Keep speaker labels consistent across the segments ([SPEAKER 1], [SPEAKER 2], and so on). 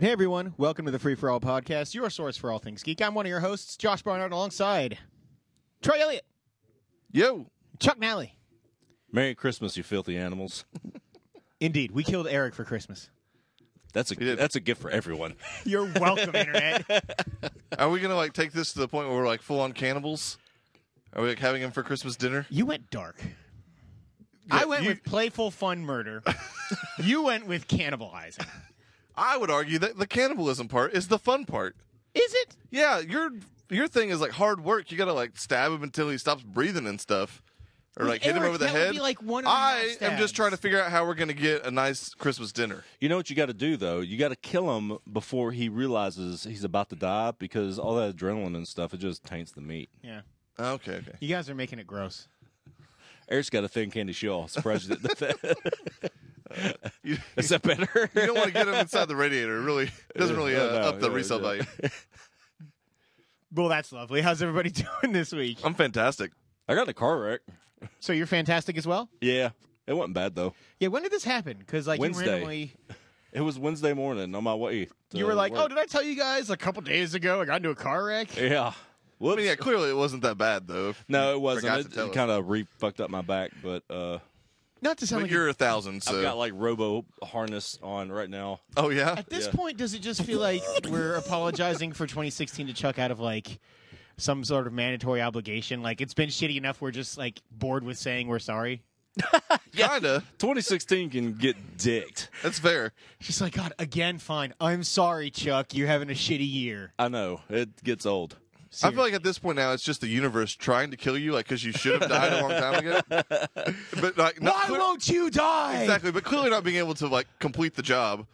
[SPEAKER 1] Hey everyone, welcome to the Free for All podcast, your source for all things geek. I'm one of your hosts, Josh Barnard, alongside Troy Elliott,
[SPEAKER 2] Yo.
[SPEAKER 1] Chuck Nally.
[SPEAKER 3] Merry Christmas, you filthy animals.
[SPEAKER 1] Indeed, we killed Eric for Christmas.
[SPEAKER 3] That's a
[SPEAKER 2] did.
[SPEAKER 3] that's a gift for everyone.
[SPEAKER 1] You're welcome, internet.
[SPEAKER 2] Are we gonna like take this to the point where we're like full on cannibals? Are we like having him for Christmas dinner?
[SPEAKER 1] You went dark. I went
[SPEAKER 2] you-
[SPEAKER 1] with playful fun murder. you went with cannibalizing.
[SPEAKER 2] I would argue that the cannibalism part is the fun part.
[SPEAKER 1] Is it?
[SPEAKER 2] Yeah, your your thing is like hard work. You gotta like stab him until he stops breathing and stuff. Or
[SPEAKER 1] With
[SPEAKER 2] like hit him
[SPEAKER 1] Eric,
[SPEAKER 2] over the
[SPEAKER 1] that would
[SPEAKER 2] head.
[SPEAKER 1] be, like, one and a half
[SPEAKER 2] I am
[SPEAKER 1] stabs.
[SPEAKER 2] just trying to figure out how we're gonna get a nice Christmas dinner.
[SPEAKER 3] You know what you got to do though? You got to kill him before he realizes he's about to die because all that adrenaline and stuff it just taints the meat.
[SPEAKER 1] Yeah.
[SPEAKER 2] Okay, okay.
[SPEAKER 1] You guys are making it gross.
[SPEAKER 3] Eric's got a thin candy shell. Surprised you didn't.
[SPEAKER 2] You,
[SPEAKER 3] Is that better?
[SPEAKER 2] you don't want to get him inside the radiator. It really it doesn't really uh,
[SPEAKER 3] No, no,
[SPEAKER 2] up the
[SPEAKER 3] yeah,
[SPEAKER 2] resale
[SPEAKER 3] yeah.
[SPEAKER 2] value.
[SPEAKER 1] Well, that's lovely. How's everybody doing this week?
[SPEAKER 2] I'm fantastic.
[SPEAKER 3] I got in a car wreck.
[SPEAKER 1] So you're fantastic as well.
[SPEAKER 3] Yeah, it wasn't bad though.
[SPEAKER 1] Yeah. When did this happen? Because like
[SPEAKER 3] Wednesday.
[SPEAKER 1] you randomly,
[SPEAKER 3] It was Wednesday morning on my way. to
[SPEAKER 1] you were like, "Oh,
[SPEAKER 3] work.
[SPEAKER 1] did I tell you guys a couple days ago I got into a car wreck?"
[SPEAKER 3] yeah." Whoops.
[SPEAKER 2] I mean, yeah, clearly it wasn't that bad though. if
[SPEAKER 3] No,
[SPEAKER 2] you
[SPEAKER 3] it
[SPEAKER 2] forgot to
[SPEAKER 3] wasn't. It,
[SPEAKER 2] tell us.
[SPEAKER 3] kind of re fucked up my back, but uh,
[SPEAKER 1] Not to sound
[SPEAKER 2] But
[SPEAKER 1] like a
[SPEAKER 2] you're a thousand, so
[SPEAKER 3] I've got like robo harness on right now.
[SPEAKER 2] oh yeah.
[SPEAKER 1] At this
[SPEAKER 3] Yeah.
[SPEAKER 1] point, does it just feel like we're apologizing for 2016 to Chuck out of like some sort of mandatory obligation? Like it's been shitty enough, we're just like bored with saying we're sorry.
[SPEAKER 2] Kinda.
[SPEAKER 3] 2016 can get dicked.
[SPEAKER 2] That's fair.
[SPEAKER 1] Just like God, again, fine. I'm sorry, Chuck. You're having a shitty year.
[SPEAKER 3] I know it gets old.
[SPEAKER 2] I feel like at this point now it's just the universe trying to kill you, like because you should have died a long time ago. But like, not
[SPEAKER 1] Why
[SPEAKER 2] clear-
[SPEAKER 1] won't you die?
[SPEAKER 2] exactly? But clearly not being able to like complete the job.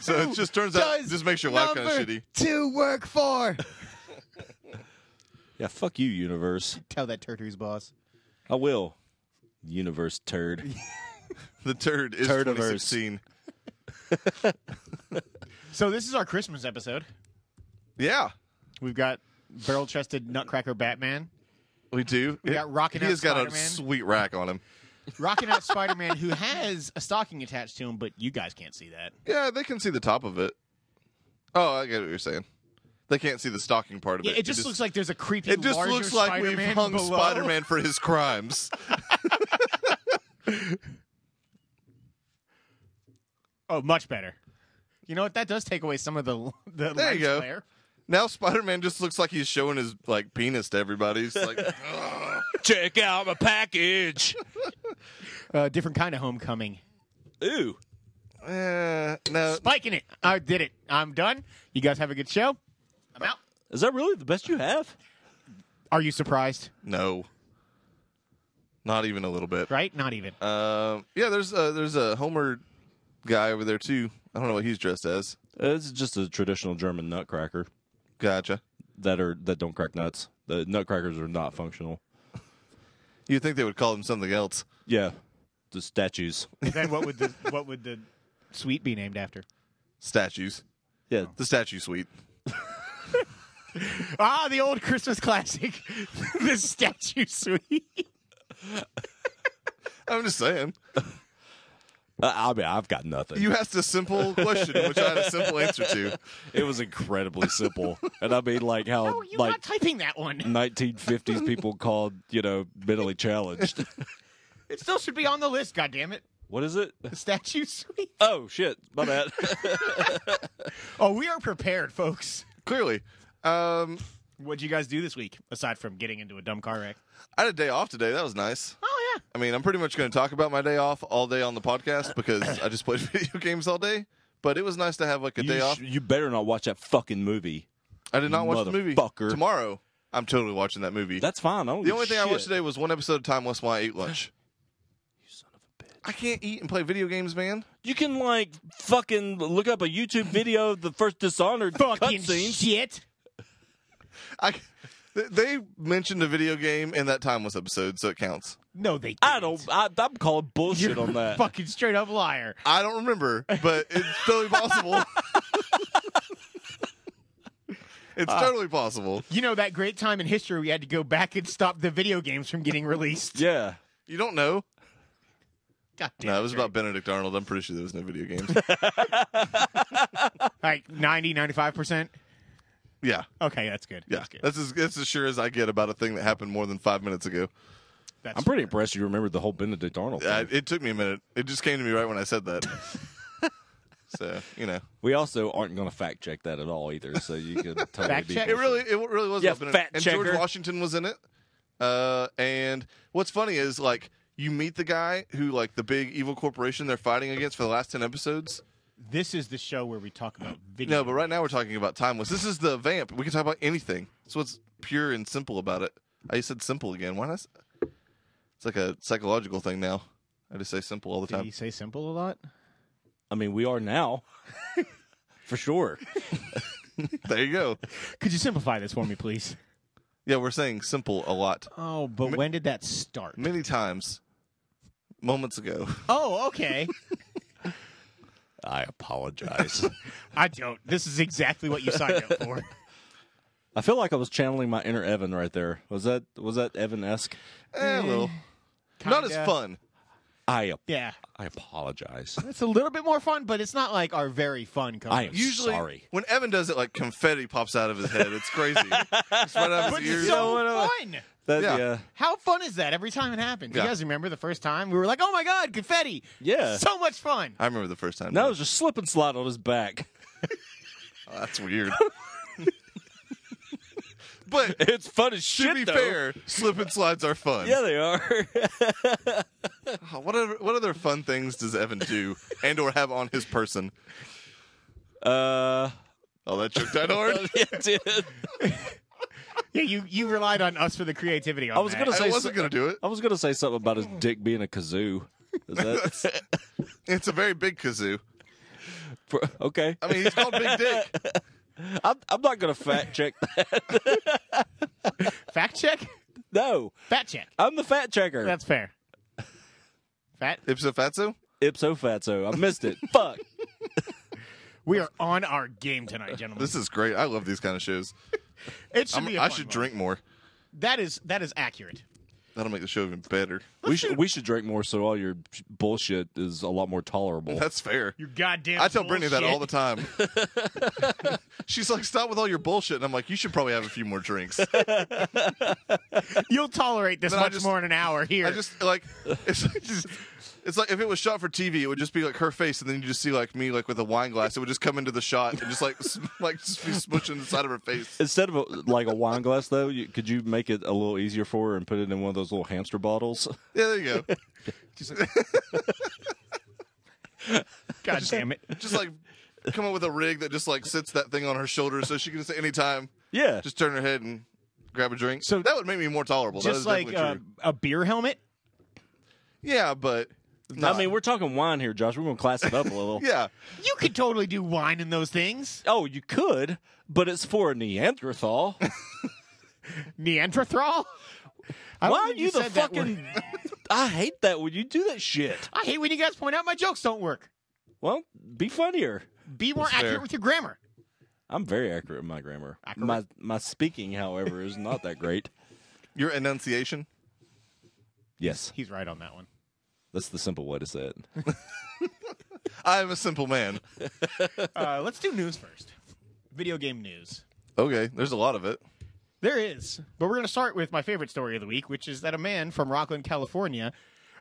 [SPEAKER 2] so it just turns out
[SPEAKER 1] Does
[SPEAKER 2] just makes your life kind of
[SPEAKER 1] number
[SPEAKER 2] shitty.
[SPEAKER 1] Two work for.
[SPEAKER 3] Yeah, fuck you, universe.
[SPEAKER 1] Tell that turd who's boss.
[SPEAKER 3] I will. Universe turd.
[SPEAKER 2] The turd is
[SPEAKER 3] Turdiverse.
[SPEAKER 2] 2016.
[SPEAKER 1] So this is our Christmas episode.
[SPEAKER 2] Yeah,
[SPEAKER 1] We've got barrel chested Nutcracker Batman,
[SPEAKER 2] we do.
[SPEAKER 1] We got Rockin'
[SPEAKER 2] He
[SPEAKER 1] Out
[SPEAKER 2] has got
[SPEAKER 1] Spider-Man.
[SPEAKER 2] a sweet rack on him.
[SPEAKER 1] rocking out Spider Man, who has a stocking attached to him, but you guys can't see that.
[SPEAKER 2] Yeah, they can see the top of it. Oh, I get what you're saying. They can't see the stocking part of
[SPEAKER 1] Yeah,
[SPEAKER 2] it.
[SPEAKER 1] it, just, looks like there's a creepy.
[SPEAKER 2] It just
[SPEAKER 1] larger
[SPEAKER 2] looks like we've
[SPEAKER 1] Spider-Man
[SPEAKER 2] hung
[SPEAKER 1] below.
[SPEAKER 2] Spider Man for his crimes.
[SPEAKER 1] Oh, much better. You know what? That does take away some of the the
[SPEAKER 2] There
[SPEAKER 1] lens
[SPEAKER 2] you go.
[SPEAKER 1] flare.
[SPEAKER 2] Now Spider Man just looks like he's showing his like penis to everybody. He's like, "Ugh."
[SPEAKER 3] Check out my package.
[SPEAKER 1] Uh, different kind of homecoming.
[SPEAKER 3] Ooh.
[SPEAKER 2] eh, no,
[SPEAKER 1] Spiking it. I did it. I'm done. You guys have a good show. I'm out.
[SPEAKER 3] Is that really the best you have?
[SPEAKER 1] Are you surprised?
[SPEAKER 2] no, not even a little bit.
[SPEAKER 1] Right? Not even.
[SPEAKER 2] Um, yeah, there's a, there's a Homer guy over there too. I don't know what he's dressed as.
[SPEAKER 3] Uh, It's just a traditional German nutcracker
[SPEAKER 2] Gotcha.
[SPEAKER 3] that are that don't crack nuts. The nutcrackers are not functional.
[SPEAKER 2] You would think they would call him something else?
[SPEAKER 3] Yeah. The statues.
[SPEAKER 1] then what would the what would the suite be named after?
[SPEAKER 2] Statues.
[SPEAKER 3] Yeah.
[SPEAKER 2] The statue suite.
[SPEAKER 1] Ah, the old Christmas classic, the statue suite.
[SPEAKER 2] I'm just saying.
[SPEAKER 3] I, I mean, I've got nothing.
[SPEAKER 2] You asked a simple question, which I had a simple answer to.
[SPEAKER 3] It was incredibly simple, and I mean, like how
[SPEAKER 1] Oh, you're
[SPEAKER 3] like
[SPEAKER 1] not typing that one.
[SPEAKER 3] 1950s people called you know mentally challenged.
[SPEAKER 1] It still should be on the list. God damn it,
[SPEAKER 3] what is it?
[SPEAKER 1] the statue suite.
[SPEAKER 3] Oh shit! My bad.
[SPEAKER 1] Oh, we are prepared, folks.
[SPEAKER 2] Clearly, um,
[SPEAKER 1] What'd you guys do this week aside from getting into a dumb car wreck?
[SPEAKER 2] I had a day off today. That was nice.
[SPEAKER 1] Oh yeah,
[SPEAKER 2] I mean, I'm pretty much going to talk about my day off all day on the podcast because I just played video games all day. But it was nice to have like a
[SPEAKER 3] you,
[SPEAKER 2] day
[SPEAKER 3] sh-
[SPEAKER 2] off.
[SPEAKER 3] you better not watch that fucking movie.
[SPEAKER 2] I did not watch the movie.
[SPEAKER 3] motherfucker.
[SPEAKER 2] Tomorrow, I'm totally watching that movie.
[SPEAKER 3] That's fine. I don't
[SPEAKER 2] the
[SPEAKER 3] give
[SPEAKER 2] only
[SPEAKER 3] a
[SPEAKER 2] thing I watched
[SPEAKER 3] shit.
[SPEAKER 2] today was one episode of Time West while I ate lunch.
[SPEAKER 3] You son of a bitch.
[SPEAKER 2] I can't eat and play video games, man.
[SPEAKER 3] You can like fucking look up a YouTube video of the first Dishonored
[SPEAKER 1] fucking
[SPEAKER 3] cutscenes.
[SPEAKER 1] shit.
[SPEAKER 2] I th- they mentioned a video game in that Time West episode, so it counts.
[SPEAKER 1] No, they. Didn't.
[SPEAKER 3] I don't. I, I'm calling bullshit
[SPEAKER 1] You're
[SPEAKER 3] on that.
[SPEAKER 1] Fucking straight up liar.
[SPEAKER 2] I don't remember, but it's totally possible.
[SPEAKER 3] Ah.
[SPEAKER 2] it's totally possible.
[SPEAKER 1] You know that great time in history we had to go back and stop the video games from getting released.
[SPEAKER 3] Yeah.
[SPEAKER 2] You don't know.
[SPEAKER 1] God damn.
[SPEAKER 2] No, it was
[SPEAKER 1] straight.
[SPEAKER 2] about Benedict Arnold. I'm pretty sure there was no video games.
[SPEAKER 1] like 90, 95 percent.
[SPEAKER 2] yeah,
[SPEAKER 1] Okay, that's good.
[SPEAKER 2] yeah.
[SPEAKER 1] that's good.
[SPEAKER 2] That's as that's as sure as I get about a thing that happened more than five minutes ago.
[SPEAKER 1] That's
[SPEAKER 3] I'm pretty impressed you remembered the whole Benedict Arnold.
[SPEAKER 2] I,
[SPEAKER 3] thing.
[SPEAKER 2] it took me a minute. It just came to me right when I said that. so you know,
[SPEAKER 3] we also aren't going to fact check that at all either, so you could totally
[SPEAKER 1] Fact
[SPEAKER 3] be
[SPEAKER 1] check?
[SPEAKER 2] it really it really was.
[SPEAKER 3] Yeah,
[SPEAKER 2] open
[SPEAKER 3] fact
[SPEAKER 2] and George
[SPEAKER 3] checker.
[SPEAKER 2] Washington was in it. Uh, and what's funny is like you meet the guy who like the big evil corporation they're fighting against for the last ten episodes.
[SPEAKER 1] This is the show where we talk about video.
[SPEAKER 2] No, but right now we're talking about timeless. This is the vamp. We can talk about anything. That's what's pure and simple about it. I said simple again. Why not? s- It's like a psychological thing now. I just say simple all the
[SPEAKER 1] Did
[SPEAKER 2] time.
[SPEAKER 1] he say simple a lot?
[SPEAKER 3] I mean, we are now, for sure.
[SPEAKER 2] There you go.
[SPEAKER 1] Could you simplify this for me, please?
[SPEAKER 2] Yeah, we're saying simple a lot.
[SPEAKER 1] Oh, but when did that start?
[SPEAKER 2] Many times. Moments ago.
[SPEAKER 1] Oh, okay.
[SPEAKER 3] I apologize.
[SPEAKER 1] I don't. This is exactly what you signed up for.
[SPEAKER 3] I feel like I was channeling my inner Evan right there. Was that was that Evan esque?
[SPEAKER 2] Eh, a little. Not as
[SPEAKER 1] Eh, Kinda.
[SPEAKER 2] fun.
[SPEAKER 3] I ap-
[SPEAKER 1] Yeah,
[SPEAKER 3] I apologize.
[SPEAKER 1] it's a little bit more fun, but it's not like our very fun. Cover.
[SPEAKER 3] I am
[SPEAKER 2] Usually,
[SPEAKER 3] sorry.
[SPEAKER 2] when Evan does it, like confetti pops out of his head. It's crazy. it's right out of
[SPEAKER 1] But it's
[SPEAKER 2] his ears.
[SPEAKER 1] so
[SPEAKER 3] You know what, uh,
[SPEAKER 1] fun.
[SPEAKER 3] That,
[SPEAKER 2] Yeah.
[SPEAKER 3] yeah.
[SPEAKER 1] How fun is that? Every time it happens,
[SPEAKER 2] Yeah.
[SPEAKER 1] you guys remember the first time we were like, "Oh my god, confetti!"
[SPEAKER 3] Yeah.
[SPEAKER 1] so much fun.
[SPEAKER 2] I remember the first time.
[SPEAKER 3] Now it was just slip and slide on his back.
[SPEAKER 2] Oh, that's weird. but
[SPEAKER 3] It's fun as
[SPEAKER 2] to
[SPEAKER 3] shit.
[SPEAKER 2] be
[SPEAKER 3] though.
[SPEAKER 2] fair, slip and slides are fun.
[SPEAKER 3] Yeah, they are.
[SPEAKER 2] Oh, What other, what other fun things does Evan do and or have on his person?
[SPEAKER 3] uh,
[SPEAKER 2] Oh, that joke died hard.
[SPEAKER 3] it did.
[SPEAKER 1] Yeah, you you relied on us for the creativity. On
[SPEAKER 3] I was
[SPEAKER 1] that.
[SPEAKER 3] gonna
[SPEAKER 2] I
[SPEAKER 3] say
[SPEAKER 2] wasn't gonna do it.
[SPEAKER 3] I was gonna say something about his dick being a kazoo. Is that
[SPEAKER 2] It's a very big kazoo.
[SPEAKER 3] for- okay?
[SPEAKER 2] I mean, he's called Big Dick.
[SPEAKER 3] I'm, I'm not gonna fact check that.
[SPEAKER 1] fact check,
[SPEAKER 3] No,
[SPEAKER 1] fat check.
[SPEAKER 3] I'm the fact checker.
[SPEAKER 1] That's fair. Fat.
[SPEAKER 2] Ipso fatso.
[SPEAKER 3] Ipso fatso. I missed it. Fuck.
[SPEAKER 1] We are on our game tonight, gentlemen.
[SPEAKER 2] This is great. I love these kind of shows.
[SPEAKER 1] It should
[SPEAKER 2] I'm,
[SPEAKER 1] be. a
[SPEAKER 2] I
[SPEAKER 1] fun
[SPEAKER 2] should
[SPEAKER 1] one.
[SPEAKER 2] drink more.
[SPEAKER 1] That is that is accurate.
[SPEAKER 2] That'll make the show even better.
[SPEAKER 3] we should we should drink more so all your bullshit is a lot more tolerable.
[SPEAKER 2] That's fair.
[SPEAKER 1] Your goddamn.
[SPEAKER 2] I tell Brittany that all the
[SPEAKER 1] bullshit.
[SPEAKER 2] time. She's like, "Stop with all your bullshit," and I'm like, "You should probably have a few more drinks."
[SPEAKER 1] You'll tolerate this
[SPEAKER 2] Then I
[SPEAKER 1] much
[SPEAKER 2] just-
[SPEAKER 1] more in an hour here.
[SPEAKER 2] I just like it's just it's like if it was shot for TV, it would just be like her face, and then you just see like me like with a wine glass. It would just come into the shot and just like sm- like just be smushing the side of her face.
[SPEAKER 3] Instead of a, like a wine glass, though, you, could you make it a little easier for her and put it in one of those little hamster bottles?
[SPEAKER 2] Yeah, there you go.
[SPEAKER 1] Just like- God damn it.
[SPEAKER 2] Just like come up with a rig that just like sits that thing on her shoulder, so she can just at any time
[SPEAKER 3] Yeah,
[SPEAKER 2] just turn her head and grab a drink.
[SPEAKER 1] So-
[SPEAKER 2] So that would make me more tolerable. That
[SPEAKER 1] Just
[SPEAKER 2] is
[SPEAKER 1] like
[SPEAKER 2] definitely
[SPEAKER 1] uh, a beer helmet.
[SPEAKER 2] true. yeah, but
[SPEAKER 3] I mean we're talking wine here, Josh. We're gonna class it up a little.
[SPEAKER 2] yeah,
[SPEAKER 1] You could totally do wine in those things.
[SPEAKER 3] Oh, you could, but it's for a Neanderthal.
[SPEAKER 1] Neanderthal. I don't
[SPEAKER 3] Why are
[SPEAKER 1] think
[SPEAKER 3] you, the
[SPEAKER 1] said that word.
[SPEAKER 3] fucking? I hate that when you do that shit.
[SPEAKER 1] I hate when you guys point out my jokes don't work.
[SPEAKER 3] Well, be funnier.
[SPEAKER 1] Be more
[SPEAKER 2] That's
[SPEAKER 1] accurate
[SPEAKER 2] fair.
[SPEAKER 1] with your grammar.
[SPEAKER 3] I'm very accurate in my grammar.
[SPEAKER 1] Accurate.
[SPEAKER 3] My my speaking, however, is not that great.
[SPEAKER 2] your enunciation.
[SPEAKER 3] Yes,
[SPEAKER 1] He's right on that one.
[SPEAKER 3] that's the simple way to say it.
[SPEAKER 2] I am a simple man.
[SPEAKER 1] Uh, let's do news first. Video game news.
[SPEAKER 2] Okay, there's a lot of it.
[SPEAKER 1] There is, but we're going to start with my favorite story of the week, which is that a man from Rockland, California,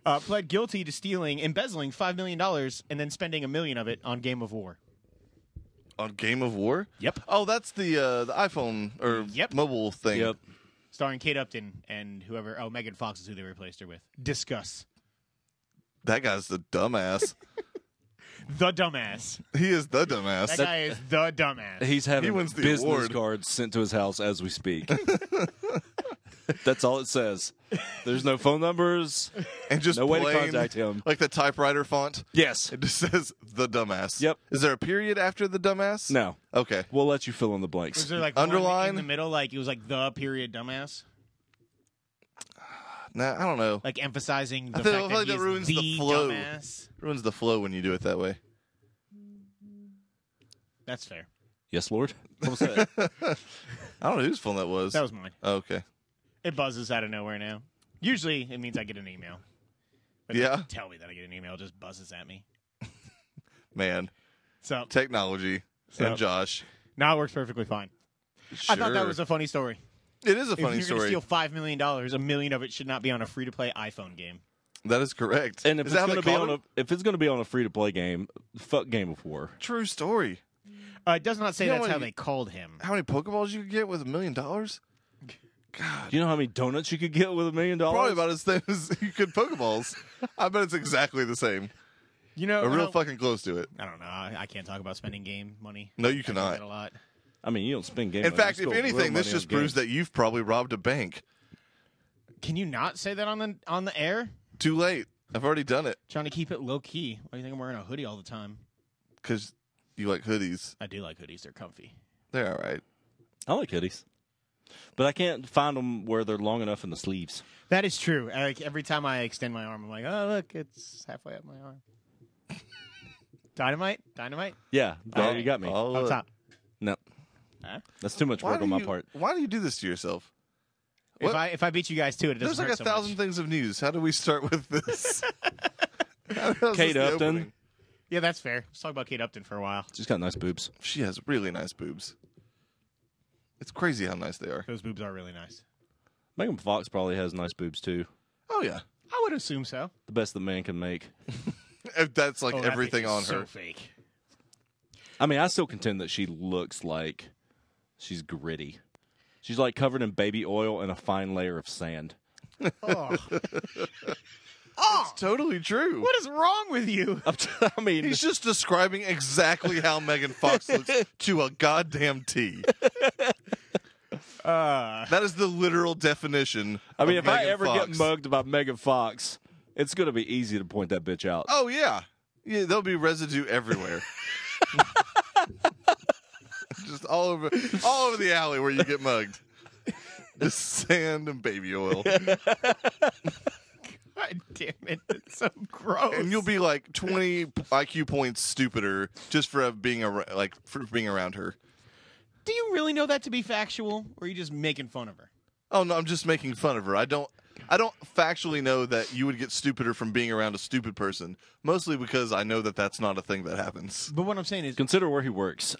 [SPEAKER 1] uh, pled guilty to stealing, embezzling five million dollars, and then spending a million of it on Game of War.
[SPEAKER 2] On Game of War?
[SPEAKER 1] Yep.
[SPEAKER 2] Oh, that's the uh, the iPhone or
[SPEAKER 1] Yep.
[SPEAKER 2] mobile thing.
[SPEAKER 3] Yep.
[SPEAKER 1] starring Kate Upton and whoever. Oh, Megan Fox is who they replaced her with. Discuss
[SPEAKER 2] That guy's the dumbass.
[SPEAKER 1] the dumbass.
[SPEAKER 2] he is the
[SPEAKER 1] That
[SPEAKER 2] dumbass.
[SPEAKER 1] guy is the dumbass.
[SPEAKER 3] He's having
[SPEAKER 2] He wins the
[SPEAKER 3] business
[SPEAKER 2] award.
[SPEAKER 3] cards sent to his house as we speak. That's all it says. There's no phone numbers.
[SPEAKER 2] and just
[SPEAKER 3] No way to
[SPEAKER 2] plain,
[SPEAKER 3] contact him.
[SPEAKER 2] Like the typewriter font.
[SPEAKER 3] Yes.
[SPEAKER 2] It just says the dumbass.
[SPEAKER 3] Yep.
[SPEAKER 2] Is there a period after the dumbass?
[SPEAKER 3] No.
[SPEAKER 2] Okay.
[SPEAKER 3] We'll let you fill in the
[SPEAKER 1] was
[SPEAKER 3] blanks.
[SPEAKER 1] there like one
[SPEAKER 2] Underline.
[SPEAKER 1] in the middle? Like it was like the period dumbass.
[SPEAKER 2] Nah, I don't know.
[SPEAKER 1] like emphasizing the
[SPEAKER 2] I feel-
[SPEAKER 1] fact
[SPEAKER 2] I feel
[SPEAKER 1] that,
[SPEAKER 2] like
[SPEAKER 1] he
[SPEAKER 2] that
[SPEAKER 1] is
[SPEAKER 2] ruins
[SPEAKER 1] the,
[SPEAKER 2] the flow.
[SPEAKER 1] dumbass.
[SPEAKER 2] Ruins the flow when you do it that way.
[SPEAKER 1] That's fair.
[SPEAKER 3] Yes, Lord. What was that?
[SPEAKER 2] I don't know whose phone that was.
[SPEAKER 1] That was mine.
[SPEAKER 2] Oh, okay.
[SPEAKER 1] It buzzes out of nowhere now. Usually, it means I get an email. But it
[SPEAKER 2] Yeah.
[SPEAKER 1] doesn't Tell me that I get an email. It just buzzes at me.
[SPEAKER 2] Man,
[SPEAKER 1] So
[SPEAKER 2] technology
[SPEAKER 1] So-
[SPEAKER 2] and Josh.
[SPEAKER 1] now it works perfectly fine. I thought that
[SPEAKER 2] Sure.
[SPEAKER 1] was a funny story.
[SPEAKER 2] It is a
[SPEAKER 1] if
[SPEAKER 2] funny
[SPEAKER 1] you're
[SPEAKER 2] story.
[SPEAKER 1] to steal five million dollars, a million of it should not be on a free to play iPhone game.
[SPEAKER 2] That is correct.
[SPEAKER 3] and if
[SPEAKER 2] is that
[SPEAKER 3] it's
[SPEAKER 2] how
[SPEAKER 3] going
[SPEAKER 2] they
[SPEAKER 3] to be
[SPEAKER 2] call
[SPEAKER 3] on
[SPEAKER 2] it?
[SPEAKER 3] a if it's going to be on a free to play game, fuck Game of War.
[SPEAKER 2] true story?
[SPEAKER 1] Uh, it does not say
[SPEAKER 2] You know
[SPEAKER 1] that's
[SPEAKER 2] when
[SPEAKER 1] how
[SPEAKER 2] you-
[SPEAKER 1] they called him.
[SPEAKER 2] How many Pokeballs you could get with a million dollars?
[SPEAKER 3] Do you know how many donuts you could get with a million dollars?
[SPEAKER 2] Probably about as thin as you could Pokeballs. I bet it's exactly the same.
[SPEAKER 1] You know,
[SPEAKER 2] A
[SPEAKER 1] I
[SPEAKER 2] real
[SPEAKER 1] don't-
[SPEAKER 2] fucking close to it.
[SPEAKER 1] I don't know. I, I can't talk about spending game money.
[SPEAKER 2] No, you
[SPEAKER 1] I do that a
[SPEAKER 2] cannot.
[SPEAKER 1] lot.
[SPEAKER 3] I mean, you don't spend game.
[SPEAKER 2] In fact, if anything, this just proves that you've probably robbed a bank.
[SPEAKER 1] Can you not say that on the on the air?
[SPEAKER 2] Too late. I've already done it
[SPEAKER 1] Trying to keep it low key. Why do you think I'm wearing a hoodie all the time?
[SPEAKER 2] because you like hoodies.
[SPEAKER 1] I do like hoodies. They're comfy.
[SPEAKER 2] They're all right.
[SPEAKER 3] I like hoodies, but I can't find them where they're long enough in the sleeves.
[SPEAKER 1] That is true. I, Like every time I extend my arm, I'm like, oh look, it's halfway up my arm. dynamite, dynamite,
[SPEAKER 3] Yeah,
[SPEAKER 1] All
[SPEAKER 3] there Oh, you got me.
[SPEAKER 2] All
[SPEAKER 1] up
[SPEAKER 2] up.
[SPEAKER 1] top.
[SPEAKER 3] No,
[SPEAKER 1] Huh?
[SPEAKER 3] that's too much
[SPEAKER 2] Oh. Why
[SPEAKER 3] work
[SPEAKER 2] do
[SPEAKER 3] on my
[SPEAKER 2] you-
[SPEAKER 3] part.
[SPEAKER 2] Why do you do this to yourself?
[SPEAKER 1] If
[SPEAKER 2] What?
[SPEAKER 1] I if I beat you guys to it, it doesn't
[SPEAKER 2] There's like a
[SPEAKER 1] hurt so
[SPEAKER 2] thousand
[SPEAKER 1] much.
[SPEAKER 2] things of news. How do we start with this? How the hell is this
[SPEAKER 3] Kate
[SPEAKER 2] the
[SPEAKER 3] Upton.
[SPEAKER 2] opening?
[SPEAKER 1] Yeah, that's fair. Let's talk about Kate Upton for a while.
[SPEAKER 3] She's got nice boobs.
[SPEAKER 2] She has really nice boobs. It's crazy how nice they are.
[SPEAKER 1] Those boobs are really nice.
[SPEAKER 3] Megan Fox probably has nice boobs too.
[SPEAKER 2] Oh yeah,
[SPEAKER 1] I would assume so.
[SPEAKER 3] The best that man can make.
[SPEAKER 2] If that's like
[SPEAKER 1] Oh, that
[SPEAKER 2] everything on
[SPEAKER 1] picture's
[SPEAKER 2] her.
[SPEAKER 1] So fake.
[SPEAKER 3] I mean, I still contend that she looks like she's gritty. She's like covered in baby oil and a fine layer of sand.
[SPEAKER 1] Oh. oh,
[SPEAKER 2] totally true.
[SPEAKER 1] what is wrong with you?
[SPEAKER 3] I'm t- I mean,
[SPEAKER 2] He's just describing exactly how Megan Fox looks to a goddamn T.
[SPEAKER 1] Uh,
[SPEAKER 2] That is the literal definition.
[SPEAKER 3] I mean,
[SPEAKER 2] of
[SPEAKER 3] if I
[SPEAKER 2] Megan
[SPEAKER 3] ever
[SPEAKER 2] Fox.
[SPEAKER 3] get mugged by Megan Fox, it's gonna be easy to point that bitch out.
[SPEAKER 2] oh yeah, yeah, there'll be residue everywhere. just all over, all over the alley where you get mugged. Just sand and baby oil,
[SPEAKER 1] God damn it! It's so gross.
[SPEAKER 2] and you'll be like twenty IQ points stupider just for uh, being around, like for being around her.
[SPEAKER 1] Do you really know that to be factual, or are you just making fun of her?
[SPEAKER 2] Oh no, I'm just making fun of her. I don't I don't factually know that you would get stupider from being around a stupid person, mostly because I know that that's not a thing that happens.
[SPEAKER 1] But what I'm saying is,
[SPEAKER 3] Consider where he works.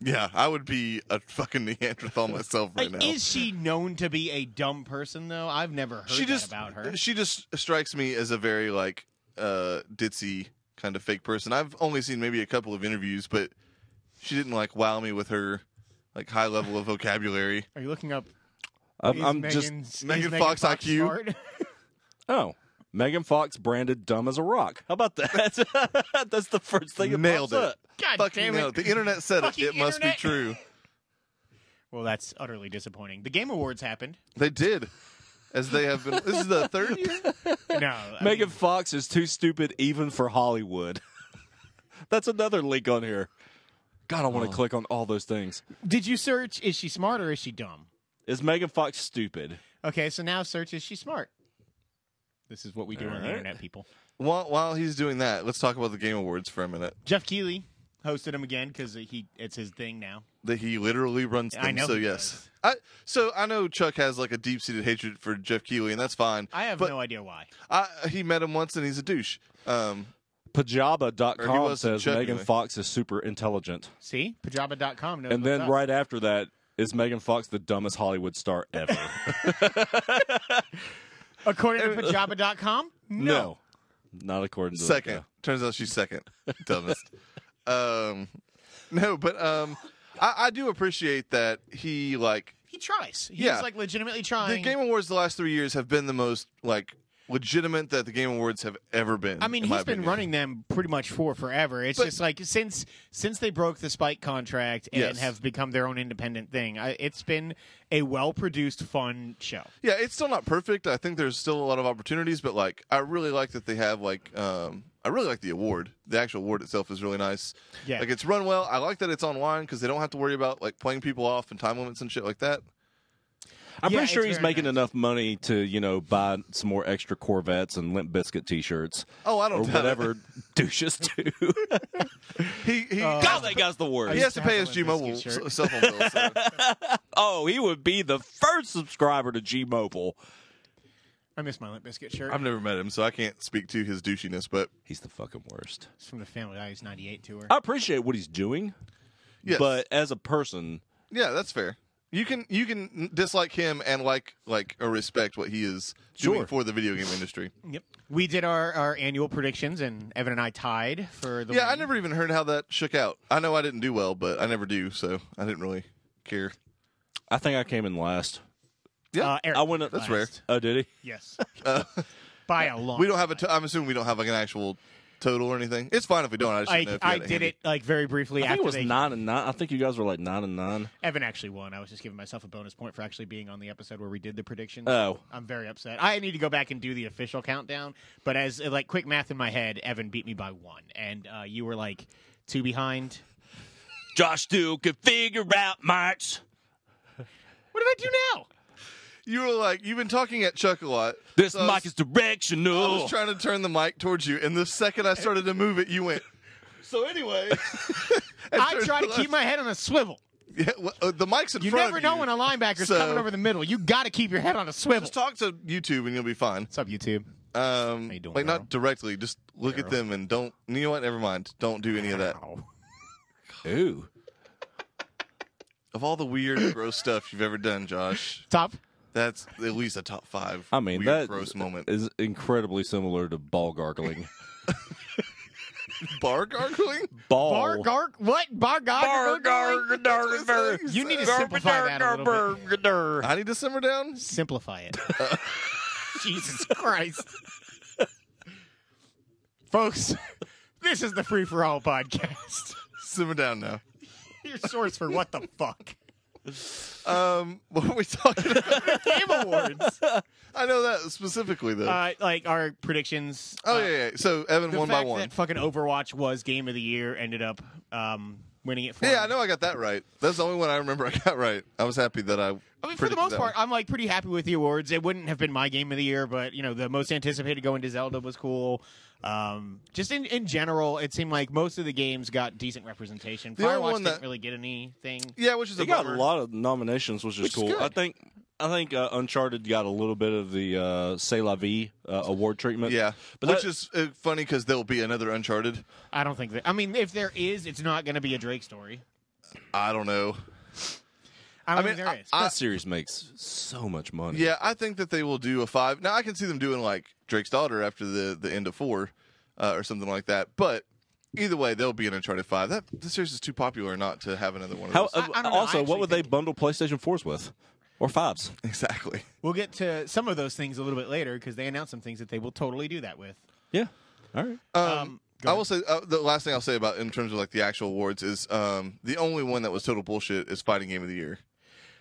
[SPEAKER 2] Yeah, I would be a fucking Neanderthal myself right now.
[SPEAKER 1] Like, Is she known to be a dumb person though? I've never heard
[SPEAKER 2] she
[SPEAKER 1] that
[SPEAKER 2] just
[SPEAKER 1] about her.
[SPEAKER 2] she just strikes me as a very like uh ditzy kind of fake person. I've only seen maybe a couple of interviews, but she didn't like wow me with her like high level of vocabulary.
[SPEAKER 1] Are you looking up?
[SPEAKER 3] I'm,
[SPEAKER 1] is
[SPEAKER 3] I'm just
[SPEAKER 1] Megan's, is
[SPEAKER 2] Megan
[SPEAKER 1] Megan
[SPEAKER 2] Fox IQ?
[SPEAKER 1] smart?
[SPEAKER 3] oh, Megan Fox branded dumb as a rock. How about that? That's the first thing that
[SPEAKER 2] Nailed
[SPEAKER 3] pops
[SPEAKER 2] it.
[SPEAKER 3] up.
[SPEAKER 1] God
[SPEAKER 2] Fucking
[SPEAKER 1] damn
[SPEAKER 2] no,
[SPEAKER 1] it!
[SPEAKER 2] the internet said it.
[SPEAKER 1] Fucking
[SPEAKER 2] It must be
[SPEAKER 1] internet.
[SPEAKER 2] true.
[SPEAKER 1] Well, that's utterly disappointing. The Game Awards happened.
[SPEAKER 2] They did. As they have been this is the third year?
[SPEAKER 1] No, I mean,
[SPEAKER 3] Megan Fox is too stupid even for Hollywood. That's another link on here. God, I want to click on all those things.
[SPEAKER 1] did you search? Is she smart or is she dumb?
[SPEAKER 3] Is Megan Fox stupid?
[SPEAKER 1] Okay, so now search is she smart? This is what we do on the
[SPEAKER 3] Alright.
[SPEAKER 1] internet, people.
[SPEAKER 2] While while he's doing that, let's talk about the Game Awards for a minute.
[SPEAKER 1] Jeff Keeley hosted him again because he it's his thing now.
[SPEAKER 2] That he literally runs them.
[SPEAKER 1] I know
[SPEAKER 2] so
[SPEAKER 1] he
[SPEAKER 2] yes, I, so I know Chuck has like a deep seated hatred for Jeff Keeley, and that's fine.
[SPEAKER 1] I have
[SPEAKER 2] But-
[SPEAKER 1] no idea why.
[SPEAKER 2] I, he met him once, and he's a douche. Um, Or he
[SPEAKER 3] Pajaba.com
[SPEAKER 2] wasn't
[SPEAKER 3] says
[SPEAKER 2] checking
[SPEAKER 3] Megan
[SPEAKER 2] it.
[SPEAKER 3] Fox is super intelligent.
[SPEAKER 1] See, pajaba.com knows.
[SPEAKER 3] And
[SPEAKER 1] what's
[SPEAKER 3] then
[SPEAKER 1] up.
[SPEAKER 3] right after that is Megan Fox the dumbest Hollywood star ever.
[SPEAKER 1] according to pajaba.com, no.
[SPEAKER 3] no. Not according to the
[SPEAKER 2] second,
[SPEAKER 3] show.
[SPEAKER 2] turns out she's second, dumbest. Um, no, but um, I, I do appreciate that he like
[SPEAKER 1] He tries. He's
[SPEAKER 2] Yeah.
[SPEAKER 1] like legitimately trying.
[SPEAKER 2] the Game Awards. The last three years have been the most like legitimate that the Game Awards have ever been.
[SPEAKER 1] I mean,
[SPEAKER 2] in
[SPEAKER 1] he's
[SPEAKER 2] my
[SPEAKER 1] been
[SPEAKER 2] opinion.
[SPEAKER 1] running them pretty much for forever. It's
[SPEAKER 2] But-
[SPEAKER 1] just like since since they broke the Spike contract and
[SPEAKER 2] Yes.
[SPEAKER 1] have become their own independent thing, I, it's been a well produced, fun show.
[SPEAKER 2] Yeah, it's still not perfect. I think there's still a lot of opportunities, but like I really like that they have like um I really like the award. The actual award itself is really nice.
[SPEAKER 1] Yeah.
[SPEAKER 2] Like it's run well. I like that it's online because they don't have to worry about like playing people off and time limits and shit like that.
[SPEAKER 3] I'm
[SPEAKER 1] Yeah,
[SPEAKER 3] pretty sure
[SPEAKER 1] it's
[SPEAKER 3] he's
[SPEAKER 1] very
[SPEAKER 3] making
[SPEAKER 1] nice.
[SPEAKER 3] enough money to, you know, buy some more extra Corvettes and Limp Biscuit T-shirts.
[SPEAKER 2] Oh, I
[SPEAKER 3] Or
[SPEAKER 2] don't doubt it.
[SPEAKER 3] whatever douches do.
[SPEAKER 2] He he,
[SPEAKER 1] Uh,
[SPEAKER 3] God, that guy's the worst.
[SPEAKER 2] he has to pay
[SPEAKER 1] Limp
[SPEAKER 2] his G
[SPEAKER 1] Bizkit
[SPEAKER 2] Mobile
[SPEAKER 1] shirt.
[SPEAKER 2] s- cell phone bill. So.
[SPEAKER 3] Oh, he would be the first subscriber to G-Mobile.
[SPEAKER 1] I miss my Limp Biscuit shirt.
[SPEAKER 2] I've never met him, so I can't speak to his douchiness. But
[SPEAKER 3] He's the fucking worst.
[SPEAKER 1] it's from the Family Values 98 tour.
[SPEAKER 3] I appreciate what he's doing,
[SPEAKER 2] yes,
[SPEAKER 3] but as a person,
[SPEAKER 2] yeah, that's fair. You can you can dislike him and like like or respect what he is
[SPEAKER 3] Sure.
[SPEAKER 2] doing for the video game industry.
[SPEAKER 1] Yep. We did our, our annual predictions, and Evan and I tied for the
[SPEAKER 2] Yeah, I
[SPEAKER 1] win.
[SPEAKER 2] never even heard how that shook out. I know I didn't do well, but I never do, so I didn't really care.
[SPEAKER 3] I think I came in last.
[SPEAKER 2] Yeah,
[SPEAKER 1] Uh, Eric,
[SPEAKER 3] I went up-
[SPEAKER 2] That's rare.
[SPEAKER 1] last.
[SPEAKER 3] Oh, did he?
[SPEAKER 1] Yes,
[SPEAKER 2] Uh,
[SPEAKER 1] by a long.
[SPEAKER 2] we don't have a. T- I'm assuming we don't have like an actual total or anything. It's fine if we don't. I just didn't know
[SPEAKER 1] I,
[SPEAKER 2] if you
[SPEAKER 1] I
[SPEAKER 2] had
[SPEAKER 1] did
[SPEAKER 2] handy.
[SPEAKER 1] it like very briefly
[SPEAKER 3] I
[SPEAKER 1] after
[SPEAKER 3] think it was
[SPEAKER 1] they,
[SPEAKER 3] nine and nine. I think you guys were like nine and nine.
[SPEAKER 1] Evan actually won. I was just giving myself a bonus point for actually being on the episode where we did the predictions.
[SPEAKER 3] Oh.
[SPEAKER 1] I'm very upset. I need to go back and do the official countdown. But as uh, like quick math in my head, Evan beat me by one, and uh, you were like two behind.
[SPEAKER 3] Josh still can figure out March.
[SPEAKER 1] What did I do now?
[SPEAKER 2] You were like you've been talking at Chuck a lot.
[SPEAKER 3] This
[SPEAKER 2] so I was-
[SPEAKER 3] mic is
[SPEAKER 2] I
[SPEAKER 1] Oh.
[SPEAKER 3] directional.
[SPEAKER 2] was trying to turn the mic towards you, and the second I started to move it, you went. So anyway, and
[SPEAKER 1] I
[SPEAKER 2] turned
[SPEAKER 1] try to keep
[SPEAKER 2] left.
[SPEAKER 1] my head on a swivel.
[SPEAKER 2] Yeah, well, uh, the mic's in
[SPEAKER 1] You
[SPEAKER 2] front
[SPEAKER 1] never
[SPEAKER 2] of
[SPEAKER 1] know
[SPEAKER 2] you.
[SPEAKER 1] when a linebacker's
[SPEAKER 2] So-
[SPEAKER 1] coming over the middle. You got to keep your head on a swivel.
[SPEAKER 2] Just talk to YouTube and you'll be fine.
[SPEAKER 1] What's up, YouTube?
[SPEAKER 2] Um,
[SPEAKER 1] you doing,
[SPEAKER 2] like
[SPEAKER 1] Daryl?
[SPEAKER 2] not directly. Just look at them and don't. You know what? Never mind. Don't do any of that.
[SPEAKER 3] Ooh.
[SPEAKER 2] Of all the weird, gross stuff you've ever done, Josh,
[SPEAKER 1] Top.
[SPEAKER 2] that's at least a top five.
[SPEAKER 3] I mean,
[SPEAKER 2] weird,
[SPEAKER 3] that
[SPEAKER 2] gross moment.
[SPEAKER 3] is incredibly similar to ball gargling.
[SPEAKER 2] Bar gargling.
[SPEAKER 1] Bar
[SPEAKER 3] ball.
[SPEAKER 2] Oh.
[SPEAKER 1] garg. What? Bar garg. You need to simplify that a little bit.
[SPEAKER 2] I need to simmer down.
[SPEAKER 1] Simplify it. Jesus Christ. Folks, this is the Free For All podcast.
[SPEAKER 2] Simmer down now.
[SPEAKER 1] Your source for what the fuck?
[SPEAKER 2] Um, what were we talking about?
[SPEAKER 1] Game Awards.
[SPEAKER 2] I know that specifically though.
[SPEAKER 1] Uh, like our predictions.
[SPEAKER 2] oh
[SPEAKER 1] uh,
[SPEAKER 2] yeah, yeah. So Evan
[SPEAKER 1] The
[SPEAKER 2] one by
[SPEAKER 1] fact
[SPEAKER 2] one.
[SPEAKER 1] that fucking Overwatch was Game of the Year ended up um, winning it for
[SPEAKER 2] yeah,
[SPEAKER 1] him.
[SPEAKER 2] I know I got that right. That's the only one I remember I got right. I was happy that
[SPEAKER 1] I
[SPEAKER 2] I.
[SPEAKER 1] mean, for the
[SPEAKER 2] predicted
[SPEAKER 1] most
[SPEAKER 2] that
[SPEAKER 1] part,
[SPEAKER 2] one.
[SPEAKER 1] I'm like pretty happy with the awards. It wouldn't have been my game of the year, but you know, the most anticipated going to Zelda was cool. Um, just in, in general, it seemed like most of the games got decent representation.
[SPEAKER 2] The only
[SPEAKER 1] Firewatch
[SPEAKER 2] one
[SPEAKER 1] didn't
[SPEAKER 2] that-
[SPEAKER 1] really get anything.
[SPEAKER 2] yeah, which is
[SPEAKER 3] They
[SPEAKER 2] a
[SPEAKER 3] got a
[SPEAKER 2] bummer.
[SPEAKER 3] lot of nominations, which is
[SPEAKER 2] Which is
[SPEAKER 3] cool.
[SPEAKER 2] good.
[SPEAKER 3] I think I think uh, Uncharted got a little bit of the uh, "C'est la vie" uh, award treatment.
[SPEAKER 2] Yeah,
[SPEAKER 3] but
[SPEAKER 2] which
[SPEAKER 3] that-
[SPEAKER 2] is uh, funny because there'll be another Uncharted.
[SPEAKER 1] I don't think that. I mean, if there is, it's not going to be a Drake story.
[SPEAKER 2] I don't know.
[SPEAKER 1] I don't
[SPEAKER 2] I mean,
[SPEAKER 1] think there is.
[SPEAKER 2] I-
[SPEAKER 3] that series makes so much money.
[SPEAKER 2] Yeah, I think that they will do a five. Now I can see them doing like Drake's daughter after the the end of four, uh, or something like that. But either way, there'll be an Uncharted five. That this series is too popular not to have another one of
[SPEAKER 3] How, uh,
[SPEAKER 2] those.
[SPEAKER 1] I- I don't know. I
[SPEAKER 3] also,
[SPEAKER 1] actually
[SPEAKER 3] what would they
[SPEAKER 1] think-
[SPEAKER 3] bundle PlayStation fours with, or fives?
[SPEAKER 2] exactly.
[SPEAKER 1] we'll get to some of those things a little bit later because they announced some things that they will totally do that with.
[SPEAKER 3] Yeah. All right.
[SPEAKER 2] Um,
[SPEAKER 1] go
[SPEAKER 2] I will say uh, the last thing I'll say about in terms of like the actual awards is um, the only one that was total bullshit is Fighting Game of the Year.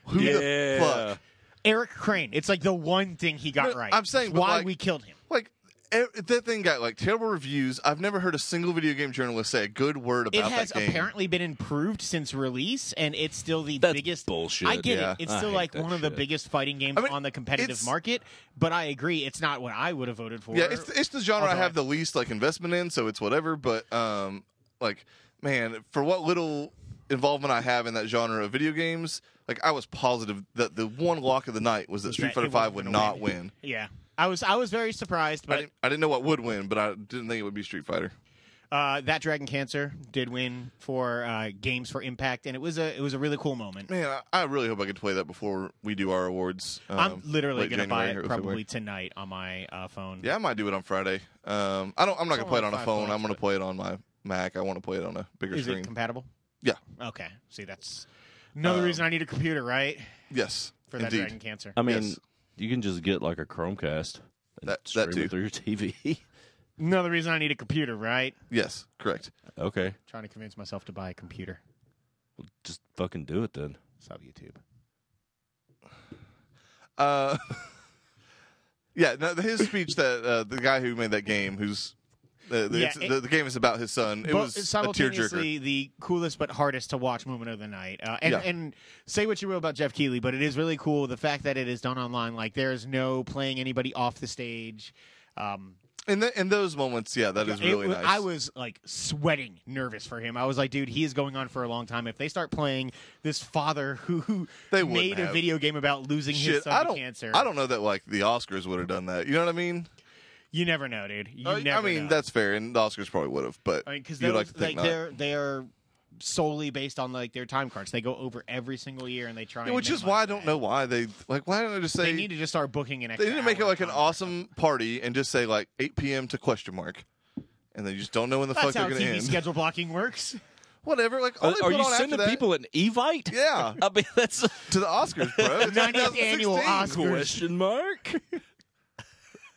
[SPEAKER 2] Who the fuck?
[SPEAKER 1] Eric Crane. It's like the one thing he got
[SPEAKER 2] No,
[SPEAKER 1] right.
[SPEAKER 2] I'm saying,
[SPEAKER 1] It's
[SPEAKER 2] but,
[SPEAKER 1] why
[SPEAKER 2] like-
[SPEAKER 1] we killed him.
[SPEAKER 2] Like e- that thing got like terrible reviews. I've never heard a single video game journalist say a good word
[SPEAKER 1] It
[SPEAKER 2] about
[SPEAKER 1] has
[SPEAKER 2] that game.
[SPEAKER 1] apparently been improved since release, and it's still the
[SPEAKER 3] That's
[SPEAKER 1] biggest
[SPEAKER 3] bullshit.
[SPEAKER 1] I get
[SPEAKER 2] yeah.
[SPEAKER 1] it. It's
[SPEAKER 3] I
[SPEAKER 1] still
[SPEAKER 3] hate
[SPEAKER 1] like
[SPEAKER 3] that
[SPEAKER 1] one of the
[SPEAKER 3] shit.
[SPEAKER 1] biggest fighting games
[SPEAKER 2] I mean,
[SPEAKER 1] on the competitive
[SPEAKER 2] it's-
[SPEAKER 1] market, but I agree it's not what I would have voted for.
[SPEAKER 2] Yeah, it's it's the genre I
[SPEAKER 1] although I-
[SPEAKER 2] have the least like investment in, so it's whatever. But um, like man, for what little involvement I have in that genre of video games, like I was positive that the one lock of the night was that Street
[SPEAKER 1] that
[SPEAKER 2] Fighter
[SPEAKER 1] it wasn't
[SPEAKER 2] Five would
[SPEAKER 1] gonna
[SPEAKER 2] not
[SPEAKER 1] win.
[SPEAKER 2] win.
[SPEAKER 1] Yeah. I was I was very surprised,
[SPEAKER 2] I
[SPEAKER 1] but
[SPEAKER 2] didn't, I didn't know what would win, but I didn't think it would be Street Fighter.
[SPEAKER 1] uh, that Dragon Cancer did win for uh, Games for Impact, and it was a it was a really cool moment.
[SPEAKER 2] Man, I, I really hope I get to play that before we do our awards. Um,
[SPEAKER 1] I'm literally
[SPEAKER 2] late
[SPEAKER 1] gonna buy
[SPEAKER 2] January or
[SPEAKER 1] it
[SPEAKER 2] February.
[SPEAKER 1] probably tonight on my uh, phone.
[SPEAKER 2] Yeah, I might do it on Friday. Um, I don't. I'm not
[SPEAKER 1] It's
[SPEAKER 2] gonna play it
[SPEAKER 1] only
[SPEAKER 2] on a
[SPEAKER 1] five
[SPEAKER 2] phone.
[SPEAKER 1] bucks,
[SPEAKER 2] I'm gonna
[SPEAKER 1] but-
[SPEAKER 2] play it on my Mac. I want to play it on a bigger
[SPEAKER 1] Is
[SPEAKER 2] screen.
[SPEAKER 1] it compatible?
[SPEAKER 2] Yeah.
[SPEAKER 1] Okay. See, that's another
[SPEAKER 2] Um,
[SPEAKER 1] reason I need a computer, right?
[SPEAKER 2] yes,
[SPEAKER 1] For that
[SPEAKER 2] indeed.
[SPEAKER 1] Dragon Cancer.
[SPEAKER 3] I mean,
[SPEAKER 2] Yes.
[SPEAKER 3] you can just get like a Chromecast and
[SPEAKER 2] That- that
[SPEAKER 3] stream
[SPEAKER 2] too.
[SPEAKER 3] it through your TV.
[SPEAKER 1] Another reason I need a computer, right?
[SPEAKER 2] Yes, correct.
[SPEAKER 3] okay.
[SPEAKER 1] Trying to convince myself to buy a computer.
[SPEAKER 3] Well, just fucking do it then.
[SPEAKER 1] Sub YouTube.
[SPEAKER 2] Uh, yeah, no, his speech that uh, the guy who made that game, who's Uh, the,
[SPEAKER 1] Yeah,
[SPEAKER 2] it's-
[SPEAKER 1] it-
[SPEAKER 2] the, the game is about his son. It
[SPEAKER 1] But
[SPEAKER 2] was a tearjerker.
[SPEAKER 1] simultaneously the coolest but hardest to watch moment of the night. Uh, and,
[SPEAKER 2] Yeah.
[SPEAKER 1] and say what you will about Jeff Keighley, but it is really cool the fact that it is done online. Like there is no playing anybody off the stage. Um,
[SPEAKER 2] In, the, in those moments, yeah, that is
[SPEAKER 1] it
[SPEAKER 2] really
[SPEAKER 1] was-
[SPEAKER 2] nice.
[SPEAKER 1] I was like sweating, nervous for him. I was like, dude, he is going on for a long time. If they start playing this father who, who
[SPEAKER 2] They wouldn't
[SPEAKER 1] made a
[SPEAKER 2] have.
[SPEAKER 1] video game about losing his
[SPEAKER 2] Shit,
[SPEAKER 1] son
[SPEAKER 2] I don't.
[SPEAKER 1] to cancer,
[SPEAKER 2] I don't know that like the Oscars would have done that. You know what I mean?
[SPEAKER 1] You never know, dude. You
[SPEAKER 2] Uh,
[SPEAKER 1] never.
[SPEAKER 2] I mean,
[SPEAKER 1] know.
[SPEAKER 2] that's fair, and the Oscars probably would have. But
[SPEAKER 1] I mean, because
[SPEAKER 2] you
[SPEAKER 1] they're
[SPEAKER 2] would like
[SPEAKER 1] like,
[SPEAKER 2] to think not.
[SPEAKER 1] they're they are solely based on like their time cards. They go over every single year and they try.
[SPEAKER 2] Yeah,
[SPEAKER 1] and
[SPEAKER 2] which is
[SPEAKER 1] minimize
[SPEAKER 2] why I don't
[SPEAKER 1] that.
[SPEAKER 2] know why they like. Why didn't they just say
[SPEAKER 1] They need to just start booking an.
[SPEAKER 2] they
[SPEAKER 1] Extra
[SPEAKER 2] need to make it
[SPEAKER 1] hour
[SPEAKER 2] like an
[SPEAKER 1] conference.
[SPEAKER 2] awesome party and just say like 8 p.m. to question mark, and then you just don't know when the fuck
[SPEAKER 1] That's
[SPEAKER 2] they're
[SPEAKER 1] how
[SPEAKER 2] gonna
[SPEAKER 1] TV
[SPEAKER 2] end.
[SPEAKER 1] schedule blocking works.
[SPEAKER 2] Whatever. Like, all
[SPEAKER 3] Are,
[SPEAKER 2] they
[SPEAKER 3] are
[SPEAKER 2] put
[SPEAKER 3] you
[SPEAKER 2] on after
[SPEAKER 3] sending
[SPEAKER 2] that-
[SPEAKER 3] people an evite?
[SPEAKER 2] Yeah,
[SPEAKER 3] I mean, that's a
[SPEAKER 2] to the Oscars, bro. It's
[SPEAKER 1] 90th annual
[SPEAKER 2] 2016.
[SPEAKER 1] Oscars.
[SPEAKER 3] question mark.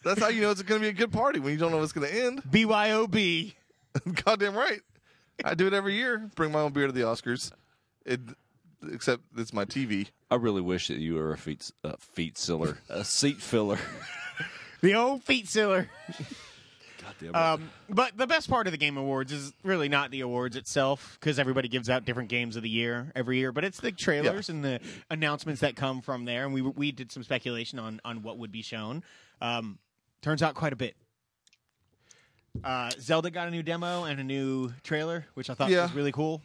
[SPEAKER 2] That's how you know it's going to be a good party when you don't know it's going to end.
[SPEAKER 1] BYOB.
[SPEAKER 2] Goddamn right. I do it every year. Bring my own beer to the Oscars. It, except it's my TV.
[SPEAKER 3] I really wish that you were a feet uh, feet filler, a seat filler.
[SPEAKER 1] The old feet sealer.
[SPEAKER 3] God damn it.
[SPEAKER 1] Um, but the best part of the Game Awards is really not the awards itself, because everybody gives out different games of the year every year. But it's the trailers and the announcements that come from there. And we we did some speculation on on what would be shown. Um, turns out quite a bit. Uh, Zelda got a new demo and a new trailer, which I thought
[SPEAKER 2] Yeah.
[SPEAKER 1] was really cool.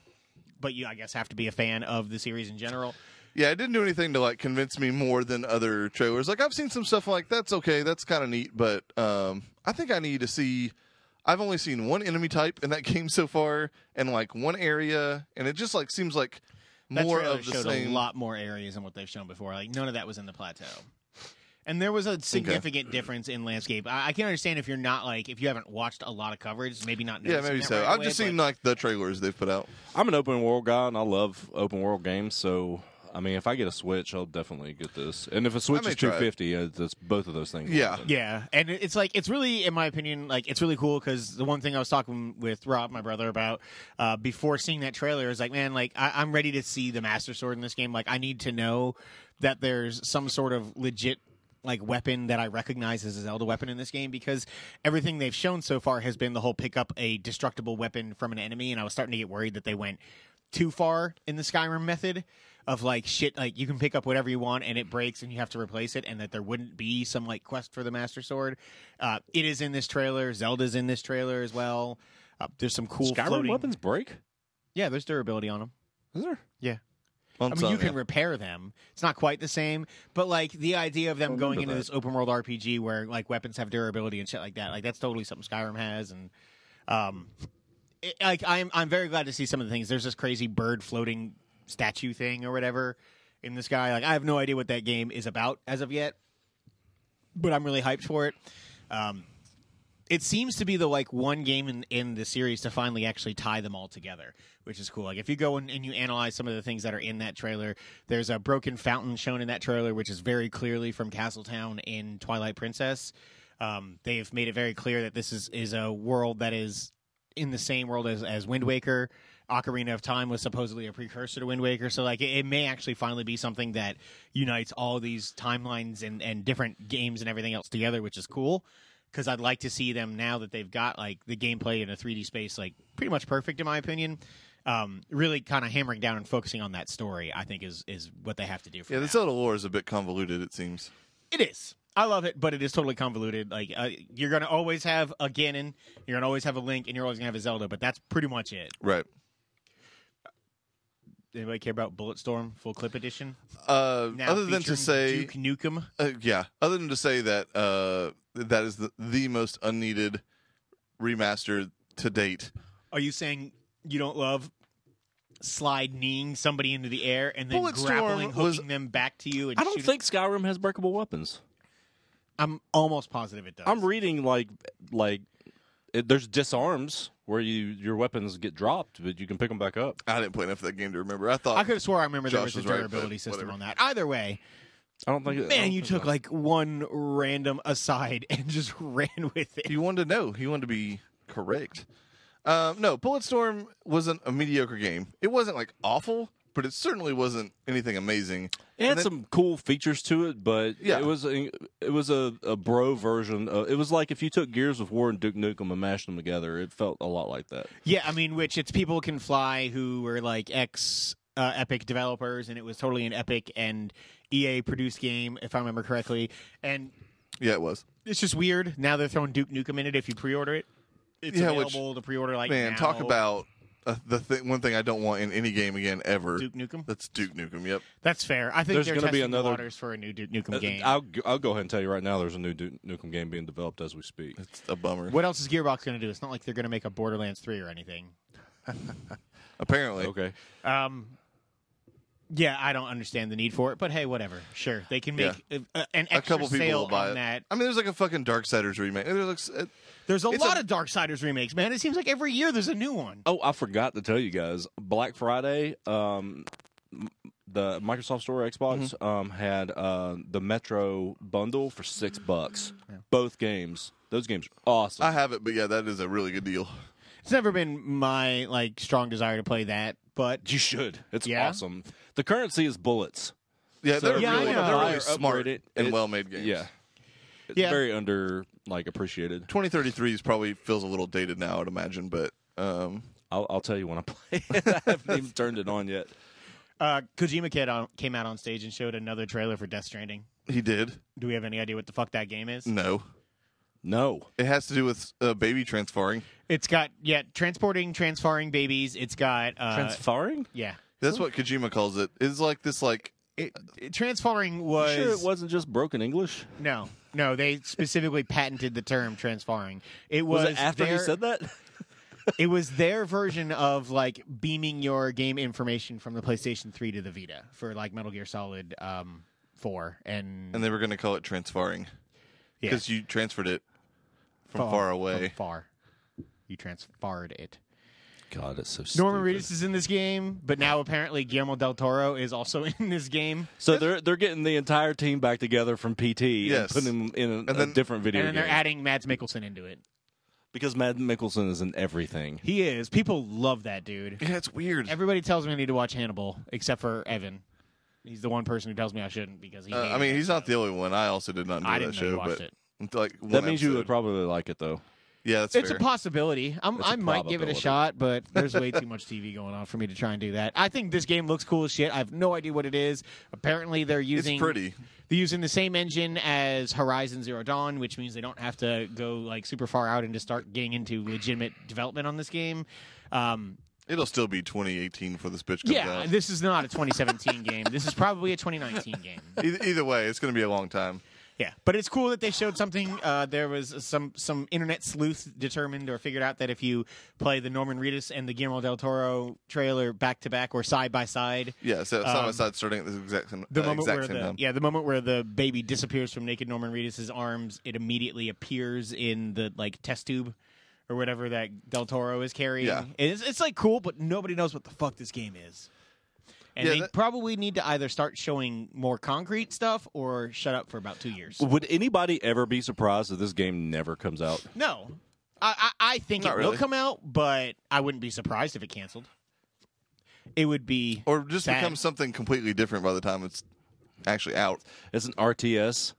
[SPEAKER 1] But you, I guess, have to be a fan of the series in general.
[SPEAKER 2] Yeah, it didn't do anything to like convince me more than other trailers. Like I've seen some stuff like that's okay, that's kind of neat, but um, I think I need to see. I've only seen one enemy type in that game so far, and like one area, and it just like seems like
[SPEAKER 1] That
[SPEAKER 2] more
[SPEAKER 1] trailer
[SPEAKER 2] of the
[SPEAKER 1] showed
[SPEAKER 2] same.
[SPEAKER 1] a lot more areas than what they've shown before. Like none of that was in the plateau. And there was a significant difference in landscape. I, I can understand if you're not like if you haven't watched a lot of coverage, maybe not.
[SPEAKER 2] Yeah,
[SPEAKER 1] noticing
[SPEAKER 2] maybe
[SPEAKER 1] that
[SPEAKER 2] so.
[SPEAKER 1] right
[SPEAKER 2] I've
[SPEAKER 1] away,
[SPEAKER 2] just
[SPEAKER 1] but
[SPEAKER 2] seen like the trailers they've put out.
[SPEAKER 3] I'm an open world guy, and I love open world games. So, I mean, if I get a Switch, I'll definitely get this. And if a Switch
[SPEAKER 2] may
[SPEAKER 3] is
[SPEAKER 2] try it.
[SPEAKER 3] 250, uh, that's both of those things. will
[SPEAKER 2] Yeah.
[SPEAKER 3] happen.
[SPEAKER 1] Yeah, and it- it's like it's really, in my opinion, like it's really cool because the one thing I was talking with Rob, my brother, about uh, before seeing that trailer is like, man, like I- I'm ready to see the Master Sword in this game. Like I need to know that there's some sort of legit like weapon that I recognize as a Zelda weapon in this game because everything they've shown so far has been the whole pick up a destructible weapon from an enemy, and I was starting to get worried that they went too far in the Skyrim method of like shit like you can pick up whatever you want and it breaks and you have to replace it and that there wouldn't be some like quest for the master sword. Uh, it is in this trailer. Zelda's in this trailer as well. Uh, there's some cool
[SPEAKER 3] Skyrim
[SPEAKER 1] floating
[SPEAKER 3] weapons break.
[SPEAKER 1] Yeah, there's durability on them.
[SPEAKER 3] Is there?
[SPEAKER 2] On
[SPEAKER 1] I mean,
[SPEAKER 2] some,
[SPEAKER 1] you can
[SPEAKER 2] yeah.
[SPEAKER 1] repair them. It's not quite the same, but like the idea of them going into this open world RPG where like weapons have durability and shit like that, like that's totally something Skyrim has. And um, it, like I'm, I'm very glad to see some of the things. There's this crazy bird floating statue thing or whatever in the sky. Like I have no idea what that game is about as of yet, but I'm really hyped for it. Um, it seems to be the like one game in, in the series to finally actually tie them all together, which is cool. Like if you go in and you analyze some of the things that are in that trailer, there's a broken fountain shown in that trailer, which is very clearly from Castletown in Twilight Princess. Um, they've made it very clear that this is is a world that is in the same world as, as Wind Waker. Ocarina of Time was supposedly a precursor to Wind Waker, so like it, it may actually finally be something that unites all these timelines and, and different games and everything else together, which is cool. Because I'd like to see them now that they've got like the gameplay in a 3D space, like pretty much perfect in my opinion. Um, really kind of hammering down and focusing on that story, I think is is what they have to do. For
[SPEAKER 2] Yeah,
[SPEAKER 1] now.
[SPEAKER 2] the Zelda lore is a bit convoluted. It seems.
[SPEAKER 1] It is. I love it, but it is totally convoluted. Like uh, you're gonna always have a Ganon, you're gonna always have a Link, and you're always gonna have a Zelda. But that's pretty much it.
[SPEAKER 2] Right.
[SPEAKER 1] Anybody care about Bulletstorm Full Clip Edition?
[SPEAKER 2] Uh, other than
[SPEAKER 1] featuring
[SPEAKER 2] to say,
[SPEAKER 1] Duke Nukem.
[SPEAKER 2] uh, yeah. Other than to say that uh, that is the, the most unneeded remaster to date.
[SPEAKER 1] Are you saying you don't love slide kneeing somebody into the air and then
[SPEAKER 2] Bulletstorm
[SPEAKER 1] grappling, hooking
[SPEAKER 2] was-
[SPEAKER 1] them back to you? And
[SPEAKER 3] I don't
[SPEAKER 1] shooting-
[SPEAKER 3] think Skyrim has breakable weapons.
[SPEAKER 1] I'm almost positive it does.
[SPEAKER 3] I'm reading like like it, there's disarms where you your weapons get dropped, but you can pick them back up.
[SPEAKER 2] I didn't play enough of that game to remember. I thought
[SPEAKER 1] I could have swore I remember there
[SPEAKER 2] Josh
[SPEAKER 1] was a
[SPEAKER 2] was right, but
[SPEAKER 1] durability system
[SPEAKER 2] whatever.
[SPEAKER 1] on that. Either way,
[SPEAKER 3] I don't think. I
[SPEAKER 1] man,
[SPEAKER 3] don't
[SPEAKER 1] you
[SPEAKER 3] think
[SPEAKER 1] took
[SPEAKER 3] so.
[SPEAKER 1] like one random aside and just ran with it.
[SPEAKER 2] he wanted to know. He wanted to be correct. Um, no, Bulletstorm was an, a mediocre game. It wasn't like awful, but it certainly wasn't anything amazing.
[SPEAKER 3] It had
[SPEAKER 2] And then-
[SPEAKER 3] some cool features to it, but
[SPEAKER 2] Yeah.
[SPEAKER 3] it was a, it was a, a bro version. Of, it was like if you took Gears of War and Duke Nukem and mashed them together, it felt a lot like that.
[SPEAKER 1] Yeah, I mean, which it's people can fly who were like ex uh, Epic developers, and it was totally an Epic and EA produced game, if I remember correctly. And
[SPEAKER 2] Yeah, it was.
[SPEAKER 1] it's just weird. Now they're throwing Duke Nukem in it if you pre-order it. It's
[SPEAKER 2] Yeah, which-
[SPEAKER 1] available to pre-order. Like
[SPEAKER 2] Man,
[SPEAKER 1] now.
[SPEAKER 2] talk about uh, the th- one thing I don't want in any game again ever.
[SPEAKER 1] Duke Nukem.
[SPEAKER 2] That's Duke Nukem. Yep.
[SPEAKER 1] That's fair. I think
[SPEAKER 3] There's
[SPEAKER 1] they're
[SPEAKER 3] gonna be
[SPEAKER 1] testing the
[SPEAKER 3] another- Uh,
[SPEAKER 1] waters for a new Duke Nukem game.
[SPEAKER 3] I'll I'll go ahead and tell you right now, there's a new Duke Nukem game being developed as we speak.
[SPEAKER 2] It's a bummer.
[SPEAKER 1] what else is Gearbox going to do? It's not like they're going to make a Borderlands three or anything.
[SPEAKER 2] Apparently.
[SPEAKER 3] Okay,
[SPEAKER 1] Um, yeah, I don't understand the need for it, but hey, whatever. Sure, they can make uh, uh, an
[SPEAKER 2] A
[SPEAKER 1] extra
[SPEAKER 2] couple people
[SPEAKER 1] sale
[SPEAKER 2] will buy
[SPEAKER 1] on
[SPEAKER 2] it.
[SPEAKER 1] that.
[SPEAKER 2] I mean, there's like a fucking Darksiders remake. There's like, s- uh,
[SPEAKER 1] There's a
[SPEAKER 2] It's
[SPEAKER 1] lot
[SPEAKER 2] a-
[SPEAKER 1] of Dark Siders remakes, man. It seems like every year there's a new one.
[SPEAKER 3] Oh, I forgot to tell you guys. Black Friday, um, m- the Microsoft Store Xbox um, had uh, the Metro bundle for six bucks. Both games. Those games are awesome.
[SPEAKER 2] I have it, but yeah, that is a really good deal.
[SPEAKER 1] It's never been my like strong desire to play that, but
[SPEAKER 3] you should. It's
[SPEAKER 1] Yeah?
[SPEAKER 3] awesome. The currency is bullets.
[SPEAKER 2] Yeah,
[SPEAKER 3] So
[SPEAKER 2] they're
[SPEAKER 1] Yeah, I
[SPEAKER 2] really,
[SPEAKER 1] know.
[SPEAKER 2] they're really
[SPEAKER 3] Buy or
[SPEAKER 2] smart
[SPEAKER 3] upgrade it.
[SPEAKER 2] and
[SPEAKER 3] It-
[SPEAKER 2] well made games.
[SPEAKER 3] Yeah. It's
[SPEAKER 1] Yeah.
[SPEAKER 3] very under like appreciated.
[SPEAKER 2] 2033 is probably feels a little dated now, I'd imagine, but um,
[SPEAKER 3] I'll, I'll tell you when I play. it. I haven't even turned it on yet.
[SPEAKER 1] uh, Kojima Kid on, came out on stage and showed another trailer for Death Stranding.
[SPEAKER 2] he did.
[SPEAKER 1] Do we have any idea what the fuck that game is?
[SPEAKER 2] No,
[SPEAKER 3] No.
[SPEAKER 2] it has to do with uh, baby transferring.
[SPEAKER 1] It's got yeah, transporting, transferring babies. It's got uh,
[SPEAKER 3] Transferring?
[SPEAKER 1] yeah,
[SPEAKER 2] That's what Kojima calls it. It's like this, like
[SPEAKER 1] it, it- transferring Uh, was
[SPEAKER 3] sure, it wasn't just broken English.
[SPEAKER 1] no, no. They specifically patented the term transferring. It was,
[SPEAKER 3] Was, it after
[SPEAKER 1] their,
[SPEAKER 3] he said that?
[SPEAKER 1] it was their version of like beaming your game information from the PlayStation 3 to the Vita for like Metal Gear Solid um, 4 and,
[SPEAKER 2] and they were going to call it transferring
[SPEAKER 1] Yeah.
[SPEAKER 2] because you transferred it from far, away.
[SPEAKER 1] From far. You transferred it.
[SPEAKER 3] God, it's so.
[SPEAKER 1] Norman
[SPEAKER 3] stupid.
[SPEAKER 1] Reedus is in this game, but now apparently Guillermo del Toro is also in this game.
[SPEAKER 3] So they're they're getting the entire team back together from PT
[SPEAKER 2] Yes.
[SPEAKER 3] and putting them in a, a
[SPEAKER 2] then-
[SPEAKER 3] different video
[SPEAKER 1] and then they're
[SPEAKER 3] game.
[SPEAKER 1] adding Mads Mikkelsen into it.
[SPEAKER 3] because Mad Mickelson is in everything.
[SPEAKER 1] He is. People love that dude.
[SPEAKER 2] Yeah, it's weird.
[SPEAKER 1] Everybody tells me I need to watch Hannibal, except for Evan. He's the one person who tells me I shouldn't because he.
[SPEAKER 2] Uh, I
[SPEAKER 1] hated
[SPEAKER 2] mean,
[SPEAKER 1] it.
[SPEAKER 2] he's not the only one. I also did not enjoy
[SPEAKER 1] I
[SPEAKER 2] that
[SPEAKER 1] didn't know you
[SPEAKER 2] show,
[SPEAKER 1] watched
[SPEAKER 2] but
[SPEAKER 1] it.
[SPEAKER 2] like one
[SPEAKER 3] That means you would
[SPEAKER 2] episode.
[SPEAKER 3] probably like it though.
[SPEAKER 2] yeah, that's
[SPEAKER 1] It's
[SPEAKER 2] fair.
[SPEAKER 1] a possibility. I'm,
[SPEAKER 3] It's a
[SPEAKER 1] I might give it a
[SPEAKER 3] probability.
[SPEAKER 1] shot, but there's way too much TV going on for me to try and do that. I think this game looks cool as shit. I have no idea what it is. Apparently, they're using
[SPEAKER 2] it's pretty.
[SPEAKER 1] They're using the same engine as Horizon Zero Dawn, which means they don't have to go like super far out and just start getting into legitimate development on this game. Um,
[SPEAKER 2] It'll still be 2018 for this bitch comes
[SPEAKER 1] yeah,
[SPEAKER 2] out.
[SPEAKER 1] this is not a 2017 game. This is probably a 2019 game.
[SPEAKER 2] either, either way, it's going to be a long time.
[SPEAKER 1] Yeah, but it's cool that they showed something. Uh, there was some some internet sleuth determined or figured out that if you play the Norman Reedus and the Guillermo del Toro trailer back to back or side by side,
[SPEAKER 2] Yeah, so side by
[SPEAKER 1] Um,
[SPEAKER 2] side starting at the exact same,
[SPEAKER 1] the
[SPEAKER 2] uh,
[SPEAKER 1] moment
[SPEAKER 2] exact
[SPEAKER 1] where
[SPEAKER 2] same
[SPEAKER 1] the
[SPEAKER 2] time.
[SPEAKER 1] yeah the moment where the baby disappears from naked Norman Reedus's arms, it immediately appears in the like test tube or whatever that del Toro is carrying.
[SPEAKER 2] Yeah.
[SPEAKER 1] It's, it's like cool, but nobody knows what the fuck this game is. And
[SPEAKER 2] Yeah,
[SPEAKER 1] they
[SPEAKER 2] that-
[SPEAKER 1] probably need to either start showing more concrete stuff or shut up for about two years.
[SPEAKER 3] Would anybody ever be surprised if this game never comes out?
[SPEAKER 1] No. I, I, I think
[SPEAKER 2] Not
[SPEAKER 1] it will
[SPEAKER 2] really.
[SPEAKER 1] come out, but I wouldn't be surprised if it canceled. It would be
[SPEAKER 2] Or just
[SPEAKER 1] Sad.
[SPEAKER 2] become something completely different by the time it's actually out.
[SPEAKER 3] It's an RTS.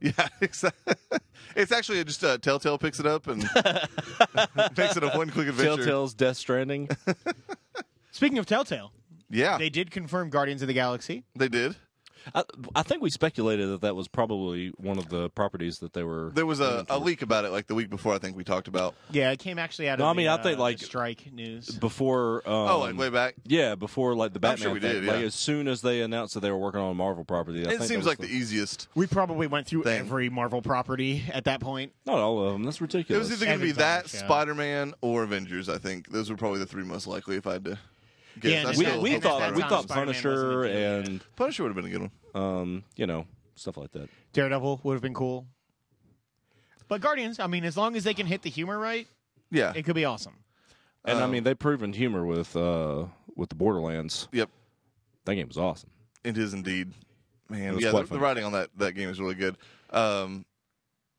[SPEAKER 2] Yeah, exactly. It's actually just uh, Telltale picks it up and makes it a one click adventure.
[SPEAKER 3] Telltale's Death Stranding.
[SPEAKER 1] Speaking of Telltale,
[SPEAKER 2] Yeah,
[SPEAKER 1] they
[SPEAKER 2] they,
[SPEAKER 1] did confirm Guardians of the Galaxy.
[SPEAKER 2] did.
[SPEAKER 3] I, I think we speculated that that was probably one of the properties that they were.
[SPEAKER 2] There was a, a leak about it like the week before. I think we talked about.
[SPEAKER 1] Yeah, it came actually out of
[SPEAKER 3] No, I
[SPEAKER 1] the,
[SPEAKER 3] mean, I think,
[SPEAKER 1] uh,
[SPEAKER 3] like-
[SPEAKER 1] the strike news.
[SPEAKER 3] before. Um,
[SPEAKER 2] oh, like way back.
[SPEAKER 3] Yeah, before like the
[SPEAKER 2] I'm
[SPEAKER 3] Batman.
[SPEAKER 2] sure we
[SPEAKER 3] thing.
[SPEAKER 2] did, yeah.
[SPEAKER 3] Like as soon as they announced that they were working on a Marvel property, I
[SPEAKER 2] It
[SPEAKER 3] think
[SPEAKER 2] seems
[SPEAKER 3] that was
[SPEAKER 2] like the easiest.
[SPEAKER 1] We probably went through
[SPEAKER 2] Thing.
[SPEAKER 1] every Marvel property at that point.
[SPEAKER 3] not all of them. That's
[SPEAKER 2] It
[SPEAKER 3] ridiculous.
[SPEAKER 2] was either going to be
[SPEAKER 1] Everything's on
[SPEAKER 2] that
[SPEAKER 1] the show.
[SPEAKER 2] Spider Man or Avengers. I think those were probably the three most likely. If I had to guess,
[SPEAKER 1] Yeah, and
[SPEAKER 2] I
[SPEAKER 1] it's
[SPEAKER 3] we,
[SPEAKER 1] that-
[SPEAKER 2] still
[SPEAKER 3] we
[SPEAKER 2] hope
[SPEAKER 1] and it's
[SPEAKER 3] thought
[SPEAKER 1] that
[SPEAKER 3] we
[SPEAKER 1] time
[SPEAKER 3] thought
[SPEAKER 1] Spider-Man wasn't
[SPEAKER 3] Punisher
[SPEAKER 1] a deal
[SPEAKER 3] and
[SPEAKER 2] Punisher would have been a good one.
[SPEAKER 3] um, you know stuff like that.
[SPEAKER 1] Daredevil would have been cool. But Guardians, I mean, as long as they can hit the humor right,
[SPEAKER 2] Yeah.
[SPEAKER 1] it could be awesome.
[SPEAKER 3] And I
[SPEAKER 2] Um,
[SPEAKER 3] mean, they've proven humor with uh, with the Borderlands.
[SPEAKER 2] Yep.
[SPEAKER 3] That game was awesome.
[SPEAKER 2] It is indeed. Man,
[SPEAKER 3] was
[SPEAKER 2] yeah,
[SPEAKER 3] quite
[SPEAKER 2] the, the
[SPEAKER 3] fun.
[SPEAKER 2] writing on that, that game is really good. Um,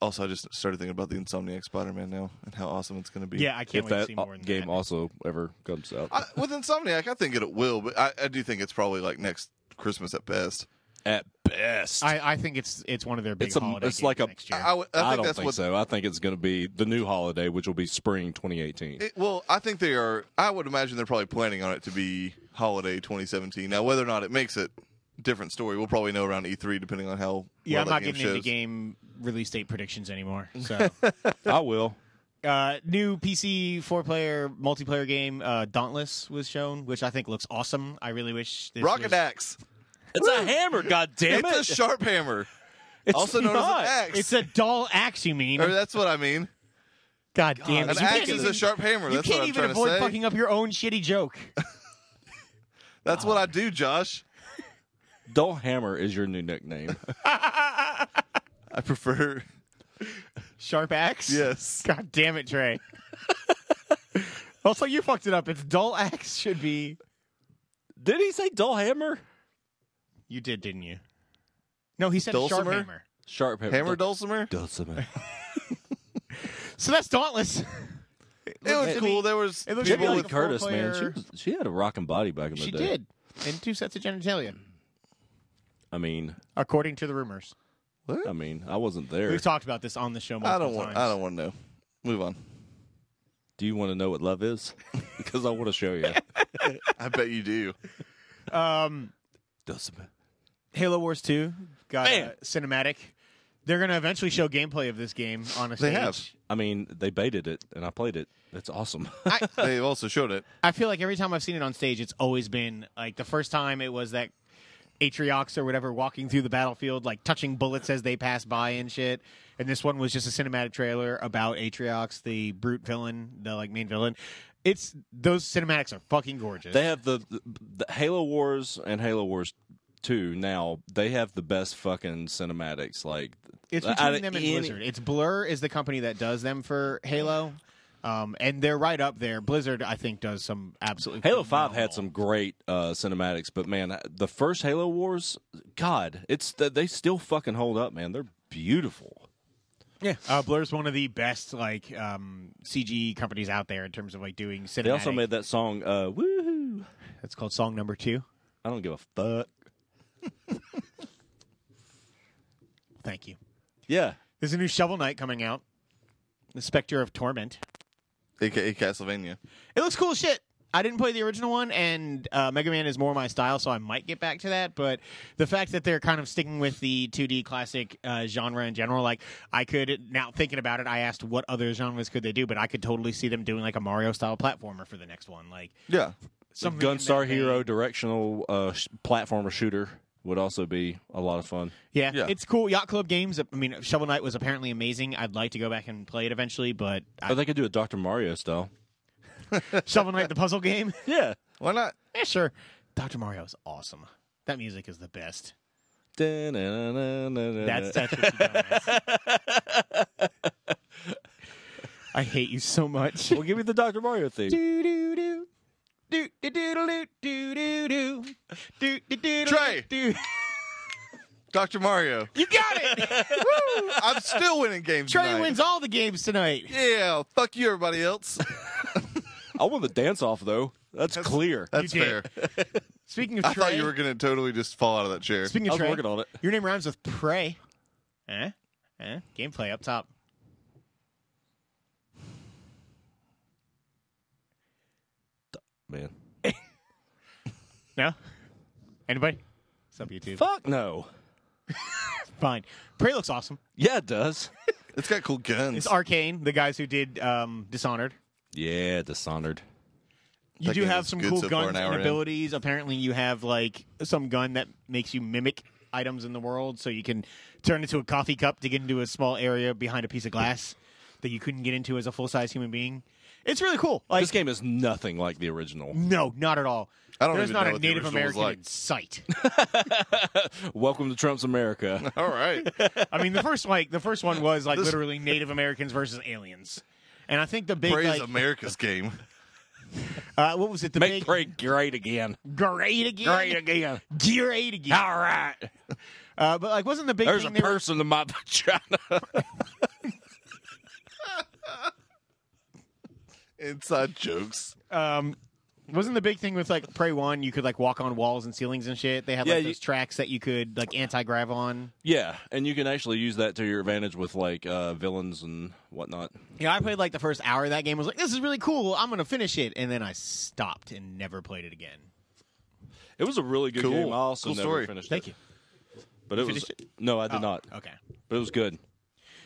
[SPEAKER 2] Also, I just started thinking about the Insomniac Spider-Man now and how awesome it's going to be.
[SPEAKER 1] Yeah, I can't
[SPEAKER 3] if
[SPEAKER 1] wait to
[SPEAKER 3] that
[SPEAKER 1] see
[SPEAKER 3] uh,
[SPEAKER 1] more than
[SPEAKER 3] game
[SPEAKER 1] that.
[SPEAKER 3] also ever comes out
[SPEAKER 2] I, with Insomniac, I think it will, but I, I do think it's probably like next Christmas at best.
[SPEAKER 3] at best. I,
[SPEAKER 1] I, I think it's it's one of their big
[SPEAKER 3] It's a-
[SPEAKER 1] holiday
[SPEAKER 3] it's like
[SPEAKER 1] games
[SPEAKER 3] a-
[SPEAKER 1] next year.
[SPEAKER 2] I, would- I think
[SPEAKER 3] don't
[SPEAKER 2] that's
[SPEAKER 3] think
[SPEAKER 2] what.
[SPEAKER 3] so. I think it's going to be the new holiday, which will be spring 2018.
[SPEAKER 2] It, well, I think they are. I would imagine they're probably planning on it to be holiday 2017. Now, whether or not it makes it, different story. We'll probably know around E3 depending on how.
[SPEAKER 1] yeah,
[SPEAKER 2] well
[SPEAKER 1] I'm
[SPEAKER 2] that
[SPEAKER 1] not
[SPEAKER 2] game
[SPEAKER 1] getting
[SPEAKER 2] shows.
[SPEAKER 1] into game release date predictions anymore. So,
[SPEAKER 3] I will.
[SPEAKER 1] uh, new PC four player multiplayer game uh, Dauntless was shown, which I think looks awesome. I really wish this
[SPEAKER 2] Rocket
[SPEAKER 1] was-
[SPEAKER 2] axe.
[SPEAKER 3] It's a hammer, God damn
[SPEAKER 2] It's a sharp hammer. also known
[SPEAKER 3] not.
[SPEAKER 2] as an axe.
[SPEAKER 1] It's a dull axe, you mean?
[SPEAKER 2] or that's what I mean.
[SPEAKER 1] God, damn
[SPEAKER 2] An
[SPEAKER 1] it! you
[SPEAKER 2] axe
[SPEAKER 1] can't
[SPEAKER 2] is
[SPEAKER 1] even,
[SPEAKER 2] a sharp hammer.
[SPEAKER 1] you
[SPEAKER 2] That's
[SPEAKER 1] can't
[SPEAKER 2] what I'm
[SPEAKER 1] even
[SPEAKER 2] trying
[SPEAKER 1] avoid
[SPEAKER 2] to say.
[SPEAKER 1] fucking up your own shitty joke.
[SPEAKER 2] That's what I do, Josh.
[SPEAKER 3] Dull Hammer is your new nickname.
[SPEAKER 2] I prefer.
[SPEAKER 1] Sharp axe.
[SPEAKER 2] Yes.
[SPEAKER 1] God damn it, Trey. also, you fucked it up. It's dull axe should be.
[SPEAKER 3] Did he say Dull Hammer?
[SPEAKER 1] You did, didn't you? No, he said sharp
[SPEAKER 2] Dulcimer?
[SPEAKER 1] hammer.
[SPEAKER 3] Sharp Hammer.
[SPEAKER 2] Hammer dulcimer.
[SPEAKER 3] Dulcimer.
[SPEAKER 1] So that's dauntless.
[SPEAKER 2] It was
[SPEAKER 1] It-
[SPEAKER 2] cool. There was
[SPEAKER 1] it looks
[SPEAKER 2] people
[SPEAKER 1] like
[SPEAKER 2] with
[SPEAKER 3] Jamie Lee
[SPEAKER 1] a four
[SPEAKER 3] Curtis, man, she,
[SPEAKER 1] player-
[SPEAKER 3] was, she had a rocking body back in the
[SPEAKER 1] she
[SPEAKER 3] day.
[SPEAKER 1] did, and two sets of genitalia,
[SPEAKER 3] I mean,
[SPEAKER 1] according to the rumors.
[SPEAKER 3] I mean, I wasn't there.
[SPEAKER 1] We've talked about this on the show.
[SPEAKER 2] I
[SPEAKER 1] Multiple
[SPEAKER 2] don't want.
[SPEAKER 1] times.
[SPEAKER 2] I don't want to know. Move on.
[SPEAKER 3] Do you want to know what love is? because I want to show you.
[SPEAKER 2] I bet you do.
[SPEAKER 1] Um,
[SPEAKER 3] Dulcimer.
[SPEAKER 1] Halo Wars Two got
[SPEAKER 3] Man.
[SPEAKER 1] uh, cinematic. They're gonna eventually show gameplay of this game on a stage.
[SPEAKER 2] They have.
[SPEAKER 3] I mean, they baited it, and I played it. That's awesome.
[SPEAKER 1] I,
[SPEAKER 2] They also showed it.
[SPEAKER 1] I feel like every time I've seen it on stage, it's always been like the first time it was that Atriox or whatever walking through the battlefield, like touching bullets as they pass by and shit. And this one was just a cinematic trailer about Atriox, the brute villain, the like main villain. It's those cinematics are fucking gorgeous.
[SPEAKER 3] They have the, the, the Halo Wars and Halo Wars Two. Now they have the best fucking cinematics. Like
[SPEAKER 1] it's
[SPEAKER 3] out
[SPEAKER 1] between
[SPEAKER 3] of
[SPEAKER 1] them and
[SPEAKER 3] any-
[SPEAKER 1] Blizzard. It's Blur is the company that does them for Halo. Um, and they're right up there. Blizzard, I think, does some absolutely.
[SPEAKER 3] Halo Five had
[SPEAKER 1] phenomenal-
[SPEAKER 3] some great uh, cinematics, but man, uh, the first Halo Wars, God, it's they still fucking hold up, man. They're beautiful.
[SPEAKER 1] Yeah, uh, Blur's one of the best like um, CG companies out there in terms of like doing cinematic.
[SPEAKER 3] They also made that song, uh, "Woohoo."
[SPEAKER 1] It's called Song Number Two.
[SPEAKER 3] I don't give a fuck.
[SPEAKER 1] Thank you.
[SPEAKER 3] Yeah,
[SPEAKER 1] There's a new Shovel Knight coming out, The Spectre of Torment.
[SPEAKER 2] AKA Castlevania.
[SPEAKER 1] It looks cool as shit. I didn't play the original one, and uh, Mega Man is more my style, so I might get back to that. But the fact that they're kind of sticking with the 2D classic uh, genre in general, like I could now thinking about it, I asked what other genres could they do, but I could totally see them doing like a Mario style platformer for the next one, like
[SPEAKER 2] Yeah.
[SPEAKER 1] something. in that
[SPEAKER 3] Gunstar
[SPEAKER 1] vein.
[SPEAKER 3] Hero directional uh, sh- platformer shooter would also be a lot of fun.
[SPEAKER 1] Yeah,
[SPEAKER 2] Yeah.
[SPEAKER 1] it's cool. Yacht Club games. I mean, Shovel Knight was apparently amazing. I'd like to go back and play it eventually, but
[SPEAKER 3] Or
[SPEAKER 1] I,
[SPEAKER 3] they could do a Dr. Mario style.
[SPEAKER 1] Shovel Knight, the puzzle game.
[SPEAKER 3] Yeah.
[SPEAKER 2] Why not?
[SPEAKER 1] Yeah, sure. Dr. Mario is awesome. That music is the best. That's
[SPEAKER 2] Uh.
[SPEAKER 3] That's
[SPEAKER 1] that's what you dumbass. I hate you so much.
[SPEAKER 3] Well, give me the Dr. Mario theme.
[SPEAKER 1] do do do. Do do do do do do do do do
[SPEAKER 2] Trey.
[SPEAKER 1] do.
[SPEAKER 2] Dr. Mario.
[SPEAKER 1] You got it.
[SPEAKER 2] I'm still winning games.
[SPEAKER 1] Trey
[SPEAKER 2] tonight.
[SPEAKER 1] wins all the games tonight.
[SPEAKER 2] Yeah, fuck you, everybody else.
[SPEAKER 3] I want the dance off though. That's, clear.
[SPEAKER 2] That's
[SPEAKER 1] You
[SPEAKER 2] fair.
[SPEAKER 1] did. Speaking of
[SPEAKER 2] I
[SPEAKER 1] Trey,
[SPEAKER 2] thought you were going to totally just fall out of that chair.
[SPEAKER 1] speaking
[SPEAKER 3] I
[SPEAKER 1] of
[SPEAKER 3] was
[SPEAKER 1] Trey,
[SPEAKER 3] working on it.
[SPEAKER 1] Your name rhymes with prey. Eh? Eh? Gameplay up top.
[SPEAKER 3] Man.
[SPEAKER 1] No? Anybody? What's up, YouTube?
[SPEAKER 3] Fuck no.
[SPEAKER 1] Fine. Prey looks awesome.
[SPEAKER 3] Yeah, it does.
[SPEAKER 2] It's got cool guns.
[SPEAKER 1] It's Arcane, the guys who did um, Dishonored.
[SPEAKER 3] yeah, Dishonored.
[SPEAKER 1] You
[SPEAKER 2] That
[SPEAKER 1] do
[SPEAKER 2] game
[SPEAKER 1] have
[SPEAKER 2] is
[SPEAKER 1] some
[SPEAKER 2] good
[SPEAKER 1] cool
[SPEAKER 2] so far,
[SPEAKER 1] guns
[SPEAKER 2] an
[SPEAKER 1] and
[SPEAKER 2] hour in.
[SPEAKER 1] abilities. Apparently, you have like some gun that makes you mimic items in the world, so you can turn into a coffee cup to get into a small area behind a piece of glass that you couldn't get into as a full size human being. It's really cool. Like,
[SPEAKER 3] This game is nothing like the original.
[SPEAKER 1] no, not at all.
[SPEAKER 2] I don't
[SPEAKER 1] There's
[SPEAKER 2] even
[SPEAKER 1] not
[SPEAKER 2] know
[SPEAKER 1] a
[SPEAKER 2] what the
[SPEAKER 1] Native
[SPEAKER 2] original was
[SPEAKER 1] American
[SPEAKER 2] like.
[SPEAKER 1] in sight.
[SPEAKER 3] Welcome to Trump's America.
[SPEAKER 2] All right.
[SPEAKER 1] I mean, the first like the first one was like
[SPEAKER 2] This-
[SPEAKER 1] literally Native Americans versus aliens, and I think the big
[SPEAKER 2] Praise
[SPEAKER 1] like
[SPEAKER 2] America's game.
[SPEAKER 1] uh, what was it? The
[SPEAKER 3] Make
[SPEAKER 1] big
[SPEAKER 3] Prey great again.
[SPEAKER 1] great again,
[SPEAKER 3] Great again.
[SPEAKER 1] great again.
[SPEAKER 3] All right.
[SPEAKER 1] Uh, but like, wasn't the big
[SPEAKER 3] There's a
[SPEAKER 1] thing they were-
[SPEAKER 3] person in my vagina.
[SPEAKER 2] Inside jokes.
[SPEAKER 1] Um, wasn't the big thing with like Prey One? You could like walk on walls and ceilings and shit. They had like
[SPEAKER 3] Yeah, you-
[SPEAKER 1] those tracks that you could like anti grav on.
[SPEAKER 3] Yeah, and you can actually use that to your advantage with like uh, villains and whatnot.
[SPEAKER 1] Yeah, I played like the first hour of that game. Was like, this is really cool. I'm gonna finish it, and then I stopped and never played it again.
[SPEAKER 3] It was a really good
[SPEAKER 2] Cool.
[SPEAKER 3] game. I also
[SPEAKER 2] Cool
[SPEAKER 3] never
[SPEAKER 2] story.
[SPEAKER 3] finished
[SPEAKER 1] Thank
[SPEAKER 3] it.
[SPEAKER 1] you.
[SPEAKER 3] But it was
[SPEAKER 1] finished
[SPEAKER 3] no, I did
[SPEAKER 1] Oh,
[SPEAKER 3] not.
[SPEAKER 1] Okay.
[SPEAKER 3] But it was good.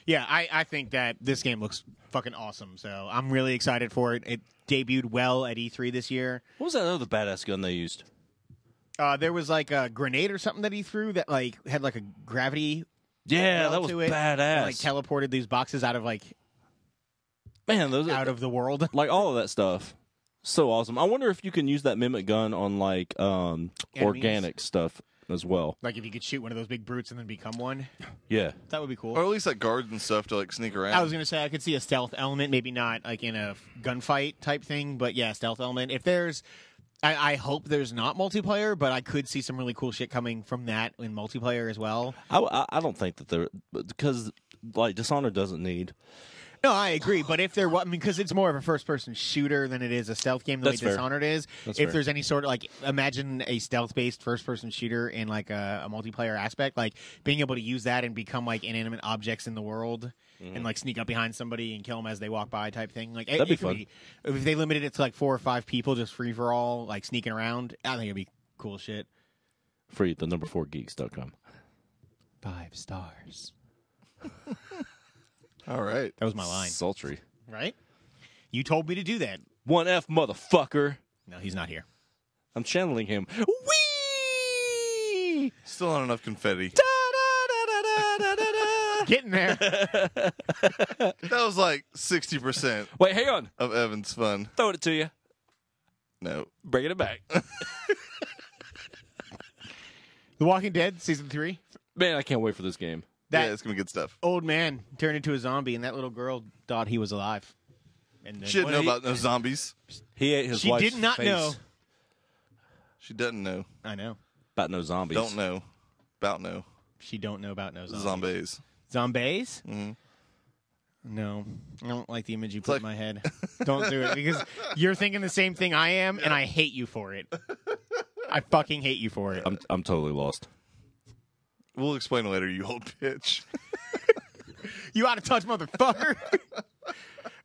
[SPEAKER 1] Yeah, I, I think that this game looks fucking awesome. So I'm really excited for it. It debuted well at E3 this year.
[SPEAKER 3] What was that other badass gun they used?
[SPEAKER 1] Uh, there was like a grenade or something that he threw that like had like a gravity
[SPEAKER 3] Yeah,
[SPEAKER 1] well
[SPEAKER 3] that was
[SPEAKER 1] to it, and, like
[SPEAKER 3] badass.
[SPEAKER 1] teleported these boxes out of like
[SPEAKER 3] Man, those
[SPEAKER 1] out of the world.
[SPEAKER 3] like all of that stuff. So awesome. I wonder if you can use that mimic gun on like um
[SPEAKER 1] Enemies?
[SPEAKER 3] organic stuff as well.
[SPEAKER 1] Like if you could shoot one of those big brutes and then become one,
[SPEAKER 3] Yeah.
[SPEAKER 1] that would be cool.
[SPEAKER 2] Or at least like garden stuff to like sneak around.
[SPEAKER 1] I was gonna say I could see a stealth element, maybe not like in a f- gunfight type thing, but yeah, stealth element. If there's, I, I hope there's not multiplayer, but I could see some really cool shit coming from that in multiplayer as well.
[SPEAKER 3] I, I, I don't think that they're because like Dishonored doesn't need.
[SPEAKER 1] No, I agree, but if there was, I mean, because it's more of a first-person shooter than it is a stealth game. The
[SPEAKER 3] That's
[SPEAKER 1] way
[SPEAKER 3] fair.
[SPEAKER 1] Dishonored is,
[SPEAKER 3] That's
[SPEAKER 1] if
[SPEAKER 3] fair.
[SPEAKER 1] there's any sort of like, imagine a stealth-based first-person shooter in like a, a multiplayer aspect, like being able to use that and become like inanimate objects in the world. And like sneak up behind somebody and kill them as they walk by, type thing. Like
[SPEAKER 3] Mm-hmm. That'd
[SPEAKER 1] it, it
[SPEAKER 3] be
[SPEAKER 1] could
[SPEAKER 3] fun.
[SPEAKER 1] if they limited it to like four or five people, just free for all, like sneaking around. I think it'd be cool shit.
[SPEAKER 3] Free the number four geeks.com.
[SPEAKER 1] Five stars.
[SPEAKER 2] All right.
[SPEAKER 1] That was my line,
[SPEAKER 3] Sultry.
[SPEAKER 1] right? You told me to do that.
[SPEAKER 3] One F motherfucker.
[SPEAKER 1] No, he's not here.
[SPEAKER 3] I'm channeling him. Wee!
[SPEAKER 2] Still not enough confetti.
[SPEAKER 1] Getting there.
[SPEAKER 2] That was like sixty percent
[SPEAKER 3] Wait, hang on.
[SPEAKER 2] of Evan's fun.
[SPEAKER 3] Throwing it to you.
[SPEAKER 2] No.
[SPEAKER 3] Bringing it back.
[SPEAKER 1] The Walking Dead season three.
[SPEAKER 3] Man, I can't wait for this game.
[SPEAKER 1] That
[SPEAKER 2] yeah, it's gonna be good stuff.
[SPEAKER 1] old man turned into a zombie, and that little girl thought he was alive. And then,
[SPEAKER 2] She didn't know
[SPEAKER 3] he-
[SPEAKER 2] about no zombies.
[SPEAKER 3] He ate his
[SPEAKER 1] She
[SPEAKER 3] wife's
[SPEAKER 1] did not
[SPEAKER 3] face.
[SPEAKER 1] know.
[SPEAKER 2] She doesn't know.
[SPEAKER 1] I know
[SPEAKER 3] about no zombies.
[SPEAKER 2] Don't know. About no.
[SPEAKER 1] she don't know about no zombies.
[SPEAKER 2] Zombies.
[SPEAKER 1] Zombies?
[SPEAKER 2] Mhm.
[SPEAKER 1] No, I don't like the image you put
[SPEAKER 2] like-
[SPEAKER 1] in my head. don't do it because you're thinking the same thing I am, and I hate you for it. I fucking hate you for it.
[SPEAKER 2] Um,
[SPEAKER 3] I'm I'm totally lost.
[SPEAKER 2] We'll explain later, you old bitch.
[SPEAKER 1] You out of touch, motherfucker.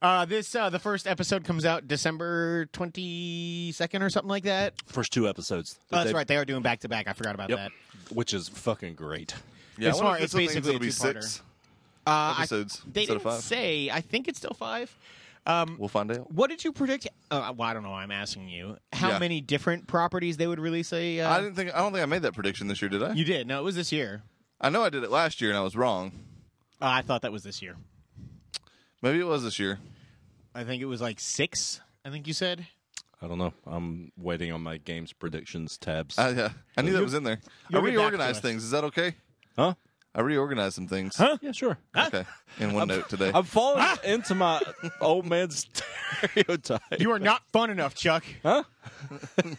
[SPEAKER 1] Uh, this uh, the first episode comes out December twenty second or something like that.
[SPEAKER 3] First two episodes.
[SPEAKER 1] Oh, that's right. They are doing back to back. I forgot about
[SPEAKER 3] Yep.
[SPEAKER 1] that.
[SPEAKER 3] Which is fucking great.
[SPEAKER 2] Yeah,
[SPEAKER 1] It's
[SPEAKER 2] I
[SPEAKER 1] smart.
[SPEAKER 2] wonder if
[SPEAKER 1] It's
[SPEAKER 2] one of
[SPEAKER 1] basically
[SPEAKER 2] these things
[SPEAKER 1] a
[SPEAKER 2] that'll be six
[SPEAKER 1] Uh, I-
[SPEAKER 2] episodes
[SPEAKER 1] They
[SPEAKER 2] instead
[SPEAKER 1] didn't
[SPEAKER 2] of five.
[SPEAKER 1] say. I think it's still five. Um,
[SPEAKER 2] We'll find out.
[SPEAKER 1] what did you predict? Uh, well, I don't know. why I'm asking you how
[SPEAKER 2] Yeah.
[SPEAKER 1] many different properties they would release. A, uh,
[SPEAKER 2] I didn't think I don't think I made that prediction this year, did I?
[SPEAKER 1] you did. No, it was this year.
[SPEAKER 2] I know I did it last year and I was wrong.
[SPEAKER 1] Uh, I thought that was this year.
[SPEAKER 2] Maybe it was this year.
[SPEAKER 1] I think it was like six. I think you said.
[SPEAKER 3] I don't know. I'm waiting on my games predictions tabs.
[SPEAKER 1] Uh,
[SPEAKER 2] I, yeah, I knew that was in there. I
[SPEAKER 1] you'll get back to
[SPEAKER 2] reorganized
[SPEAKER 1] us.
[SPEAKER 2] things. Is that okay?
[SPEAKER 3] huh?
[SPEAKER 2] I reorganized some things.
[SPEAKER 3] Huh? Yeah, sure. Ah!
[SPEAKER 2] Okay. In OneNote today.
[SPEAKER 3] I'm falling into my old man stereotype.
[SPEAKER 1] You are not fun enough, Chuck.
[SPEAKER 3] Huh?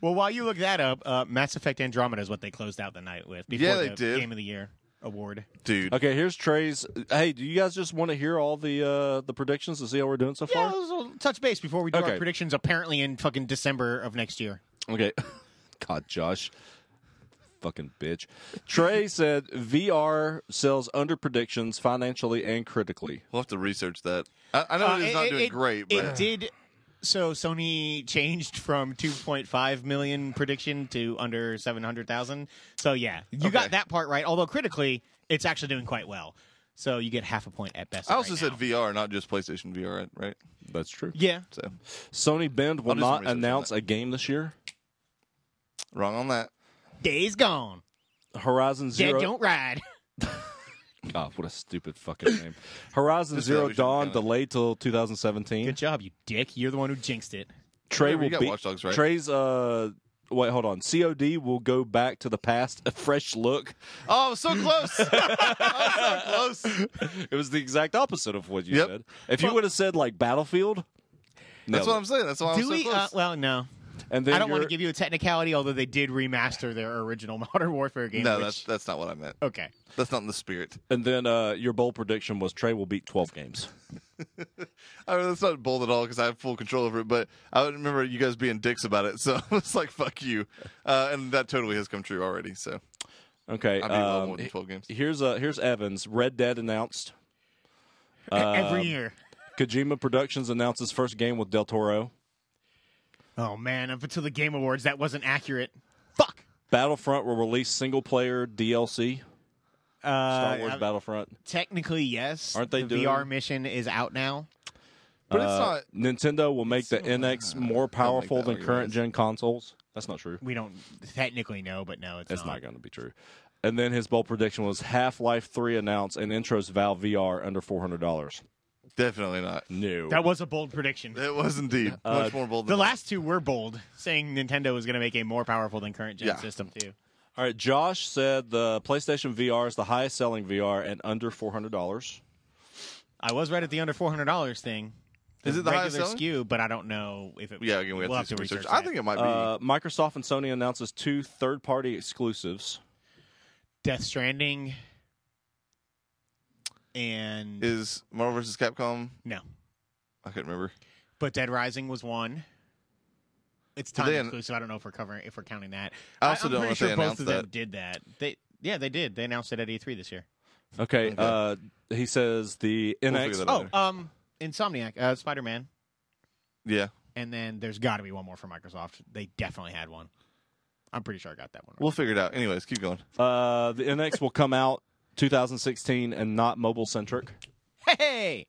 [SPEAKER 1] Well, while you look that up, uh, Mass Effect Andromeda is what they closed out the night with. Before
[SPEAKER 2] Yeah, they
[SPEAKER 1] the
[SPEAKER 2] did.
[SPEAKER 1] Game of the Year award.
[SPEAKER 2] Dude.
[SPEAKER 3] Okay, here's Trey's. Hey, do you guys just want to hear all the uh, the predictions to see how we're doing so
[SPEAKER 1] Yeah,
[SPEAKER 3] far?
[SPEAKER 1] let's touch base before we do our
[SPEAKER 3] Okay.
[SPEAKER 1] predictions. Apparently, in fucking December of next year.
[SPEAKER 3] Okay. God, Josh. Fucking bitch. Trey said VR sells under predictions financially and critically.
[SPEAKER 2] We'll have to research that. I, I know
[SPEAKER 1] Uh,
[SPEAKER 2] it's not doing great, but
[SPEAKER 1] it did. So Sony changed from 2.5 million prediction to under 700,000. So yeah, you
[SPEAKER 2] Okay.
[SPEAKER 1] got that part right. Although critically, it's actually doing quite well. So you get half a point at best.
[SPEAKER 2] I also
[SPEAKER 1] right
[SPEAKER 2] said
[SPEAKER 1] now.
[SPEAKER 2] VR, not just PlayStation VR, right?
[SPEAKER 3] That's true.
[SPEAKER 1] yeah.
[SPEAKER 2] So
[SPEAKER 3] Sony Bend will
[SPEAKER 2] I'll do some
[SPEAKER 3] not
[SPEAKER 2] research on
[SPEAKER 3] announce
[SPEAKER 2] that.
[SPEAKER 3] a game this year.
[SPEAKER 2] wrong on that.
[SPEAKER 1] Days gone.
[SPEAKER 3] Horizon
[SPEAKER 1] Dead
[SPEAKER 3] Zero.
[SPEAKER 1] don't ride.
[SPEAKER 3] God, what a stupid fucking name. Horizon
[SPEAKER 2] Just
[SPEAKER 3] Zero
[SPEAKER 2] that we shouldn't
[SPEAKER 3] Dawn
[SPEAKER 2] count it.
[SPEAKER 3] delayed till 2017.
[SPEAKER 1] Good job, you dick. You're the one who jinxed it.
[SPEAKER 3] Trey
[SPEAKER 2] Whatever, you
[SPEAKER 3] will
[SPEAKER 2] got
[SPEAKER 3] be
[SPEAKER 2] Watch Dogs, right?
[SPEAKER 3] Trey's uh wait, hold on. COD will go back to the past, a fresh look.
[SPEAKER 2] Oh, I was so close. I was so close.
[SPEAKER 3] It was the exact opposite of what you
[SPEAKER 2] Yep.
[SPEAKER 3] said. If you would have said like Battlefield,
[SPEAKER 2] That's
[SPEAKER 3] nailed
[SPEAKER 2] what
[SPEAKER 3] it.
[SPEAKER 2] I'm saying. That's why I was
[SPEAKER 1] Do
[SPEAKER 2] Oh, so
[SPEAKER 1] we?
[SPEAKER 2] close.
[SPEAKER 1] Uh, well, no.
[SPEAKER 3] and then
[SPEAKER 1] I don't want to
[SPEAKER 3] your-
[SPEAKER 1] give you a technicality, although they did remaster their original Modern Warfare game.
[SPEAKER 2] no,
[SPEAKER 1] which-
[SPEAKER 2] that's that's not what I meant.
[SPEAKER 1] okay.
[SPEAKER 2] That's not in the spirit.
[SPEAKER 3] And then uh, your bold prediction was Trey will beat 12 games.
[SPEAKER 2] I mean, that's not bold at all because I have full control over it. But I would remember you guys being dicks about it, so it's like fuck you, uh, and that totally has come true already. So
[SPEAKER 3] Okay.
[SPEAKER 2] I beat all
[SPEAKER 3] um,
[SPEAKER 2] more than twelve games.
[SPEAKER 3] here's uh, here's Evans. Red Dead announced.
[SPEAKER 1] E-, every
[SPEAKER 3] Um,
[SPEAKER 1] year.
[SPEAKER 3] Kojima Productions announced its first game with Del Toro.
[SPEAKER 1] Oh man, up until the Game Awards, that wasn't accurate. Fuck.
[SPEAKER 3] Battlefront will release single player DLC. Star Wars
[SPEAKER 1] I-
[SPEAKER 3] Battlefront.
[SPEAKER 1] Uh, technically, yes.
[SPEAKER 3] Aren't they
[SPEAKER 1] the
[SPEAKER 3] doing-
[SPEAKER 1] VR mission is out now?
[SPEAKER 2] But it's
[SPEAKER 3] Uh,
[SPEAKER 2] not.
[SPEAKER 3] Nintendo will make the NX more powerful
[SPEAKER 2] that
[SPEAKER 3] than
[SPEAKER 2] argument.
[SPEAKER 3] current gen consoles. That's not true.
[SPEAKER 1] We don't technically know, but no, it's
[SPEAKER 3] That's not going to be true. And then his bold prediction was Half Life 3 announced and intros Valve VR under $400.
[SPEAKER 2] Definitely not.
[SPEAKER 3] No.
[SPEAKER 1] That was a bold prediction.
[SPEAKER 2] It was indeed much more bold.
[SPEAKER 1] The
[SPEAKER 2] Than
[SPEAKER 1] last two were bold, saying Nintendo was going to make a more powerful than current gen
[SPEAKER 2] Yeah.
[SPEAKER 1] system too.
[SPEAKER 3] All right. Josh said the PlayStation VR is the highest selling VR and under $400.
[SPEAKER 1] I was right at the under four hundred dollars thing.
[SPEAKER 2] Is it the highest
[SPEAKER 1] regular
[SPEAKER 2] selling?
[SPEAKER 1] SKU? But I don't know if it.
[SPEAKER 2] Yeah, again, we have
[SPEAKER 1] we'll
[SPEAKER 2] to, do some research. I
[SPEAKER 1] that.
[SPEAKER 2] think it might be.
[SPEAKER 3] Uh, Microsoft and Sony announces two third party exclusives.
[SPEAKER 1] Death Stranding and
[SPEAKER 2] is Marvel vs. Capcom?
[SPEAKER 1] no,
[SPEAKER 2] I couldn't remember.
[SPEAKER 1] but Dead Rising was one. It's
[SPEAKER 2] Did
[SPEAKER 1] time
[SPEAKER 2] they an-
[SPEAKER 1] exclusive. I don't know if we're covering if we're counting that.
[SPEAKER 2] I also
[SPEAKER 1] am
[SPEAKER 2] don't know
[SPEAKER 1] pretty
[SPEAKER 2] if
[SPEAKER 1] sure
[SPEAKER 2] they
[SPEAKER 1] both
[SPEAKER 2] announced
[SPEAKER 1] of them
[SPEAKER 2] that.
[SPEAKER 1] did that. They yeah they did. They announced it at E3 this year.
[SPEAKER 3] Okay.
[SPEAKER 2] Okay.
[SPEAKER 3] Uh, he says the NX.
[SPEAKER 2] figure that out.
[SPEAKER 1] Oh,
[SPEAKER 2] Better.
[SPEAKER 1] um, Insomniac, uh, Spider Man,
[SPEAKER 2] Yeah,
[SPEAKER 1] and then there's got to be one more for Microsoft. They definitely had one. I'm pretty sure I got that one. Right.
[SPEAKER 2] we'll figure it out. Anyways, keep going.
[SPEAKER 3] Uh, the NX will come out 2016 and not mobile centric.
[SPEAKER 1] hey,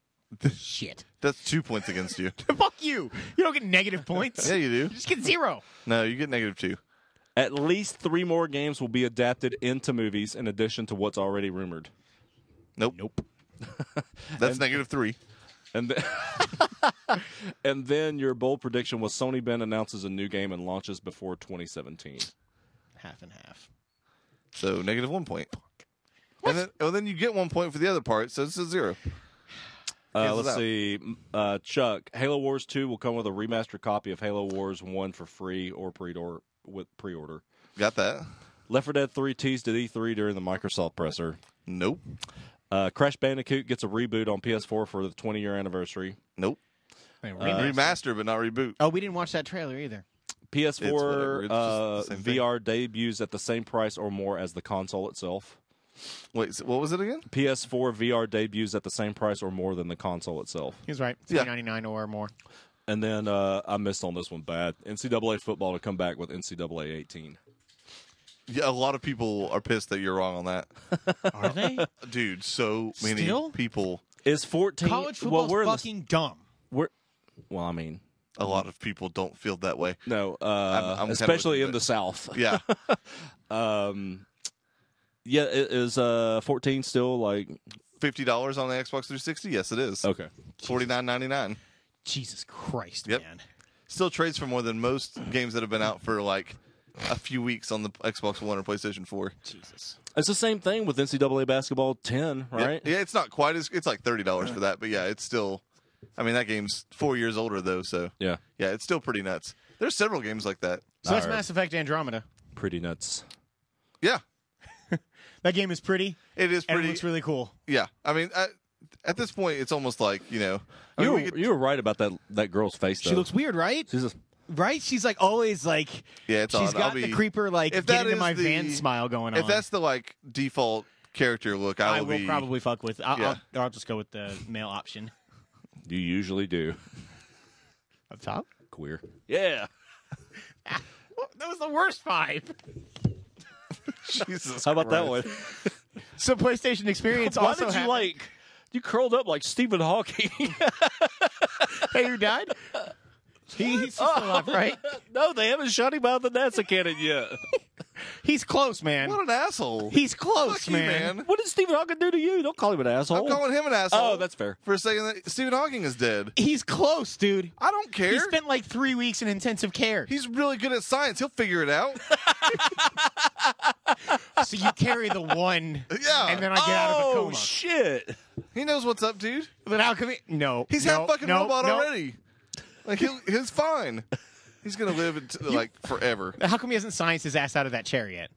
[SPEAKER 1] shit.
[SPEAKER 2] That's two points against you.
[SPEAKER 1] Fuck you. You don't get negative points.
[SPEAKER 2] yeah,
[SPEAKER 1] you
[SPEAKER 2] you do.
[SPEAKER 1] just get zero.
[SPEAKER 2] No, you get negative two.
[SPEAKER 3] At least three more games will be adapted into movies in addition to what's already rumored.
[SPEAKER 2] Nope.
[SPEAKER 1] Nope.
[SPEAKER 2] That's negative three.
[SPEAKER 3] And then, and then your bold prediction was Sony Ben announces a new game and launches before 2017.
[SPEAKER 1] Half and half.
[SPEAKER 2] So negative one point. And then, oh, then you get one point for the other part, so it's a zero.
[SPEAKER 3] Uh,
[SPEAKER 2] Cancels
[SPEAKER 3] let's
[SPEAKER 2] out.
[SPEAKER 3] see, uh, Chuck. Halo Wars 2 will come with a remastered copy of Halo Wars 1 for free or pre-order with pre-order.
[SPEAKER 2] Got that?
[SPEAKER 3] Left 4 Dead 3 teased at E3 during the Microsoft presser.
[SPEAKER 2] Nope.
[SPEAKER 3] Uh, Crash Bandicoot gets a reboot on PS4 for the 20 year anniversary.
[SPEAKER 2] Nope.
[SPEAKER 1] Wait,
[SPEAKER 2] Remaster,
[SPEAKER 1] remaster.
[SPEAKER 2] but not reboot.
[SPEAKER 1] oh, we didn't watch that trailer either.
[SPEAKER 2] whatever,
[SPEAKER 3] PS4
[SPEAKER 2] it's just
[SPEAKER 3] uh,
[SPEAKER 2] the same thing.
[SPEAKER 3] VR debuts at the same price or more as the console itself.
[SPEAKER 2] Wait, so what was it again?
[SPEAKER 3] PS4 VR debuts at the same price or more than the console itself.
[SPEAKER 1] He was right.
[SPEAKER 2] Yeah.
[SPEAKER 1] Three ninety nine or more.
[SPEAKER 3] And then uh, I missed on this one bad. NCAA football to come back with NCAA 18.
[SPEAKER 2] Yeah, a lot of people are pissed that you're wrong on that.
[SPEAKER 1] Are they?
[SPEAKER 2] Dude, so many
[SPEAKER 1] Still?
[SPEAKER 2] people,
[SPEAKER 3] Is 14
[SPEAKER 1] College football's
[SPEAKER 3] well, we're in the-
[SPEAKER 1] fucking dumb.
[SPEAKER 3] we're, well, I mean,
[SPEAKER 2] a lot of people don't feel that way.
[SPEAKER 3] no, uh,
[SPEAKER 2] I'm kinda
[SPEAKER 3] especially
[SPEAKER 2] with you,
[SPEAKER 3] in
[SPEAKER 2] but-
[SPEAKER 3] the South.
[SPEAKER 2] Yeah.
[SPEAKER 3] Um, yeah, i- is uh, 14 still like
[SPEAKER 2] Fifty dollars on the Xbox 360? Yes, it is.
[SPEAKER 1] Oh,
[SPEAKER 3] okay?
[SPEAKER 2] Forty nine ninety nine.
[SPEAKER 1] Jesus Christ,
[SPEAKER 2] Yep.
[SPEAKER 1] man.
[SPEAKER 2] Still trades for more than most games that have been out for like a few weeks on the Xbox One or PlayStation Four.
[SPEAKER 1] Jesus.
[SPEAKER 3] It's the same thing with NCAA basketball 10,
[SPEAKER 2] Yeah,
[SPEAKER 3] right?
[SPEAKER 2] Yeah, it's not quite as it's like thirty dollars for that, but yeah, it's still. I mean, that game's four years older though, so
[SPEAKER 3] yeah.
[SPEAKER 2] yeah, it's still pretty nuts. There's several games like that.
[SPEAKER 1] So that's
[SPEAKER 3] Alright.
[SPEAKER 1] Mass Effect Andromeda.
[SPEAKER 3] pretty nuts.
[SPEAKER 2] Yeah,
[SPEAKER 1] That game is pretty,
[SPEAKER 2] it is
[SPEAKER 1] and it
[SPEAKER 2] pretty.
[SPEAKER 1] looks really cool.
[SPEAKER 2] yeah, I mean, I, at this point, it's almost like you know, I
[SPEAKER 3] You
[SPEAKER 2] mean,
[SPEAKER 3] were,
[SPEAKER 2] we could-
[SPEAKER 3] you were right about that that girl's face. Though.
[SPEAKER 1] She looks weird, right?
[SPEAKER 3] She's just,
[SPEAKER 1] Right? She's like always like
[SPEAKER 2] yeah, it's
[SPEAKER 1] she's
[SPEAKER 2] on.
[SPEAKER 1] got
[SPEAKER 2] I'll be,
[SPEAKER 1] the creeper like
[SPEAKER 2] if
[SPEAKER 1] get
[SPEAKER 2] that
[SPEAKER 1] into
[SPEAKER 2] is
[SPEAKER 1] my
[SPEAKER 2] the-
[SPEAKER 1] van smile going
[SPEAKER 2] If
[SPEAKER 1] on.
[SPEAKER 2] that's the like default character look, I will,
[SPEAKER 1] I will
[SPEAKER 2] be,
[SPEAKER 1] probably fuck with. I'll,
[SPEAKER 2] Yeah.
[SPEAKER 1] I'll, I'll just go with the male option
[SPEAKER 3] you usually do.
[SPEAKER 1] up top.
[SPEAKER 3] Queer. Yeah.
[SPEAKER 1] That was the worst five.
[SPEAKER 2] Jesus,
[SPEAKER 3] How about that
[SPEAKER 2] Christ.
[SPEAKER 3] one?
[SPEAKER 1] So PlayStation Experience
[SPEAKER 3] Why
[SPEAKER 1] also
[SPEAKER 3] did you
[SPEAKER 1] had-
[SPEAKER 3] like? You curled up like Stephen Hawking.
[SPEAKER 1] Hey, who died? He- he's still alive, right?
[SPEAKER 3] no, they haven't shot him out of the NASA cannon yet.
[SPEAKER 1] He's close, man.
[SPEAKER 2] What an asshole!
[SPEAKER 1] He's close,
[SPEAKER 2] Fuck you, man.
[SPEAKER 3] what did Stephen Hawking do to you? Don't call him an asshole.
[SPEAKER 2] I'm calling him an asshole.
[SPEAKER 3] oh, that's fair.
[SPEAKER 2] for saying that Stephen Hawking is dead.
[SPEAKER 1] He's close, dude.
[SPEAKER 2] I don't care.
[SPEAKER 1] He spent like three weeks in intensive care.
[SPEAKER 2] He's really good at science. He'll figure it out.
[SPEAKER 1] So you carry the one,
[SPEAKER 2] Yeah.
[SPEAKER 1] and then I get out of a
[SPEAKER 3] oh
[SPEAKER 1] coma.
[SPEAKER 3] shit!
[SPEAKER 2] He knows what's up, dude.
[SPEAKER 1] But how come he? No,
[SPEAKER 2] He's
[SPEAKER 1] no,
[SPEAKER 2] half fucking
[SPEAKER 1] no,
[SPEAKER 2] robot
[SPEAKER 1] no.
[SPEAKER 2] already. Like he'll, he's fine. He's gonna live until, like forever.
[SPEAKER 1] How come he hasn't science his ass out of that chair yet?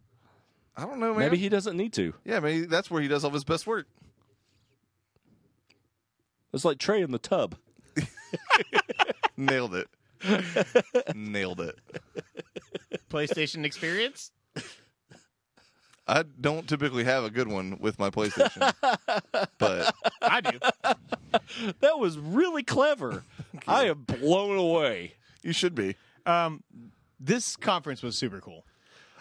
[SPEAKER 2] I don't know, man.
[SPEAKER 3] Maybe he doesn't need to.
[SPEAKER 2] yeah, maybe that's where he does all of his best work.
[SPEAKER 3] It's like Trey in the tub.
[SPEAKER 2] Nailed it. Nailed it.
[SPEAKER 1] PlayStation experience.
[SPEAKER 2] I don't typically have a good one with my PlayStation, but
[SPEAKER 1] I do.
[SPEAKER 3] That was really clever. I am blown away.
[SPEAKER 2] you should be.
[SPEAKER 1] Um, this conference was super cool.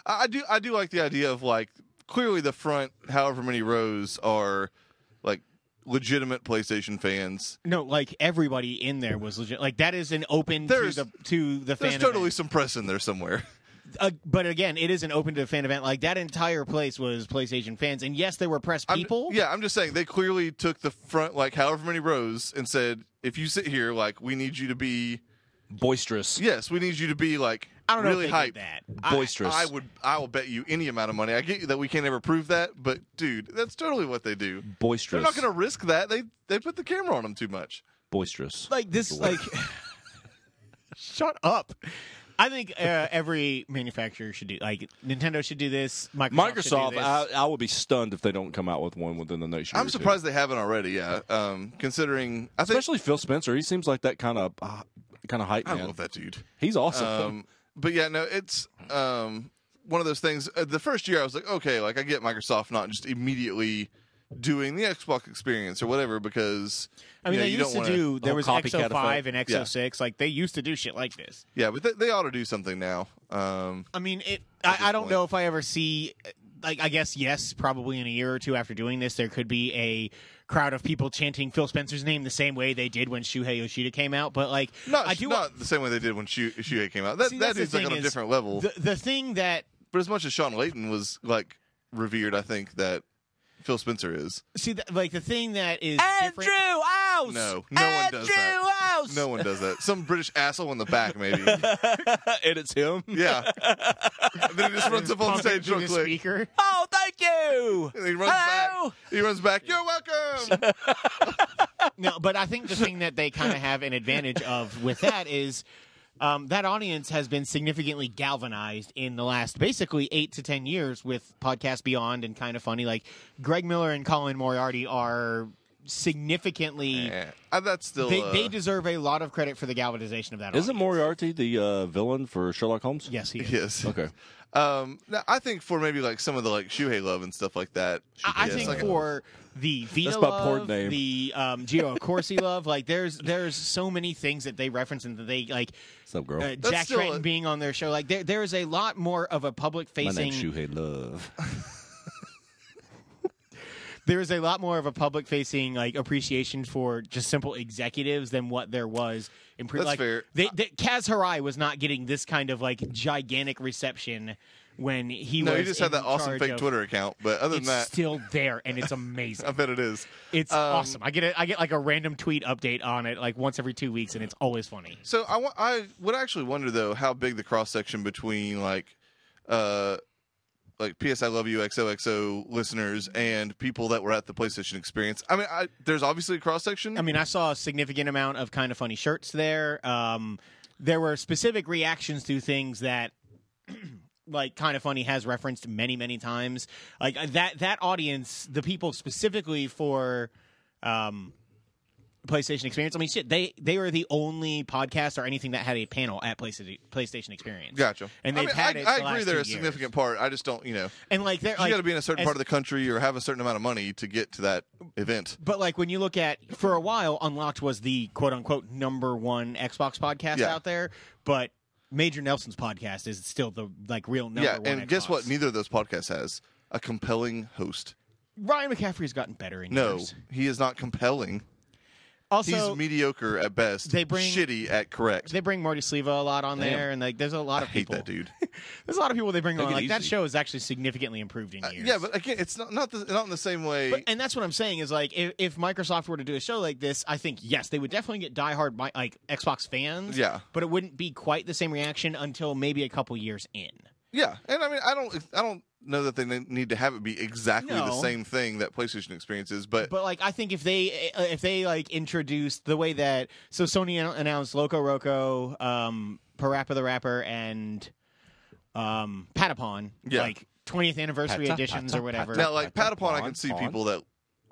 [SPEAKER 2] I I do I do like the idea of like clearly the front however many rows are like legitimate PlayStation fans.
[SPEAKER 1] No, like everybody in there was legit. Like that is an open
[SPEAKER 2] There's-
[SPEAKER 1] to the to the fan.
[SPEAKER 2] There's totally
[SPEAKER 1] event.
[SPEAKER 2] some press in there somewhere.
[SPEAKER 1] Uh, but again, it is an open to the fan event. Like that entire place was PlayStation fans, and yes, there were press
[SPEAKER 2] I'm-
[SPEAKER 1] people.
[SPEAKER 2] yeah, I'm just saying they clearly took the front like however many rows and said, if you sit here, like we need you to be
[SPEAKER 3] Boisterous.
[SPEAKER 2] yes, we need you to be like
[SPEAKER 1] I don't know
[SPEAKER 2] really
[SPEAKER 1] if they
[SPEAKER 2] hyped.
[SPEAKER 1] did that.
[SPEAKER 2] I-
[SPEAKER 3] Boisterous.
[SPEAKER 2] I, would I will bet you any amount of money. I get you that we can't ever prove that, but dude, that's totally what they do. They're
[SPEAKER 3] Boisterous.
[SPEAKER 2] not going to risk that. They they put the camera on them too much.
[SPEAKER 3] Boisterous.
[SPEAKER 1] like this like shut up i think uh, every manufacturer should do like nintendo should do this microsoft, should
[SPEAKER 3] Microsoft,
[SPEAKER 1] do this.
[SPEAKER 2] uh,
[SPEAKER 3] I, I would be stunned if they don't come out with one within the next year. or
[SPEAKER 2] I'm
[SPEAKER 3] two.
[SPEAKER 2] surprised they haven't already. Yeah, um, considering I think
[SPEAKER 3] especially Phil Spencer. He seems like that kind of uh, kind of hype
[SPEAKER 2] I
[SPEAKER 3] man.
[SPEAKER 2] love that dude.
[SPEAKER 3] He's awesome.
[SPEAKER 2] Um, but yeah, no, it's um, one of those things. Uh, the first year, I was like, okay, like I get Microsoft not just immediately doing the Xbox experience or whatever because
[SPEAKER 1] I mean
[SPEAKER 2] you know,
[SPEAKER 1] they
[SPEAKER 2] you
[SPEAKER 1] used to
[SPEAKER 2] don't wanna-
[SPEAKER 1] do there
[SPEAKER 3] whole
[SPEAKER 1] was
[SPEAKER 3] copycat
[SPEAKER 1] xo5
[SPEAKER 3] effect.
[SPEAKER 1] and xo6 like they used to do shit like this
[SPEAKER 2] yeah, but they, they ought to do something now. Um,
[SPEAKER 1] i mean it
[SPEAKER 2] At
[SPEAKER 1] i,
[SPEAKER 2] this
[SPEAKER 1] I don't
[SPEAKER 2] point.
[SPEAKER 1] know if i ever see like i guess yes probably in a year or two after doing this there could be a crowd of people chanting phil spencer's name the same way they did when shuhei yoshida came out but like
[SPEAKER 2] not
[SPEAKER 1] i do
[SPEAKER 2] not the same way they did when Shu- Shuhei came out. That
[SPEAKER 1] See,
[SPEAKER 2] that
[SPEAKER 1] that's the
[SPEAKER 2] dude's like on
[SPEAKER 1] thing
[SPEAKER 2] a
[SPEAKER 1] is,
[SPEAKER 2] different level.
[SPEAKER 1] the, the thing that
[SPEAKER 2] but as much as Sean Layton was like revered, I think that Phil Spencer is.
[SPEAKER 1] see that like the thing that is different
[SPEAKER 3] House.
[SPEAKER 2] No, no one does that.
[SPEAKER 3] House.
[SPEAKER 2] No one does that. Some British asshole in the back, maybe.
[SPEAKER 3] and it's him.
[SPEAKER 2] Yeah. and then he just runs up on
[SPEAKER 1] pumping
[SPEAKER 2] stage
[SPEAKER 1] through
[SPEAKER 2] real
[SPEAKER 1] the
[SPEAKER 2] quick.
[SPEAKER 1] speaker
[SPEAKER 3] Oh, thank you.
[SPEAKER 2] And he runs
[SPEAKER 3] Hello?
[SPEAKER 2] back. He runs back. You're welcome.
[SPEAKER 1] No, but I think the thing that they kind of have an advantage of with that is um, that audience has been significantly galvanized in the last basically eight to ten years with Podcast Beyond and Kind of Funny. Like Greg Miller and Colin Moriarty are significantly.
[SPEAKER 2] yeah. Uh, That's still.
[SPEAKER 1] They,
[SPEAKER 2] uh,
[SPEAKER 1] they deserve a lot of credit for the galvanization of that.
[SPEAKER 3] Isn't
[SPEAKER 1] audience.
[SPEAKER 3] Moriarty the uh, villain for Sherlock Holmes?
[SPEAKER 1] Yes, he is.
[SPEAKER 2] Yes.
[SPEAKER 3] Okay.
[SPEAKER 2] Um, now, I think for maybe like some of the like Shuhei love and stuff like that.
[SPEAKER 1] I, I
[SPEAKER 2] yes,
[SPEAKER 1] think
[SPEAKER 2] like-
[SPEAKER 1] for the Vita
[SPEAKER 3] That's my porn
[SPEAKER 1] love,
[SPEAKER 3] name.
[SPEAKER 1] the um, Gio Corsi love, like there's there's so many things that they reference and that they like
[SPEAKER 3] What's up, girl?
[SPEAKER 1] uh,
[SPEAKER 2] That's
[SPEAKER 1] Jack
[SPEAKER 2] still
[SPEAKER 1] Tratton
[SPEAKER 2] a-
[SPEAKER 1] being on their show. Like there, there is a lot more of a public
[SPEAKER 3] My
[SPEAKER 1] facing.
[SPEAKER 3] name's Shuhei Love.
[SPEAKER 1] There is a lot more of a public facing like appreciation for just simple executives than what there was in pre.
[SPEAKER 2] That's
[SPEAKER 1] like,
[SPEAKER 2] fair.
[SPEAKER 1] They, they, Kaz Harai was not getting this kind of like gigantic reception when he
[SPEAKER 2] No,
[SPEAKER 1] was.
[SPEAKER 2] he just had
[SPEAKER 1] in
[SPEAKER 2] that awesome
[SPEAKER 1] charge
[SPEAKER 2] fake
[SPEAKER 1] of-
[SPEAKER 2] Twitter account, but other than
[SPEAKER 1] It's
[SPEAKER 2] that,
[SPEAKER 1] still there and it's
[SPEAKER 2] I
[SPEAKER 1] amazing.
[SPEAKER 2] bet it is.
[SPEAKER 1] It's
[SPEAKER 2] Um,
[SPEAKER 1] awesome. I get it. I get like a random tweet update on it like once every two weeks, and it's always funny.
[SPEAKER 2] So I, wa- I would actually wonder though how big the cross section between like, uh, like PS I Love You XOXO listeners and people that were at the PlayStation Experience. I mean, I, there's obviously a cross section.
[SPEAKER 1] I mean, I saw a significant amount of kind of funny shirts there. Um, there were specific reactions to things that, like, kind of funny has referenced many, many times. Like uh, that that audience, the people specifically for. Um, PlayStation Experience. I mean, shit. They they were the only podcast or anything that had a panel at PlayStation PlayStation Experience.
[SPEAKER 2] gotcha.
[SPEAKER 1] And
[SPEAKER 2] I
[SPEAKER 1] they've
[SPEAKER 2] mean,
[SPEAKER 1] had
[SPEAKER 2] I,
[SPEAKER 1] it. the
[SPEAKER 2] I agree,
[SPEAKER 1] last
[SPEAKER 2] they're
[SPEAKER 1] two
[SPEAKER 2] a
[SPEAKER 1] years.
[SPEAKER 2] significant part. I just don't, you know,
[SPEAKER 1] And like, they're
[SPEAKER 2] you
[SPEAKER 1] like,
[SPEAKER 2] got to be in a certain
[SPEAKER 1] as-
[SPEAKER 2] part of the country or have a certain amount of money to get to that event.
[SPEAKER 1] But like when you look at for a while, Unlocked was the quote unquote number one Xbox podcast
[SPEAKER 2] Yeah.
[SPEAKER 1] out there, but Major Nelson's podcast is still the like real number
[SPEAKER 2] yeah,
[SPEAKER 1] one.
[SPEAKER 2] and guess what?
[SPEAKER 1] Xbox.
[SPEAKER 2] Neither of those podcasts has a compelling host.
[SPEAKER 1] Ryan McCaffrey's gotten better in
[SPEAKER 2] No,
[SPEAKER 1] years.
[SPEAKER 2] he is not compelling. He's
[SPEAKER 1] Also,
[SPEAKER 2] mediocre at best.
[SPEAKER 1] they bring-
[SPEAKER 2] shitty at correct.
[SPEAKER 1] they bring Marty Sleva a lot on
[SPEAKER 3] Damn.
[SPEAKER 1] there, and like there's a lot
[SPEAKER 2] I
[SPEAKER 1] of
[SPEAKER 2] hate
[SPEAKER 1] people.
[SPEAKER 2] that dude.
[SPEAKER 1] There's a lot of people they bring
[SPEAKER 3] Take
[SPEAKER 1] on.
[SPEAKER 3] it
[SPEAKER 1] Like that
[SPEAKER 3] easy.
[SPEAKER 1] show has actually significantly improved in
[SPEAKER 2] Uh,
[SPEAKER 1] years.
[SPEAKER 2] Yeah, but again, it's not not, the, not in the same way.
[SPEAKER 1] But- and that's what I'm saying is like if, if Microsoft were to do a show like this, I think yes, they would definitely get diehard mi- like Xbox fans.
[SPEAKER 2] Yeah.
[SPEAKER 1] but it wouldn't be quite the same reaction until maybe a couple years in.
[SPEAKER 2] yeah, and I mean, I don't, I don't know that they ne- need to have it be exactly the
[SPEAKER 1] No.
[SPEAKER 2] same thing that PlayStation Experience is, but,
[SPEAKER 1] But like, I think if they uh, if they like introduced the way that so Sony an- announced Loco Roco, um, Parappa the Rapper, and um, Patapon,
[SPEAKER 2] Yeah.
[SPEAKER 1] like 20th anniversary
[SPEAKER 3] Pata-
[SPEAKER 1] editions
[SPEAKER 3] pata-
[SPEAKER 1] or whatever.
[SPEAKER 3] pata-
[SPEAKER 2] now like
[SPEAKER 3] Patapon,
[SPEAKER 2] Patapon, I can see
[SPEAKER 3] Patapon.
[SPEAKER 2] people that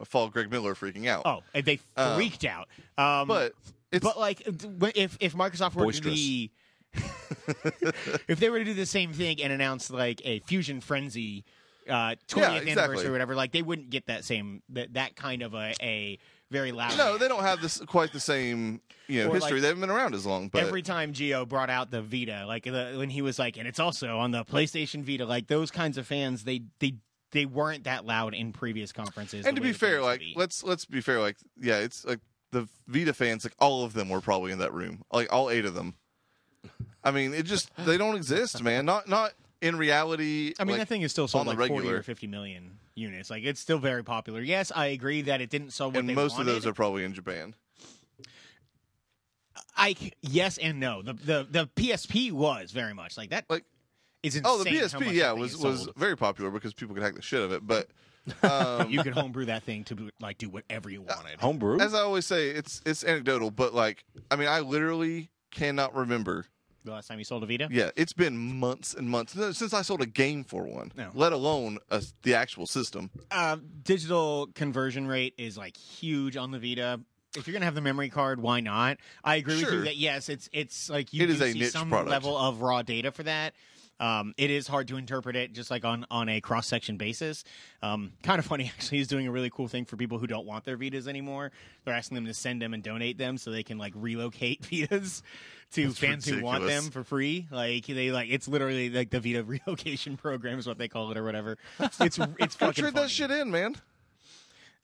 [SPEAKER 2] I follow Greg Miller freaking out.
[SPEAKER 1] Oh, and they
[SPEAKER 2] Um,
[SPEAKER 1] freaked out. Um,
[SPEAKER 2] But it's
[SPEAKER 1] but like d- w- if if Microsoft were to
[SPEAKER 3] Boisterous.
[SPEAKER 1] be, if they were to do the same thing and announce like a Fusion Frenzy uh, 20th anniversary
[SPEAKER 2] exactly.
[SPEAKER 1] or whatever, like they wouldn't get that same that, that kind of a, a very loud.
[SPEAKER 2] no, they don't have this quite the same you know
[SPEAKER 1] Or,
[SPEAKER 2] history.
[SPEAKER 1] like,
[SPEAKER 2] they haven't been around as long. But
[SPEAKER 1] Every time Geo brought out the Vita, like the, when he was like, and it's also on the PlayStation Vita, like those kinds of fans, they they they weren't that loud in previous conferences.
[SPEAKER 2] and
[SPEAKER 1] the
[SPEAKER 2] to
[SPEAKER 1] way
[SPEAKER 2] be
[SPEAKER 1] that they
[SPEAKER 2] fair,
[SPEAKER 1] used
[SPEAKER 2] like
[SPEAKER 1] be.
[SPEAKER 2] let's let's be fair, like yeah, it's like the Vita fans, like all of them were probably in that room, like all eight of them. I mean, it just they don't exist, man. Not not in reality.
[SPEAKER 1] I mean,
[SPEAKER 2] like,
[SPEAKER 1] that thing is still sold
[SPEAKER 2] on the
[SPEAKER 1] like forty
[SPEAKER 2] regular.
[SPEAKER 1] or fifty million units. Like it's still very popular. Yes, I agree that it didn't sell what
[SPEAKER 2] and
[SPEAKER 1] they
[SPEAKER 2] most
[SPEAKER 1] wanted.
[SPEAKER 2] of those are probably in Japan.
[SPEAKER 1] I c- yes and no. The the the PSP was very much like that.
[SPEAKER 2] Like-
[SPEAKER 1] is insane.
[SPEAKER 2] Oh, the
[SPEAKER 1] how much
[SPEAKER 2] PSP,
[SPEAKER 1] that
[SPEAKER 2] yeah,
[SPEAKER 1] thing
[SPEAKER 2] was
[SPEAKER 1] is
[SPEAKER 2] was
[SPEAKER 1] sold.
[SPEAKER 2] very popular because people could hack the shit of it. But um,
[SPEAKER 1] you could homebrew that thing to like do whatever you wanted.
[SPEAKER 3] Homebrew.
[SPEAKER 2] as I always say, it's it's anecdotal, but like I mean, I literally cannot remember.
[SPEAKER 1] the last time you sold a Vita,
[SPEAKER 2] Yeah, it's been months and months since I sold a game for one,
[SPEAKER 1] No.
[SPEAKER 2] let alone a, the actual system.
[SPEAKER 1] um, digital conversion rate is like huge on the Vita. If you're gonna have the memory card, why not? I agree with
[SPEAKER 2] Sure.
[SPEAKER 1] you that yes, it's it's like you
[SPEAKER 2] It is
[SPEAKER 1] do
[SPEAKER 2] a
[SPEAKER 1] see
[SPEAKER 2] niche
[SPEAKER 1] some
[SPEAKER 2] product.
[SPEAKER 1] level of raw data for that. Um, it is hard to interpret it just like on on a cross section basis. Um, kind of funny actually is doing a really cool thing for people who don't want their Vitas anymore. They're asking them to send them and donate them so they can like relocate Vitas to fans who want
[SPEAKER 2] ridiculous.
[SPEAKER 1] them for free. Like they like it's literally like the Vita relocation program is what they call it or whatever. It's it's
[SPEAKER 2] Go
[SPEAKER 1] fucking
[SPEAKER 2] trade
[SPEAKER 1] funny.
[SPEAKER 2] that shit in, man.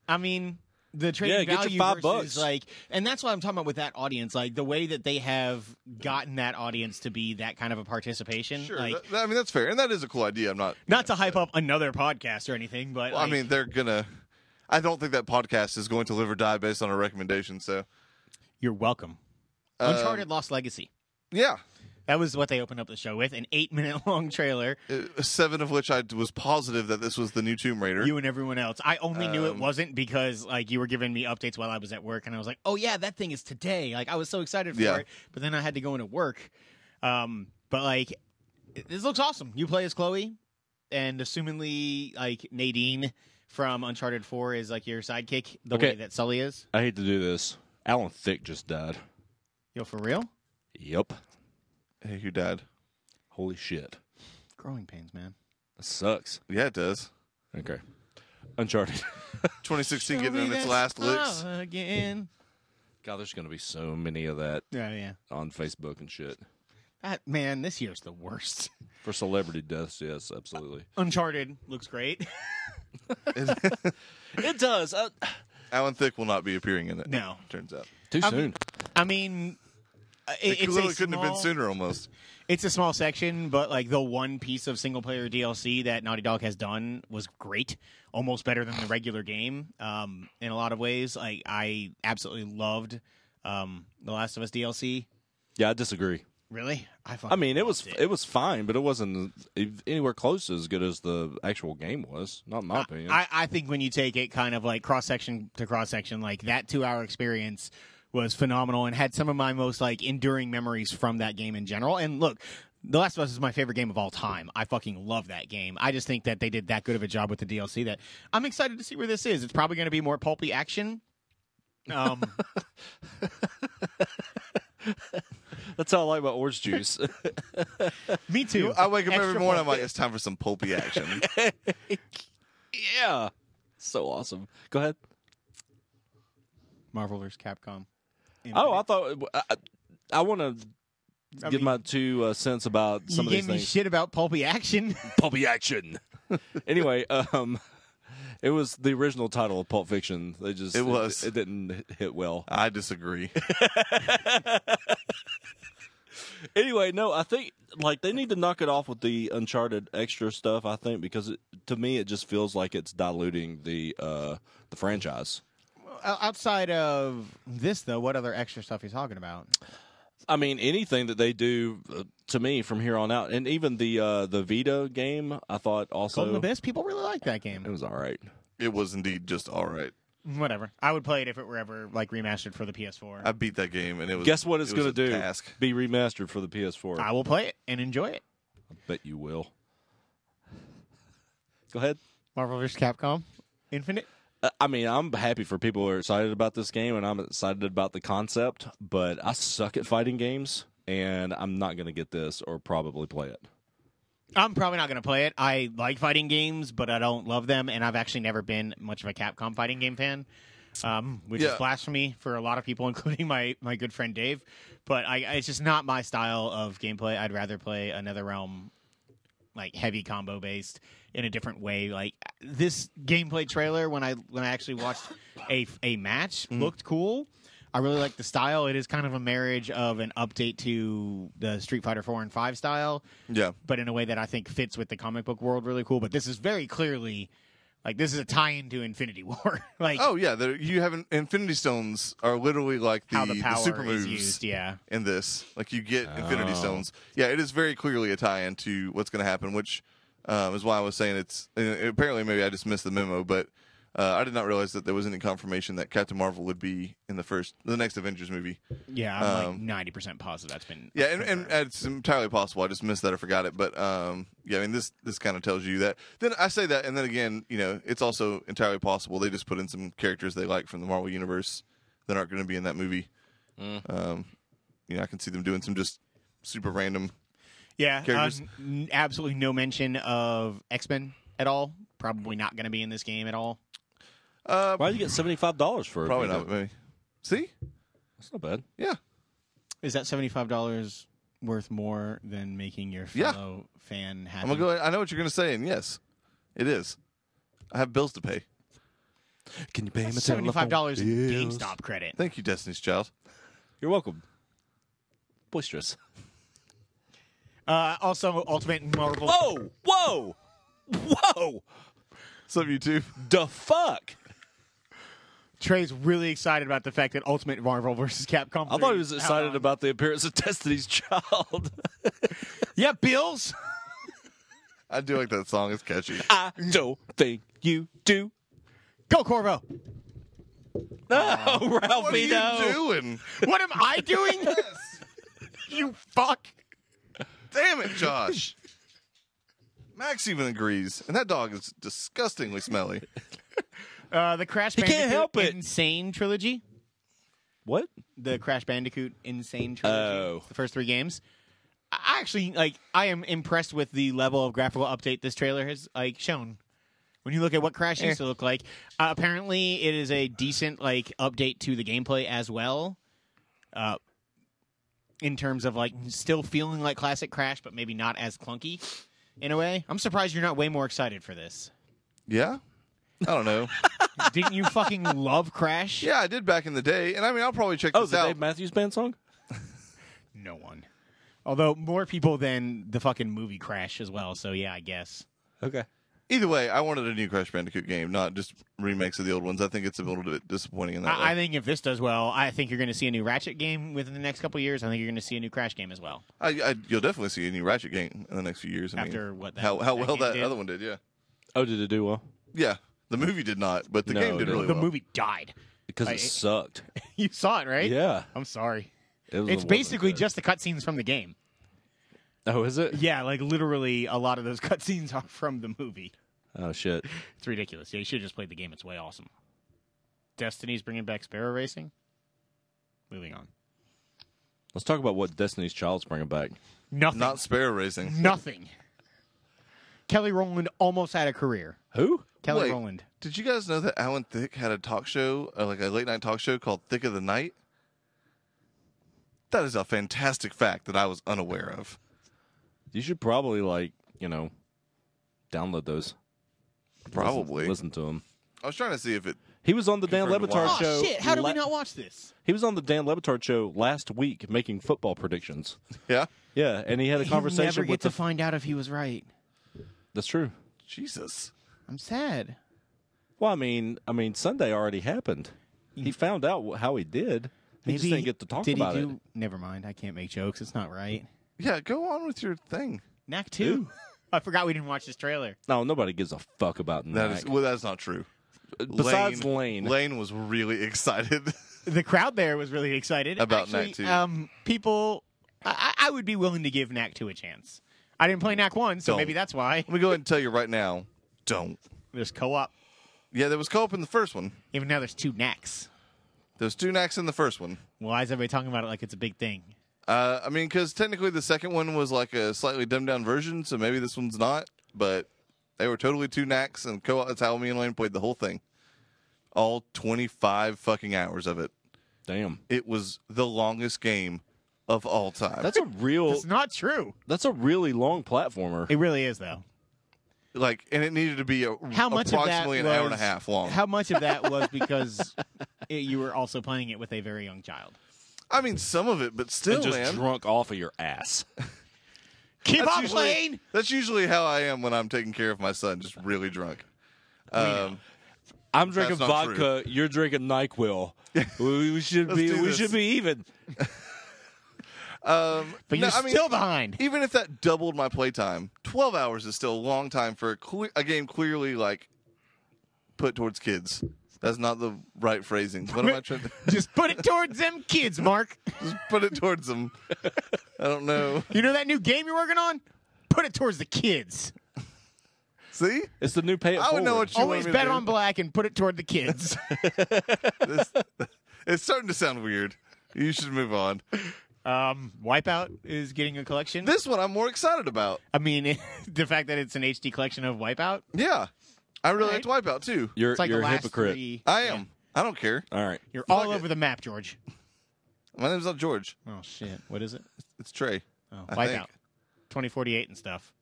[SPEAKER 1] I mean, the trading
[SPEAKER 3] Yeah, get
[SPEAKER 1] value
[SPEAKER 3] your five
[SPEAKER 1] versus
[SPEAKER 3] bucks.
[SPEAKER 1] like, and that's what I'm talking about with that audience. Like the way that they have gotten that audience to be that kind of a participation.
[SPEAKER 2] Sure,
[SPEAKER 1] like,
[SPEAKER 2] that- I mean that's fair, and that is a cool idea. I'm not.
[SPEAKER 1] not to hype up another podcast or anything, but
[SPEAKER 2] Well, I
[SPEAKER 1] like,
[SPEAKER 2] mean, they're gonna. I don't think that podcast is going to live or die based on a recommendation. So
[SPEAKER 1] you're welcome.
[SPEAKER 2] Um,
[SPEAKER 1] Uncharted Lost Legacy.
[SPEAKER 2] yeah,
[SPEAKER 1] That was what they opened up the show with, an eight minute long trailer.
[SPEAKER 2] Uh, seven of which I was positive that this was the new Tomb Raider.
[SPEAKER 1] You and everyone else. I only knew it
[SPEAKER 2] Um,
[SPEAKER 1] wasn't because like you were giving me updates while I was at work, and I was like, "Oh yeah, that thing is today." Like I was so excited for
[SPEAKER 2] Yeah.
[SPEAKER 1] it, but then I had to go into work. Um, but like, this looks awesome. You play as Chloe, and assumingly like Nadine from Uncharted Four is like your sidekick, the
[SPEAKER 3] Okay.
[SPEAKER 1] way that Sully is.
[SPEAKER 3] I hate to do this. Alan Thick just died.
[SPEAKER 1] Yo, for real?
[SPEAKER 3] Yep.
[SPEAKER 2] hey, who died?
[SPEAKER 3] Holy shit.
[SPEAKER 1] Growing pains, man.
[SPEAKER 3] That sucks.
[SPEAKER 2] Yeah, it does.
[SPEAKER 3] Okay. Uncharted.
[SPEAKER 2] 2016 giving him its last licks.
[SPEAKER 1] Oh, again.
[SPEAKER 3] God, there's gonna be so many of that
[SPEAKER 1] Oh yeah,
[SPEAKER 3] on Facebook and shit
[SPEAKER 1] that man. This year's the worst.
[SPEAKER 3] for celebrity deaths. Yes, absolutely.
[SPEAKER 1] Uncharted looks great.
[SPEAKER 3] It does. Uh,
[SPEAKER 2] Alan Thicke will not be appearing in it.
[SPEAKER 1] No.
[SPEAKER 2] turns out
[SPEAKER 3] too
[SPEAKER 1] I'm-
[SPEAKER 3] soon.
[SPEAKER 1] I mean, uh, it,
[SPEAKER 2] it
[SPEAKER 1] it's
[SPEAKER 2] literally
[SPEAKER 1] a
[SPEAKER 2] couldn't have been
[SPEAKER 1] small-
[SPEAKER 2] sooner. Almost.
[SPEAKER 1] It's a small section, but like the one piece of single player DLC that Naughty Dog has done was great, almost better than the regular game. Um, in a lot of ways, like I absolutely loved um, the Last of Us DLC.
[SPEAKER 3] Yeah, I disagree.
[SPEAKER 1] Really, I
[SPEAKER 3] I
[SPEAKER 1] fucking
[SPEAKER 3] mean, it was
[SPEAKER 1] loved
[SPEAKER 3] it was fine, but it wasn't anywhere close to as good as the actual game was. Not in my opinion.
[SPEAKER 1] I, I think when you take it kind of like cross section to cross section, like that two hour experience was phenomenal and had some of my most like enduring memories from that game in general. And look, The Last of Us is my favorite game of all time. I fucking love that game. I just think that they did that good of a job with the DLC that I'm excited to see where this is. It's probably going to be more pulpy action. Um,
[SPEAKER 3] That's all I like about orange juice.
[SPEAKER 1] me too.
[SPEAKER 2] I wake up every
[SPEAKER 1] Extra
[SPEAKER 2] morning. I'm
[SPEAKER 1] pulpy.
[SPEAKER 2] like, it's time for some pulpy action.
[SPEAKER 3] yeah, so awesome. Go ahead.
[SPEAKER 1] Marvel vs. Capcom.
[SPEAKER 3] Oh, I thought I, I want to
[SPEAKER 1] I
[SPEAKER 3] give
[SPEAKER 1] mean,
[SPEAKER 3] my two uh, cents about some
[SPEAKER 1] you
[SPEAKER 3] of these
[SPEAKER 1] gave me
[SPEAKER 3] things.
[SPEAKER 1] shit about pulpy action.
[SPEAKER 3] Pulpy action. anyway, um, it was the original title of Pulp Fiction. They just
[SPEAKER 2] It was.
[SPEAKER 3] it, didn't hit well.
[SPEAKER 2] I disagree.
[SPEAKER 3] Anyway, no, I think like they need to knock it off with the Uncharted extra stuff. I think because it, to me it just feels like it's diluting the uh the franchise.
[SPEAKER 1] O- Outside of this, though, what other extra stuff you talking about?
[SPEAKER 3] I mean, anything that they do uh, to me from here on out, and even the uh the Vita game, I thought
[SPEAKER 1] Golden
[SPEAKER 3] also
[SPEAKER 1] Abyss. People really like that
[SPEAKER 3] it
[SPEAKER 1] game.
[SPEAKER 3] was all right.
[SPEAKER 2] It was indeed just all right.
[SPEAKER 1] Whatever. I would play it if it were ever like remastered for the PS4.
[SPEAKER 2] I beat that game, and it was.
[SPEAKER 3] Guess what it's
[SPEAKER 2] it was
[SPEAKER 3] going to
[SPEAKER 2] a
[SPEAKER 3] do?
[SPEAKER 2] Task.
[SPEAKER 3] Be remastered for the PS4.
[SPEAKER 1] I will play it and enjoy it.
[SPEAKER 3] Bet you will. Go ahead.
[SPEAKER 1] Marvel vs. Capcom Infinite.
[SPEAKER 3] uh, I mean, I'm happy for people who are excited about this game, and I'm excited about the concept. But I suck at fighting games, and I'm not going to get this or probably play it.
[SPEAKER 1] I'm probably not going to play it. I like fighting games, but I don't love them, and I've actually never been much of a Capcom fighting game fan, um, which
[SPEAKER 2] Yeah.
[SPEAKER 1] is blasphemy for a lot of people, including my my good friend Dave. But I, it's just not my style of gameplay. I'd rather play another realm, like heavy combo based in a different way. Like this gameplay trailer, when I when I actually watched a a match, looked cool. I really like the style. It is kind of a marriage of an update to the Street Fighter Four and Five style
[SPEAKER 2] Yeah.
[SPEAKER 1] but in a way that I think fits with the comic book world really cool. But this is very clearly like this is a tie in to Infinity War. like
[SPEAKER 2] Oh yeah, there, you have an, Infinity Stones are literally like the,
[SPEAKER 1] how the, power
[SPEAKER 2] super
[SPEAKER 1] is
[SPEAKER 2] moves
[SPEAKER 1] used. Yeah.
[SPEAKER 2] in this. Like you get Infinity
[SPEAKER 3] Oh.
[SPEAKER 2] Stones. Yeah, it is very clearly a tie-in to what's going to happen, which um, is why I was saying it's. uh, Apparently, maybe I just missed the memo, but uh, I did not realize that there was any confirmation that Captain Marvel would be in the first, the next Avengers movie.
[SPEAKER 1] Yeah. I'm like
[SPEAKER 2] Um,
[SPEAKER 1] ninety percent positive that's been
[SPEAKER 2] Yeah, and, uh, and it's entirely possible. I just missed that or forgot it. But um, yeah, I mean this this kind of tells you that. Then I say that, and then again, you know, it's also entirely possible they just put in some characters they like from the Marvel universe that aren't going to be in that movie. Um, you know, I can see them doing some just super random.
[SPEAKER 1] Yeah.
[SPEAKER 2] Characters.
[SPEAKER 1] um, n- absolutely no mention of X Men at all. Probably not gonna be in this game at all.
[SPEAKER 2] Uh,
[SPEAKER 3] Why did you get seventy five dollars for it?
[SPEAKER 2] probably
[SPEAKER 3] Vito?
[SPEAKER 2] not. Maybe. See,
[SPEAKER 3] That's not bad.
[SPEAKER 2] yeah,
[SPEAKER 1] Is that seventy five dollars worth more than making your
[SPEAKER 2] Yeah.
[SPEAKER 1] fellow fan happy?
[SPEAKER 2] I'm gonna go. I know what you're gonna say, and yes, it is. I have bills to pay.
[SPEAKER 3] Can you pay me
[SPEAKER 1] seventy five dollars in GameStop credit.
[SPEAKER 2] Thank you, Destiny's Child.
[SPEAKER 3] You're welcome. Boisterous.
[SPEAKER 1] Uh, also Ultimate Marvel
[SPEAKER 2] Oh,
[SPEAKER 3] Whoa! Whoa! Whoa!
[SPEAKER 2] What's up, YouTube?
[SPEAKER 3] The fuck!
[SPEAKER 1] Trey's really excited about the fact that Ultimate Marvel versus Capcom.
[SPEAKER 3] I
[SPEAKER 1] 3
[SPEAKER 3] thought he was
[SPEAKER 1] is out
[SPEAKER 3] excited
[SPEAKER 1] on-
[SPEAKER 3] about the appearance of Destiny's Child.
[SPEAKER 1] Yeah, Bills.
[SPEAKER 2] I do like that song. It's catchy.
[SPEAKER 3] I don't think you do.
[SPEAKER 1] Go Corvo.
[SPEAKER 3] No,
[SPEAKER 2] What are you
[SPEAKER 3] Ralphino.
[SPEAKER 2] doing?
[SPEAKER 1] What am I doing? you fuck.
[SPEAKER 2] Damn it, Josh. Max even agrees, and that dog is disgustingly smelly.
[SPEAKER 1] Uh, the Crash
[SPEAKER 3] He can't
[SPEAKER 1] Bandicoot
[SPEAKER 3] help it.
[SPEAKER 1] Insane trilogy.
[SPEAKER 3] What?
[SPEAKER 1] The Crash Bandicoot Insane trilogy.
[SPEAKER 3] Oh.
[SPEAKER 1] The first three games. I I actually like. I am impressed with the level of graphical update this trailer has like shown. When you look at what Crash used to look like, uh, apparently it is a decent like update to the gameplay as well. Uh, in terms of like still feeling like classic Crash, but maybe not as clunky in a way. I'm surprised you're not way more excited for this.
[SPEAKER 2] Yeah? I don't know.
[SPEAKER 1] Didn't you fucking love Crash?
[SPEAKER 2] yeah, I did back in the day, and I mean, I'll probably check
[SPEAKER 3] Oh,
[SPEAKER 2] this
[SPEAKER 3] the
[SPEAKER 2] out.
[SPEAKER 3] Dave Matthews Band song?
[SPEAKER 1] No one. Although more people than the fucking movie Crash as well. So yeah, I guess.
[SPEAKER 3] Okay.
[SPEAKER 2] Either way, I wanted a new Crash Bandicoot game, not just remakes of the old ones. I think it's a little bit disappointing in that
[SPEAKER 1] I, I
[SPEAKER 2] way.
[SPEAKER 1] think if this does well, I think you're going to see a new Ratchet game within the next couple of years. I think you're going to see a new Crash game as well.
[SPEAKER 2] I, I, you'll definitely see a new Ratchet game in the next few years. I
[SPEAKER 1] After
[SPEAKER 2] mean,
[SPEAKER 1] what that-
[SPEAKER 2] how, how
[SPEAKER 1] that
[SPEAKER 2] well
[SPEAKER 1] game
[SPEAKER 2] that
[SPEAKER 1] did.
[SPEAKER 2] other one did, yeah.
[SPEAKER 3] Oh, did it do well?
[SPEAKER 2] Yeah, the movie did not, but the
[SPEAKER 3] No,
[SPEAKER 2] game
[SPEAKER 3] it
[SPEAKER 2] did
[SPEAKER 3] didn't.
[SPEAKER 2] really
[SPEAKER 1] the
[SPEAKER 2] well.
[SPEAKER 1] movie died.
[SPEAKER 3] Because
[SPEAKER 1] I-
[SPEAKER 3] it sucked.
[SPEAKER 1] You saw it, right?
[SPEAKER 3] Yeah.
[SPEAKER 1] I'm sorry.
[SPEAKER 3] It was
[SPEAKER 1] It's
[SPEAKER 3] the one that
[SPEAKER 1] basically
[SPEAKER 3] did.
[SPEAKER 1] just the cutscenes from the game.
[SPEAKER 3] Oh, is it?
[SPEAKER 1] Yeah, like literally a lot of those cutscenes are from the movie.
[SPEAKER 3] Oh, shit.
[SPEAKER 1] It's ridiculous. Yeah, you should have just played the game. It's way awesome. Destiny's bringing back Sparrow Racing. Moving on.
[SPEAKER 3] Let's talk about what Destiny's Child's bringing back.
[SPEAKER 1] Nothing.
[SPEAKER 2] Not Sparrow Racing.
[SPEAKER 1] nothing. Kelly Rowland almost had a career.
[SPEAKER 3] Who?
[SPEAKER 1] Kelly
[SPEAKER 2] Wait.
[SPEAKER 1] Rowland.
[SPEAKER 2] Did you guys know that Alan Thick had a talk show, uh, like a late night talk show called Thick of the Night? That is a fantastic fact that I was unaware of.
[SPEAKER 3] You should probably, like, you know, download those.
[SPEAKER 2] Probably.
[SPEAKER 3] Listen, listen to them.
[SPEAKER 2] I was trying to see if it.
[SPEAKER 3] He was on the Dan
[SPEAKER 2] Confirmed
[SPEAKER 3] Levitard
[SPEAKER 2] why.
[SPEAKER 1] Oh
[SPEAKER 3] show.
[SPEAKER 1] shit! How did
[SPEAKER 3] la-
[SPEAKER 1] we not watch this?
[SPEAKER 3] He was on the Dan Levitard show last week making football predictions.
[SPEAKER 2] Yeah.
[SPEAKER 3] Yeah, and he had a conversation
[SPEAKER 1] never get
[SPEAKER 3] with
[SPEAKER 1] to
[SPEAKER 3] the.
[SPEAKER 1] find out if he was right.
[SPEAKER 3] That's true.
[SPEAKER 2] Jesus.
[SPEAKER 1] I'm sad.
[SPEAKER 3] Well, I mean, I mean, Sunday already happened. He found out wh- how he did. He just didn't get to talk
[SPEAKER 1] did
[SPEAKER 3] about
[SPEAKER 1] he
[SPEAKER 3] it.
[SPEAKER 1] do, Never mind. I can't make jokes. It's not right.
[SPEAKER 2] Yeah, go on with your thing.
[SPEAKER 1] Knack two. I forgot we didn't watch this trailer.
[SPEAKER 3] No, nobody gives a fuck about
[SPEAKER 2] That
[SPEAKER 3] Knack.
[SPEAKER 2] is well, that's not true.
[SPEAKER 3] Uh, Besides Lane,
[SPEAKER 2] Lane was really excited.
[SPEAKER 1] The crowd there was really excited
[SPEAKER 2] About
[SPEAKER 1] Actually,
[SPEAKER 2] Knack two.
[SPEAKER 1] Um, people, I, I I would be willing to give Knack two a chance. I didn't play Knack one, so
[SPEAKER 2] Don't.
[SPEAKER 1] maybe that's why
[SPEAKER 2] Let me go ahead and tell you right now. Don't.
[SPEAKER 1] there's co-op.
[SPEAKER 2] Yeah, there was co-op in the first one.
[SPEAKER 1] Even now, there's two necks.
[SPEAKER 2] There's two knacks in the first one.
[SPEAKER 1] Why is everybody talking about it like it's a big thing?
[SPEAKER 2] Uh, I mean, because technically the second one was like a slightly dumbed down version, so maybe this one's not. But they were totally two knacks, and co-op. That's how me and Lane played the whole thing, all 25 fucking hours of it.
[SPEAKER 3] Damn,
[SPEAKER 2] It was the longest game of all time.
[SPEAKER 3] that's a real
[SPEAKER 1] It's not true.
[SPEAKER 3] that's a really long platformer.
[SPEAKER 1] It really is, though.
[SPEAKER 2] like, and it needed to be a,
[SPEAKER 1] Mm-hmm. How much of that
[SPEAKER 2] approximately an hour and a
[SPEAKER 1] was-
[SPEAKER 2] half long.
[SPEAKER 1] How much of that was because it, you were also playing it with a very young child?
[SPEAKER 2] I mean, some of it, but still,
[SPEAKER 3] And just
[SPEAKER 2] man.
[SPEAKER 3] drunk off of your ass.
[SPEAKER 1] Keep
[SPEAKER 2] That's
[SPEAKER 1] on
[SPEAKER 2] usually-
[SPEAKER 1] playing.
[SPEAKER 2] That's usually how I am when I'm taking care of my son, just really drunk. Um,
[SPEAKER 3] I'm drinking
[SPEAKER 2] That's not
[SPEAKER 3] vodka. You're drinking Nyquil. we we should
[SPEAKER 2] Let's
[SPEAKER 3] be
[SPEAKER 2] do
[SPEAKER 3] we
[SPEAKER 2] this.
[SPEAKER 3] should be even.
[SPEAKER 2] um,
[SPEAKER 1] But
[SPEAKER 2] no,
[SPEAKER 1] you're
[SPEAKER 2] I mean,
[SPEAKER 1] still behind.
[SPEAKER 2] even if that doubled my playtime, 12 hours is still a long time for a, cle- a game clearly like put towards kids. That's not the right phrasing. What am I trying to
[SPEAKER 1] Just put it towards them kids, Mark.
[SPEAKER 2] just put it towards them? I don't know.
[SPEAKER 1] You know that new game you're working on? Put it towards the kids.
[SPEAKER 2] See,
[SPEAKER 3] It's the new pay. It
[SPEAKER 2] I would know
[SPEAKER 3] forward.
[SPEAKER 2] what you
[SPEAKER 1] Always
[SPEAKER 2] want me to
[SPEAKER 1] bet
[SPEAKER 2] do.
[SPEAKER 1] on black and put it toward the kids.
[SPEAKER 2] This- it's starting to sound weird. You should move on.
[SPEAKER 1] um, Wipeout is getting a collection.
[SPEAKER 2] This one I'm more excited about.
[SPEAKER 1] I mean, the fact that it's an HD collection of Wipeout.
[SPEAKER 2] Yeah, I really
[SPEAKER 1] Alright.
[SPEAKER 2] liked Wipeout too.
[SPEAKER 3] You're
[SPEAKER 1] It's like
[SPEAKER 3] you're
[SPEAKER 1] the
[SPEAKER 3] a
[SPEAKER 1] last
[SPEAKER 3] hypocrite.
[SPEAKER 1] three.
[SPEAKER 2] I
[SPEAKER 1] Yeah.
[SPEAKER 2] am. I don't care.
[SPEAKER 3] All right.
[SPEAKER 1] You're
[SPEAKER 2] Fuck
[SPEAKER 1] all
[SPEAKER 2] it.
[SPEAKER 1] over the map, George.
[SPEAKER 2] My name's not George.
[SPEAKER 1] Oh shit! What is it?
[SPEAKER 2] It's Trey.
[SPEAKER 1] Oh,
[SPEAKER 2] I
[SPEAKER 1] Wipeout,
[SPEAKER 2] think.
[SPEAKER 1] twenty forty eight and stuff.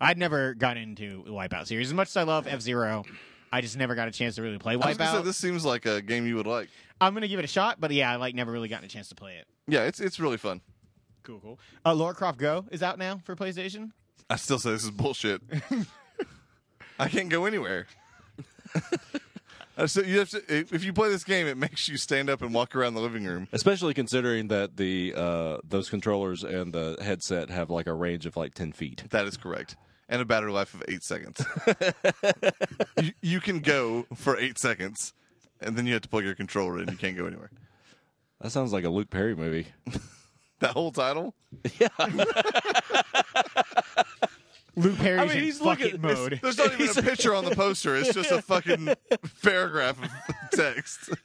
[SPEAKER 1] I'd never got into the Wipeout series as much as I love F Zero. I just never got a chance to really play
[SPEAKER 2] I was gonna
[SPEAKER 1] Wipeout.
[SPEAKER 2] say this seems like a game you would like.
[SPEAKER 1] I'm gonna give it a shot, but yeah, I like never really gotten a chance to play it.
[SPEAKER 2] Yeah, it's it's really fun.
[SPEAKER 1] Cool, cool. Uh, Lara Croft Go is out now for PlayStation.
[SPEAKER 2] I still say this is bullshit. I can't go anywhere. Uh, so you have to if, if you play this game, it makes you stand up and walk around the living room.
[SPEAKER 3] Especially considering that the uh, those controllers and the headset have like a range of like ten feet.
[SPEAKER 2] That is correct, and a battery life of eight seconds. you, you can go for eight seconds, and then you have to plug your controller in. You can't go anywhere.
[SPEAKER 3] That sounds like a Luke Perry movie.
[SPEAKER 2] That whole title.
[SPEAKER 1] Luke Perry's
[SPEAKER 3] I mean,
[SPEAKER 1] in
[SPEAKER 3] he's
[SPEAKER 1] fucking
[SPEAKER 3] looking- it's-
[SPEAKER 1] mode.
[SPEAKER 2] There's not even a picture on the poster. It's just a fucking paragraph of text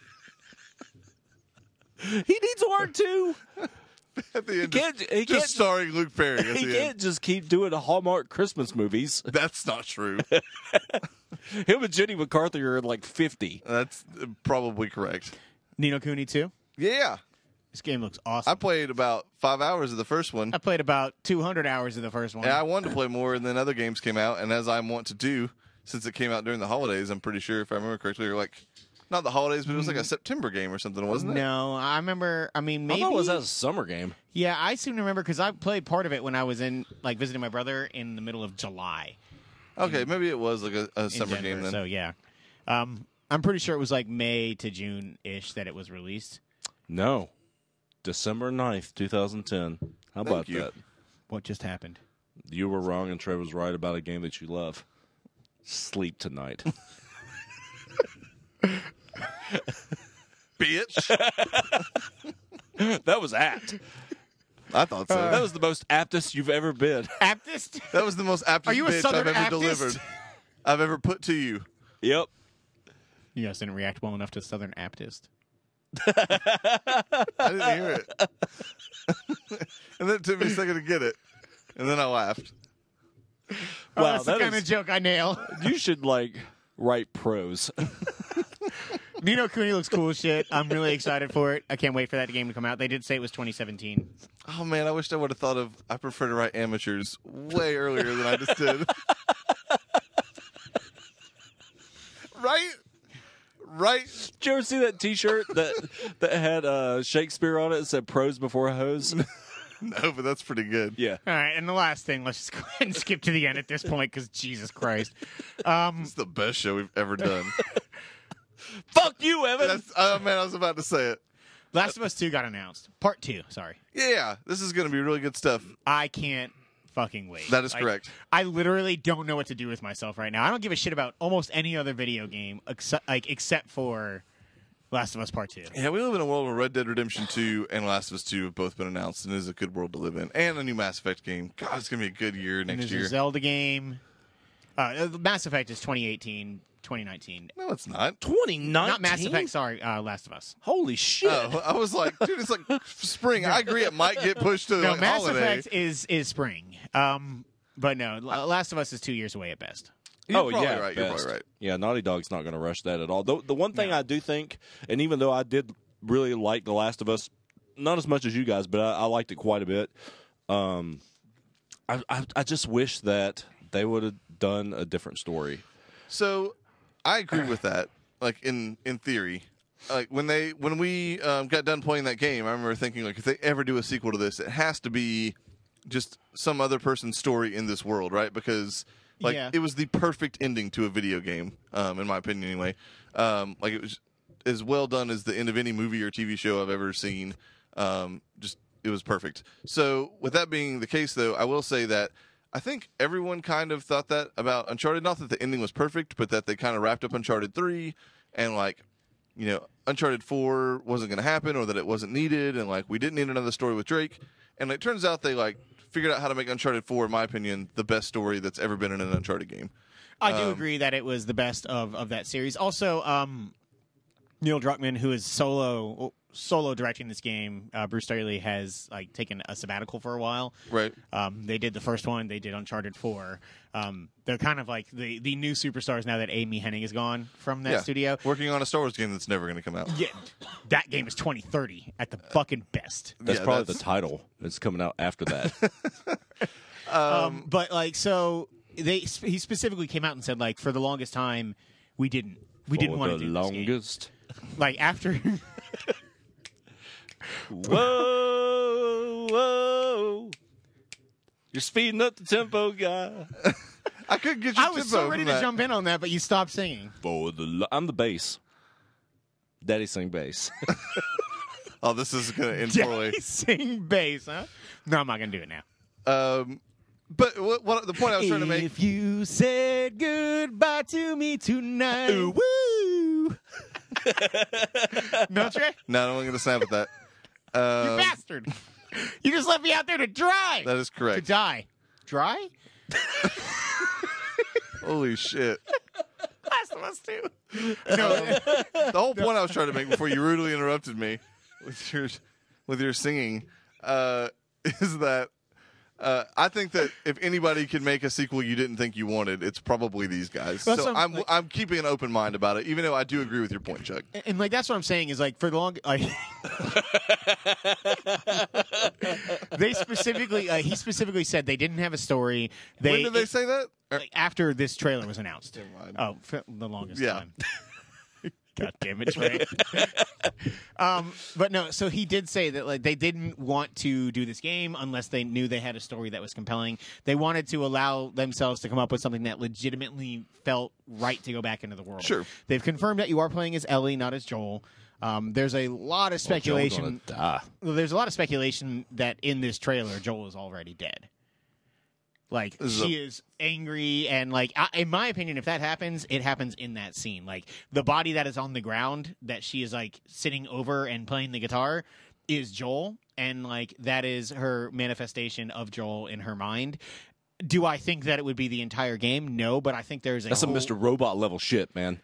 [SPEAKER 3] He needs work too.
[SPEAKER 2] at the end. of-
[SPEAKER 3] Can't, he can't,
[SPEAKER 2] just starring Luke Perry. At
[SPEAKER 3] he
[SPEAKER 2] the end.
[SPEAKER 3] can't just keep doing Hallmark Christmas movies.
[SPEAKER 2] That's not true.
[SPEAKER 3] Him and Jenny McCarthy are like fifty.
[SPEAKER 2] That's uh, probably correct.
[SPEAKER 1] Nino Cooney too.
[SPEAKER 2] Yeah,
[SPEAKER 1] This game looks
[SPEAKER 2] I
[SPEAKER 1] awesome.
[SPEAKER 2] played about five hours of the first one,
[SPEAKER 1] I, played about 200 hours of the first one.
[SPEAKER 2] and I wanted to play more, and then other games came out, and as I want to do, since it came out during the holidays, I'm pretty sure if I remember correctly, or like not the holidays, but it was
[SPEAKER 1] Hmm.
[SPEAKER 2] like a September game or something, wasn't it?
[SPEAKER 1] no, I remember. I mean, maybe
[SPEAKER 3] I thought it was that a summer game.
[SPEAKER 1] Yeah, I seem to remember because I played part of it when I was in like visiting my brother in the middle of July.
[SPEAKER 2] Okay, maybe it was like a, a
[SPEAKER 1] in
[SPEAKER 2] summer
[SPEAKER 1] Denver,
[SPEAKER 2] game then.
[SPEAKER 1] So yeah, um, I'm pretty sure it was like May to June ish that it was released.
[SPEAKER 3] No, December 9th, two thousand ten. How about
[SPEAKER 2] you.
[SPEAKER 3] that?
[SPEAKER 1] What just happened?
[SPEAKER 3] You were wrong, and Trey was right about a game that you love. Sleep tonight.
[SPEAKER 2] Bitch,
[SPEAKER 3] that was apt.
[SPEAKER 2] I thought so.
[SPEAKER 1] Uh,
[SPEAKER 3] That was the most aptest you've ever been.
[SPEAKER 1] Baptist?
[SPEAKER 2] that was the most apt
[SPEAKER 1] Are you a
[SPEAKER 2] bitch I've
[SPEAKER 1] Southern
[SPEAKER 2] ever
[SPEAKER 1] Baptist?
[SPEAKER 2] delivered. I've ever put to you.
[SPEAKER 3] Yep.
[SPEAKER 1] You guys didn't react well enough to Southern Baptist.
[SPEAKER 2] I didn't hear it, and then it took me a second to get it, and then I laughed.
[SPEAKER 1] Oh,
[SPEAKER 3] Wow,
[SPEAKER 1] that's the
[SPEAKER 3] that
[SPEAKER 1] kind
[SPEAKER 3] is-
[SPEAKER 1] of joke I nail.
[SPEAKER 3] You should like write prose.
[SPEAKER 1] Nino Cooney looks cool as shit. I'm really excited for it. I can't wait for that game to come out. They did say it was 2017.
[SPEAKER 2] Oh man, I wished I would have thought of. I prefer to write amateurs way earlier than I just did. right, right.
[SPEAKER 3] Did you ever see that T-shirt that that had uh, Shakespeare on it? It said "prose before hose."
[SPEAKER 2] No, but that's pretty good.
[SPEAKER 3] yeah,
[SPEAKER 1] All right, and the last thing, let's just go ahead and skip to the end at this point because Jesus Christ. Um,
[SPEAKER 2] It's the best show we've ever done.
[SPEAKER 3] fuck you, Evan.
[SPEAKER 2] that's, oh man, I was about to say it.
[SPEAKER 1] Last of Us 2 got announced. Part 2, sorry.
[SPEAKER 2] Yeah, this is going to be really good stuff.
[SPEAKER 1] I can't fucking wait.
[SPEAKER 2] That is
[SPEAKER 1] Like,
[SPEAKER 2] correct.
[SPEAKER 1] I literally don't know what to do with myself right now. I don't give a shit about almost any other video game except like except for Last of Us Part 2.
[SPEAKER 2] Yeah, we live in a world where Red Dead Redemption 2 and Last of Us 2 have both been announced, and it is a good world to live in. And a new Mass Effect game. God, it's going to be a good year
[SPEAKER 1] And
[SPEAKER 2] next
[SPEAKER 1] there's a
[SPEAKER 2] year.
[SPEAKER 1] Zelda game. Uh, Mass Effect is 2018, 2019.
[SPEAKER 2] No, it's not.
[SPEAKER 3] 2019.
[SPEAKER 1] Not Mass Effect, sorry, uh, Last of Us.
[SPEAKER 3] Holy shit.
[SPEAKER 2] Oh, I was like, dude, it's like spring. I agree, it might get pushed to the
[SPEAKER 1] No,
[SPEAKER 2] like,
[SPEAKER 1] Mass
[SPEAKER 2] holiday.
[SPEAKER 1] Effect is is spring. Um, but no, L- Last of Us is two years away at best.
[SPEAKER 2] You're
[SPEAKER 3] oh
[SPEAKER 2] probably
[SPEAKER 3] yeah,
[SPEAKER 2] right. You're probably
[SPEAKER 3] best.
[SPEAKER 2] right.
[SPEAKER 3] Yeah, Naughty Dog's not going to rush that at all. Though the one thing
[SPEAKER 1] No.
[SPEAKER 3] I do think, and even though I did really like The Last of Us, not as much as you guys, but I, I liked it quite a bit. Um, I, I I just wish that they would have done a different story.
[SPEAKER 2] So I agree with that. Like in in theory, like when they when we um, got done playing that game, I remember thinking like if they ever do a sequel to this, it has to be just some other person's story in this world, right? Because like
[SPEAKER 1] Yeah.
[SPEAKER 2] it was the perfect ending to a video game, um, in my opinion, anyway. Um, like it was as well done as the end of any movie or TV show I've ever seen. Um, just it was perfect. So with that being the case, though, I will say that I think everyone kind of thought that about Uncharted. Not that the ending was perfect, but that they kind of wrapped up Uncharted three and like you know, Uncharted 4 wasn't going to happen or that it wasn't needed and like we didn't need another story with Drake. And it turns out they like figured out how to make Uncharted 4 in my opinion the best story that's ever been in an Uncharted game.
[SPEAKER 1] I
[SPEAKER 3] Um,
[SPEAKER 1] do agree that it was the best of, of that series. Also, um, Neil Druckmann, who is solo solo directing this game, uh, Bruce Staley has like taken a sabbatical for a while.
[SPEAKER 2] Right?
[SPEAKER 1] Um, they did the first one. They did Uncharted Four. Um, they're kind of like the the new superstars now that Amy Henning is gone from that
[SPEAKER 2] Yeah.
[SPEAKER 1] studio.
[SPEAKER 2] Working on a Star Wars game that's never going to come out.
[SPEAKER 1] Yeah, that game is 2030 at the fucking best.
[SPEAKER 3] That's
[SPEAKER 2] Yeah,
[SPEAKER 3] probably
[SPEAKER 2] that's-
[SPEAKER 3] the title that's coming out after that.
[SPEAKER 1] Um, but like so they he specifically came out and said like for the longest time we didn't we didn't
[SPEAKER 3] For
[SPEAKER 1] want to
[SPEAKER 3] the
[SPEAKER 1] do this game.
[SPEAKER 3] longest.
[SPEAKER 1] like after
[SPEAKER 3] Whoa, whoa. You're speeding up the tempo, guy.
[SPEAKER 2] I could get you
[SPEAKER 1] I was so ready to jump in on that but you stopped singing.
[SPEAKER 3] For the lo- I'm the bass. Daddy sing bass.
[SPEAKER 2] Oh, this is going to end poorly.
[SPEAKER 1] Daddy sing bass, huh? No, I'm not gonna do it now.
[SPEAKER 2] Um but what, what the point I was trying to make
[SPEAKER 1] If you said goodbye to me tonight, woo. no, Trey,
[SPEAKER 2] No, I'm going to snap at that.
[SPEAKER 1] you
[SPEAKER 2] Um,
[SPEAKER 1] bastard! You just left me out there to dry,
[SPEAKER 2] that is
[SPEAKER 1] to
[SPEAKER 2] correct.
[SPEAKER 1] die. Dry?
[SPEAKER 2] Holy shit.
[SPEAKER 1] Last of Us Two. No,
[SPEAKER 2] Um, the whole point I was trying to make before you rudely interrupted me with your with your singing uh, is that uh, I think that if anybody could make a sequel you didn't think you wanted, it's probably these guys.
[SPEAKER 1] That's
[SPEAKER 2] so
[SPEAKER 1] what
[SPEAKER 2] I'm
[SPEAKER 1] I'm-
[SPEAKER 2] I'm, keeping an open mind about it, even though I do agree with your point, Chuck.
[SPEAKER 1] and, and, like that's what I'm saying is like for the long like they specifically uh, he specifically said they didn't have a story. They,
[SPEAKER 2] when did they say that? Or-
[SPEAKER 1] like, after this trailer was announced?
[SPEAKER 2] Er, mind.
[SPEAKER 1] Oh, for the longest
[SPEAKER 2] Yeah.
[SPEAKER 1] time. God damn it, Trey. um, but no, so he did say that like they didn't want to do this game unless they knew they had a story that was compelling. They wanted to allow themselves to come up with something that legitimately felt right to go back into the world.
[SPEAKER 2] Sure.
[SPEAKER 1] They've confirmed that you are playing as Ellie, not as Joel. Um, there's a lot of speculation.
[SPEAKER 3] Ah.
[SPEAKER 1] there's a lot of speculation that in this trailer, Joel is already dead. Like
[SPEAKER 2] This is
[SPEAKER 1] she is angry, and like I, in my opinion, if that happens, it happens in that scene. Like the body that is on the ground that she is like sitting over and playing the guitar is Joel, and like that is her manifestation of Joel in her mind. Do I think that it would be the entire game? No, but I think there's a
[SPEAKER 3] That's
[SPEAKER 2] Oh.
[SPEAKER 3] some
[SPEAKER 1] whole-
[SPEAKER 3] Mr. Robot level shit, man.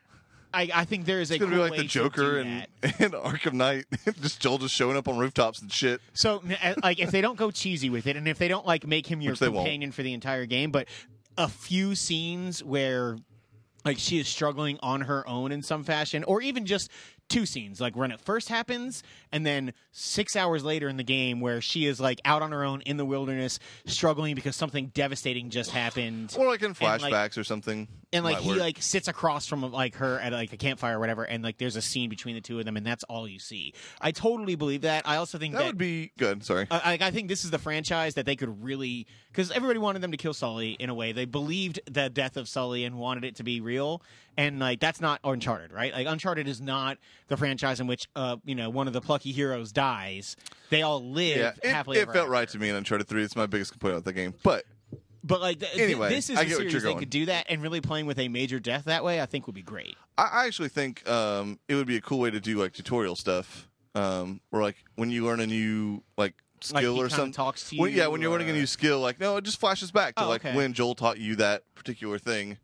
[SPEAKER 1] I, I think there is a
[SPEAKER 2] It's gonna be
[SPEAKER 1] cool
[SPEAKER 2] like
[SPEAKER 1] way
[SPEAKER 2] the
[SPEAKER 1] to
[SPEAKER 2] Joker
[SPEAKER 1] do
[SPEAKER 2] and,
[SPEAKER 1] that.
[SPEAKER 2] and Arkham Knight, just Joel just showing up on rooftops and shit.
[SPEAKER 1] So, n- uh, like, if they don't go cheesy with it, and if they don't like make him your
[SPEAKER 2] Which they won't.
[SPEAKER 1] companion for the entire game, but a few scenes where like she is struggling on her own in some fashion, or even just two scenes, like when it first happens, and then six hours later in the game where she is like out on her own in the wilderness, struggling because something devastating just happened
[SPEAKER 2] Or like in flashbacks
[SPEAKER 1] like-
[SPEAKER 2] or something.
[SPEAKER 1] and like
[SPEAKER 2] Might
[SPEAKER 1] he
[SPEAKER 2] work.
[SPEAKER 1] like sits across from like her at like a campfire or whatever and like there's a scene between the two of them and that's all you see i totally believe that i also think
[SPEAKER 2] that would be good. Sorry.
[SPEAKER 1] I, I- I think this is the franchise that they could really because everybody wanted them to kill Sully in a way. They believed the death of Sully and wanted it to be real, and like that's not Uncharted, right? Like Uncharted is not the franchise in which uh you know one of the plucky heroes dies. They all
[SPEAKER 2] yeah,
[SPEAKER 1] live
[SPEAKER 2] it,
[SPEAKER 1] happily
[SPEAKER 2] it
[SPEAKER 1] ever
[SPEAKER 2] felt
[SPEAKER 1] after.
[SPEAKER 2] right to me in Uncharted Three. It's my biggest complaint about the game, but
[SPEAKER 1] But like th- th-
[SPEAKER 2] Anyway,
[SPEAKER 1] this is
[SPEAKER 2] I
[SPEAKER 1] the
[SPEAKER 2] get what you're
[SPEAKER 1] series they
[SPEAKER 2] going.
[SPEAKER 1] could do that, and really playing with a major death that way, I think would be great.
[SPEAKER 2] I I actually think um, it would be a cool way to do like tutorial stuff, um, or like when you learn a new like
[SPEAKER 1] Like
[SPEAKER 2] skill
[SPEAKER 1] he
[SPEAKER 2] or
[SPEAKER 1] kinda
[SPEAKER 2] something.
[SPEAKER 1] talks to you.
[SPEAKER 2] When, yeah, when you're learning a
[SPEAKER 1] or-
[SPEAKER 2] new skill, like no, it just flashes back to
[SPEAKER 1] Oh,
[SPEAKER 2] like
[SPEAKER 1] okay.
[SPEAKER 2] when Joel taught you that particular thing,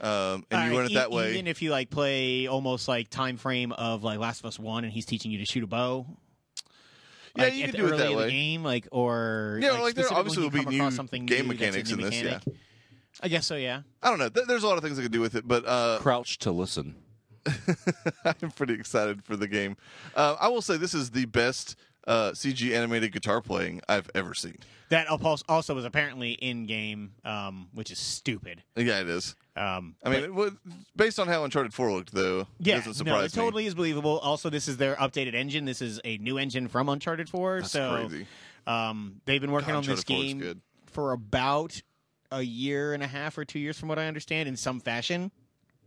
[SPEAKER 2] um, and you
[SPEAKER 1] Alright,
[SPEAKER 2] run it
[SPEAKER 1] e-
[SPEAKER 2] that way.
[SPEAKER 1] Even if you like play almost like time frame of like Last of Us One, and he's teaching you to shoot a bow.
[SPEAKER 2] Yeah,
[SPEAKER 1] like,
[SPEAKER 2] you
[SPEAKER 1] at
[SPEAKER 2] can
[SPEAKER 1] the
[SPEAKER 2] do it
[SPEAKER 1] early
[SPEAKER 2] that
[SPEAKER 1] in
[SPEAKER 2] way.
[SPEAKER 1] The game, like or
[SPEAKER 2] Yeah, like, there
[SPEAKER 1] specifically
[SPEAKER 2] obviously
[SPEAKER 1] when
[SPEAKER 2] will
[SPEAKER 1] you
[SPEAKER 2] be
[SPEAKER 1] come across
[SPEAKER 2] new
[SPEAKER 1] something
[SPEAKER 2] game
[SPEAKER 1] new that's a
[SPEAKER 2] mechanics
[SPEAKER 1] new
[SPEAKER 2] in this,
[SPEAKER 1] mechanic. I guess so. Yeah.
[SPEAKER 2] I don't know. Th- There's a lot of things I could do with it, but uh,
[SPEAKER 3] Crouch to listen.
[SPEAKER 2] I'm pretty excited for the game. Uh, I will say this is the best uh, CG animated guitar playing I've ever seen.
[SPEAKER 1] That al- also was apparently in game, um, which is stupid.
[SPEAKER 2] Yeah, it is.
[SPEAKER 1] Um,
[SPEAKER 2] I mean, it was, based on how Uncharted 4 looked, though,
[SPEAKER 1] yeah,
[SPEAKER 2] it doesn't
[SPEAKER 1] no,
[SPEAKER 2] surprise
[SPEAKER 1] it totally is believable. Also, this is their updated engine. This is a new engine from Uncharted Four.
[SPEAKER 2] me. That's
[SPEAKER 1] so
[SPEAKER 2] crazy.
[SPEAKER 1] Um, they've been working
[SPEAKER 2] God,
[SPEAKER 1] on this
[SPEAKER 2] Uncharted 4 is
[SPEAKER 1] game
[SPEAKER 2] good.
[SPEAKER 1] for about a year and a half or two years, from what I understand, in some fashion.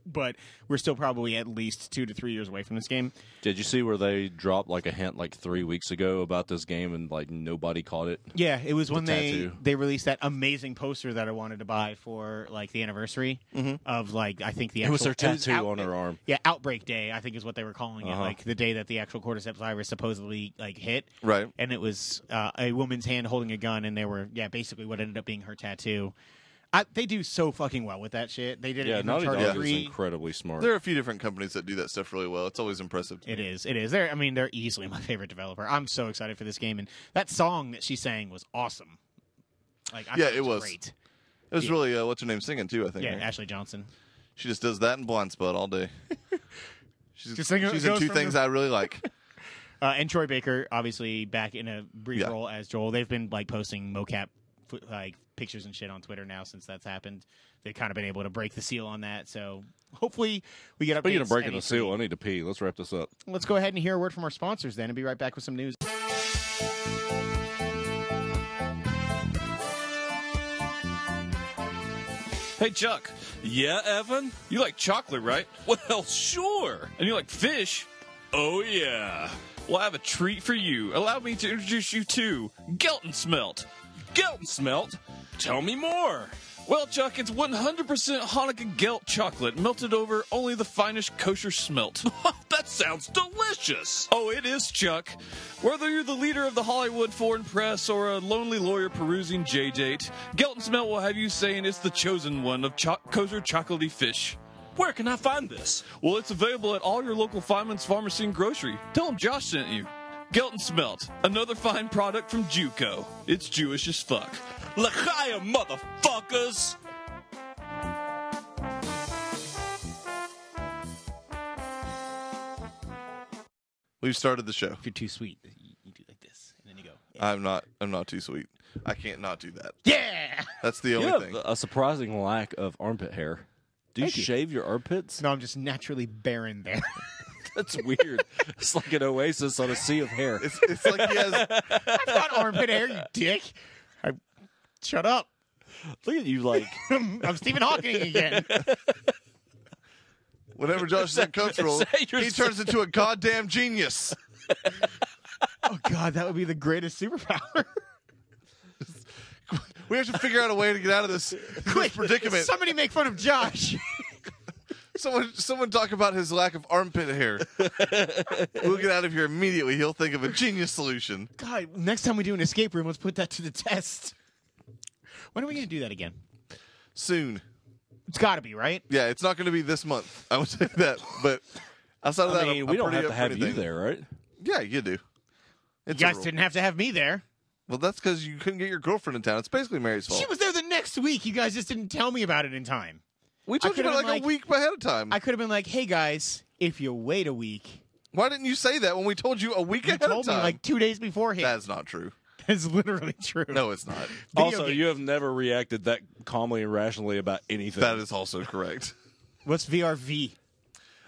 [SPEAKER 1] But we're still probably at least two to three years away from this game.
[SPEAKER 3] Did you see where they dropped like a hint like three weeks ago about this game and like nobody caught it?
[SPEAKER 1] Yeah, it was when they
[SPEAKER 3] tattoo.
[SPEAKER 1] they released that amazing poster that I wanted to buy for like the anniversary of like I think the
[SPEAKER 3] Mm-hmm. It was
[SPEAKER 1] actual-
[SPEAKER 3] her tattoo
[SPEAKER 1] out-
[SPEAKER 3] on her arm.
[SPEAKER 1] Yeah, Outbreak Day I think is what they were calling it,
[SPEAKER 3] Uh-huh.
[SPEAKER 1] like the day that the actual cordyceps virus supposedly like hit.
[SPEAKER 2] Right.
[SPEAKER 1] and it was uh, a woman's hand holding a gun, and they were yeah, basically what ended up being her tattoo. I, they do so fucking well with that shit. They did it
[SPEAKER 3] Yeah,
[SPEAKER 1] in
[SPEAKER 3] Naughty
[SPEAKER 1] Uncharted
[SPEAKER 3] Dog is
[SPEAKER 1] Three.
[SPEAKER 3] incredibly smart.
[SPEAKER 2] There are a few different companies that do that stuff really well. It's always impressive. to
[SPEAKER 1] It
[SPEAKER 2] me.
[SPEAKER 1] is. It is. They're. I mean, they're easily my favorite developer. I'm so excited for this game, and that song that she sang was awesome. Like, I
[SPEAKER 2] Yeah,
[SPEAKER 1] thought
[SPEAKER 2] it was.
[SPEAKER 1] great.
[SPEAKER 2] It was really uh, what's her name singing too. I think.
[SPEAKER 1] Yeah,
[SPEAKER 2] right?
[SPEAKER 1] Ashley Johnson.
[SPEAKER 2] she just does that and blind spot all day. She's,
[SPEAKER 1] Just singing-
[SPEAKER 2] she's in
[SPEAKER 1] goes
[SPEAKER 2] two
[SPEAKER 1] from the-
[SPEAKER 2] things I really like.
[SPEAKER 1] Uh, and Troy Baker, obviously, back in a brief
[SPEAKER 2] Yeah.
[SPEAKER 1] role as Joel. They've been like posting mocap fo- like pictures and shit on Twitter now since that's happened. They've kind of been able to break the seal on that. So hopefully we get up.
[SPEAKER 3] Speaking of breaking the seal, I need to pee. Let's wrap this up.
[SPEAKER 1] Let's go ahead and hear a word from our sponsors then, and be right back with some news.
[SPEAKER 4] Hey, Chuck.
[SPEAKER 3] Yeah, Evan?
[SPEAKER 4] You like chocolate, right?
[SPEAKER 3] Well, sure.
[SPEAKER 4] And you like fish?
[SPEAKER 3] Oh, yeah.
[SPEAKER 4] Well, I have a treat for you. Allow me to introduce you to Geltensmelt.
[SPEAKER 3] Geltensmelt?
[SPEAKER 4] Tell me more. Well, Chuck, it's 100% Hanukkah Gelt chocolate melted over only the finest kosher smelt.
[SPEAKER 3] that sounds delicious.
[SPEAKER 4] Oh, it is, Chuck. Whether you're the leader of the Hollywood foreign press or a lonely lawyer perusing J Date, Gelton Smelt will have you saying it's the chosen one of cho- kosher chocolatey fish.
[SPEAKER 3] Where can I find this?
[SPEAKER 4] Well, it's available at all your local Feynman's Pharmacy and Grocery. Tell them Josh sent you. Gelton Smelt, another fine product from Juco. It's Jewish as fuck.
[SPEAKER 3] Lachaya, motherfuckers.
[SPEAKER 2] We've started the show.
[SPEAKER 1] If you're too sweet, you, you do like this, and then you go,
[SPEAKER 2] I'm not. I'm not too sweet. I can't not do that.
[SPEAKER 1] "Yeah."
[SPEAKER 2] That's the
[SPEAKER 3] You
[SPEAKER 2] only
[SPEAKER 3] have
[SPEAKER 2] thing.
[SPEAKER 3] a surprising lack of armpit hair. Do you
[SPEAKER 1] Thank you.
[SPEAKER 3] shave your armpits?
[SPEAKER 1] No, I'm just naturally barren there.
[SPEAKER 3] That's weird. it's like an oasis on a sea of hair.
[SPEAKER 2] It's, it's like he has.
[SPEAKER 1] I've got armpit hair, you dick. I, shut up.
[SPEAKER 3] Look at you, like
[SPEAKER 1] I'm Stephen Hawking again.
[SPEAKER 2] Whenever Josh is uncomfortable,
[SPEAKER 3] that your
[SPEAKER 2] he turns into a goddamn genius.
[SPEAKER 1] oh God, that would be the greatest superpower.
[SPEAKER 2] We have to figure out a way to get out of this, this predicament.
[SPEAKER 1] Somebody make fun of Josh.
[SPEAKER 2] Someone, someone talk about his lack of armpit hair. we'll get out of here immediately. He'll think of a genius solution.
[SPEAKER 1] God, next time we do an escape room, let's put that to the test. When are we gonna do that again?
[SPEAKER 2] soon.
[SPEAKER 1] It's got to be right.
[SPEAKER 2] Yeah, it's not going to be this month. I would say that, but outside of
[SPEAKER 3] I
[SPEAKER 2] that,
[SPEAKER 3] mean,
[SPEAKER 2] I'm,
[SPEAKER 3] we
[SPEAKER 2] I'm
[SPEAKER 3] don't
[SPEAKER 2] pretty
[SPEAKER 3] have
[SPEAKER 2] up
[SPEAKER 3] to
[SPEAKER 2] for
[SPEAKER 3] have you
[SPEAKER 2] anything.
[SPEAKER 3] there, right?
[SPEAKER 2] Yeah, you do.
[SPEAKER 1] You
[SPEAKER 2] It's a
[SPEAKER 1] guys
[SPEAKER 2] rule.
[SPEAKER 1] didn't have to have me there.
[SPEAKER 2] Well, that's because you couldn't get your girlfriend in town. It's basically Mary's fault.
[SPEAKER 1] She was there the next week. You guys just didn't tell me about it in time.
[SPEAKER 2] we talked
[SPEAKER 1] could've
[SPEAKER 2] about it
[SPEAKER 1] been
[SPEAKER 2] like a
[SPEAKER 1] like-
[SPEAKER 2] week ahead of time.
[SPEAKER 1] I could have been like, "Hey guys, if you wait a week,
[SPEAKER 2] Why didn't you say that when we told you a week
[SPEAKER 1] you
[SPEAKER 2] ahead
[SPEAKER 1] told
[SPEAKER 2] of
[SPEAKER 1] me
[SPEAKER 2] time?
[SPEAKER 1] like two days beforehand."
[SPEAKER 2] that's not true.
[SPEAKER 1] That's literally true.
[SPEAKER 2] No, it's not.
[SPEAKER 1] Video
[SPEAKER 3] also,
[SPEAKER 1] game-
[SPEAKER 3] you have never reacted that calmly and rationally about anything.
[SPEAKER 2] that is also correct.
[SPEAKER 1] What's VRV?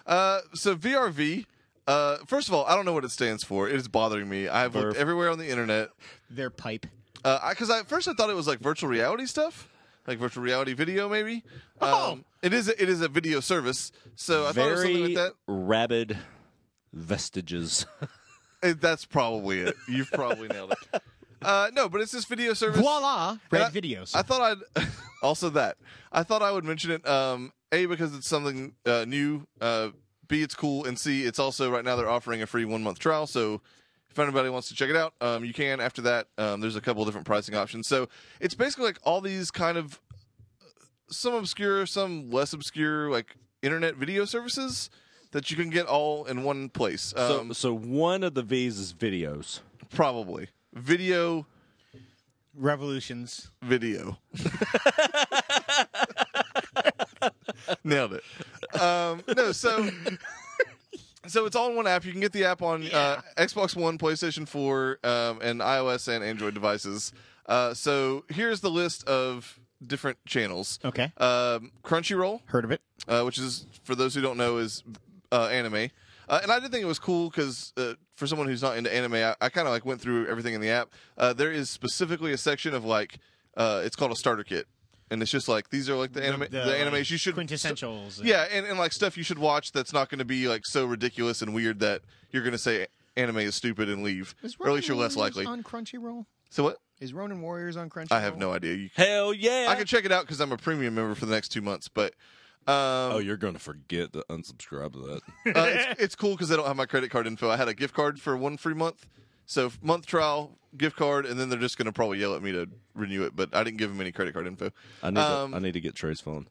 [SPEAKER 2] Uh, so VRV. Uh, first of all, I don't know what it stands for. It is bothering me. I've looked
[SPEAKER 3] Verve.
[SPEAKER 2] everywhere on the internet.
[SPEAKER 1] Their pipe.
[SPEAKER 2] because uh, I, 'cause I- at first I thought it was like virtual reality stuff, like virtual reality video, maybe.
[SPEAKER 1] Oh.
[SPEAKER 2] Um, it is a, it is a video service, so I thought it was something
[SPEAKER 3] very
[SPEAKER 2] like that.
[SPEAKER 3] rabid vestiges.
[SPEAKER 2] It, that's probably it. You've probably nailed it. Uh, no, but it's this video service.
[SPEAKER 1] Voila,
[SPEAKER 2] And
[SPEAKER 1] red
[SPEAKER 2] I-
[SPEAKER 1] videos.
[SPEAKER 2] I thought I'd also that. I thought I would mention it. Um, a because it's something uh, new. Uh, B it's cool, and C it's also right now they're offering a free one month trial. So if anybody wants to check it out, um, you can. After that, um, there's a couple different pricing options. So it's basically like all these kind of some obscure, some less obscure, like internet video services that you can get all in one place.
[SPEAKER 3] So,
[SPEAKER 2] Um,
[SPEAKER 3] so one of the V's is videos.
[SPEAKER 2] probably video,
[SPEAKER 1] Revolutions.
[SPEAKER 2] video. Nailed it. Um, no, so so it's all in one app. You can get the app on uh, Xbox One, PlayStation Four, um, and iOS and Android devices. Uh, so here's the list of different channels.
[SPEAKER 1] Okay.
[SPEAKER 2] Um, Crunchyroll,
[SPEAKER 1] Heard of it?
[SPEAKER 2] uh, which is for those who don't know is uh, anime. Uh, and I did think it was cool because uh, for someone who's not into anime, I, I kind of like went through everything in the app. Uh, there is specifically a section of like uh, it's called a starter kit, and it's just like these are like the anime the, animes you should
[SPEAKER 1] quintessentials.
[SPEAKER 2] yeah, and, and like stuff you should watch that's not going to be like so ridiculous and weird that you're going to say anime is stupid and leave, or at least you're less likely.
[SPEAKER 1] on Crunchyroll.
[SPEAKER 2] so what?
[SPEAKER 1] Is Ronin Warriors on Crunchyroll?
[SPEAKER 2] I have no idea. You,
[SPEAKER 3] Hell yeah!
[SPEAKER 2] I can check it out because I'm a premium member for the next two months, but. Um,
[SPEAKER 3] oh, you're gonna forget to unsubscribe to that.
[SPEAKER 2] uh, it's, it's cool because they don't have my credit card info. I had a gift card for one free month, so f- month trial, gift card, and then they're just going to probably yell at me to renew it. But I didn't give them any credit card info.
[SPEAKER 3] I need
[SPEAKER 2] Um,
[SPEAKER 3] to, I need to get Trey's phone.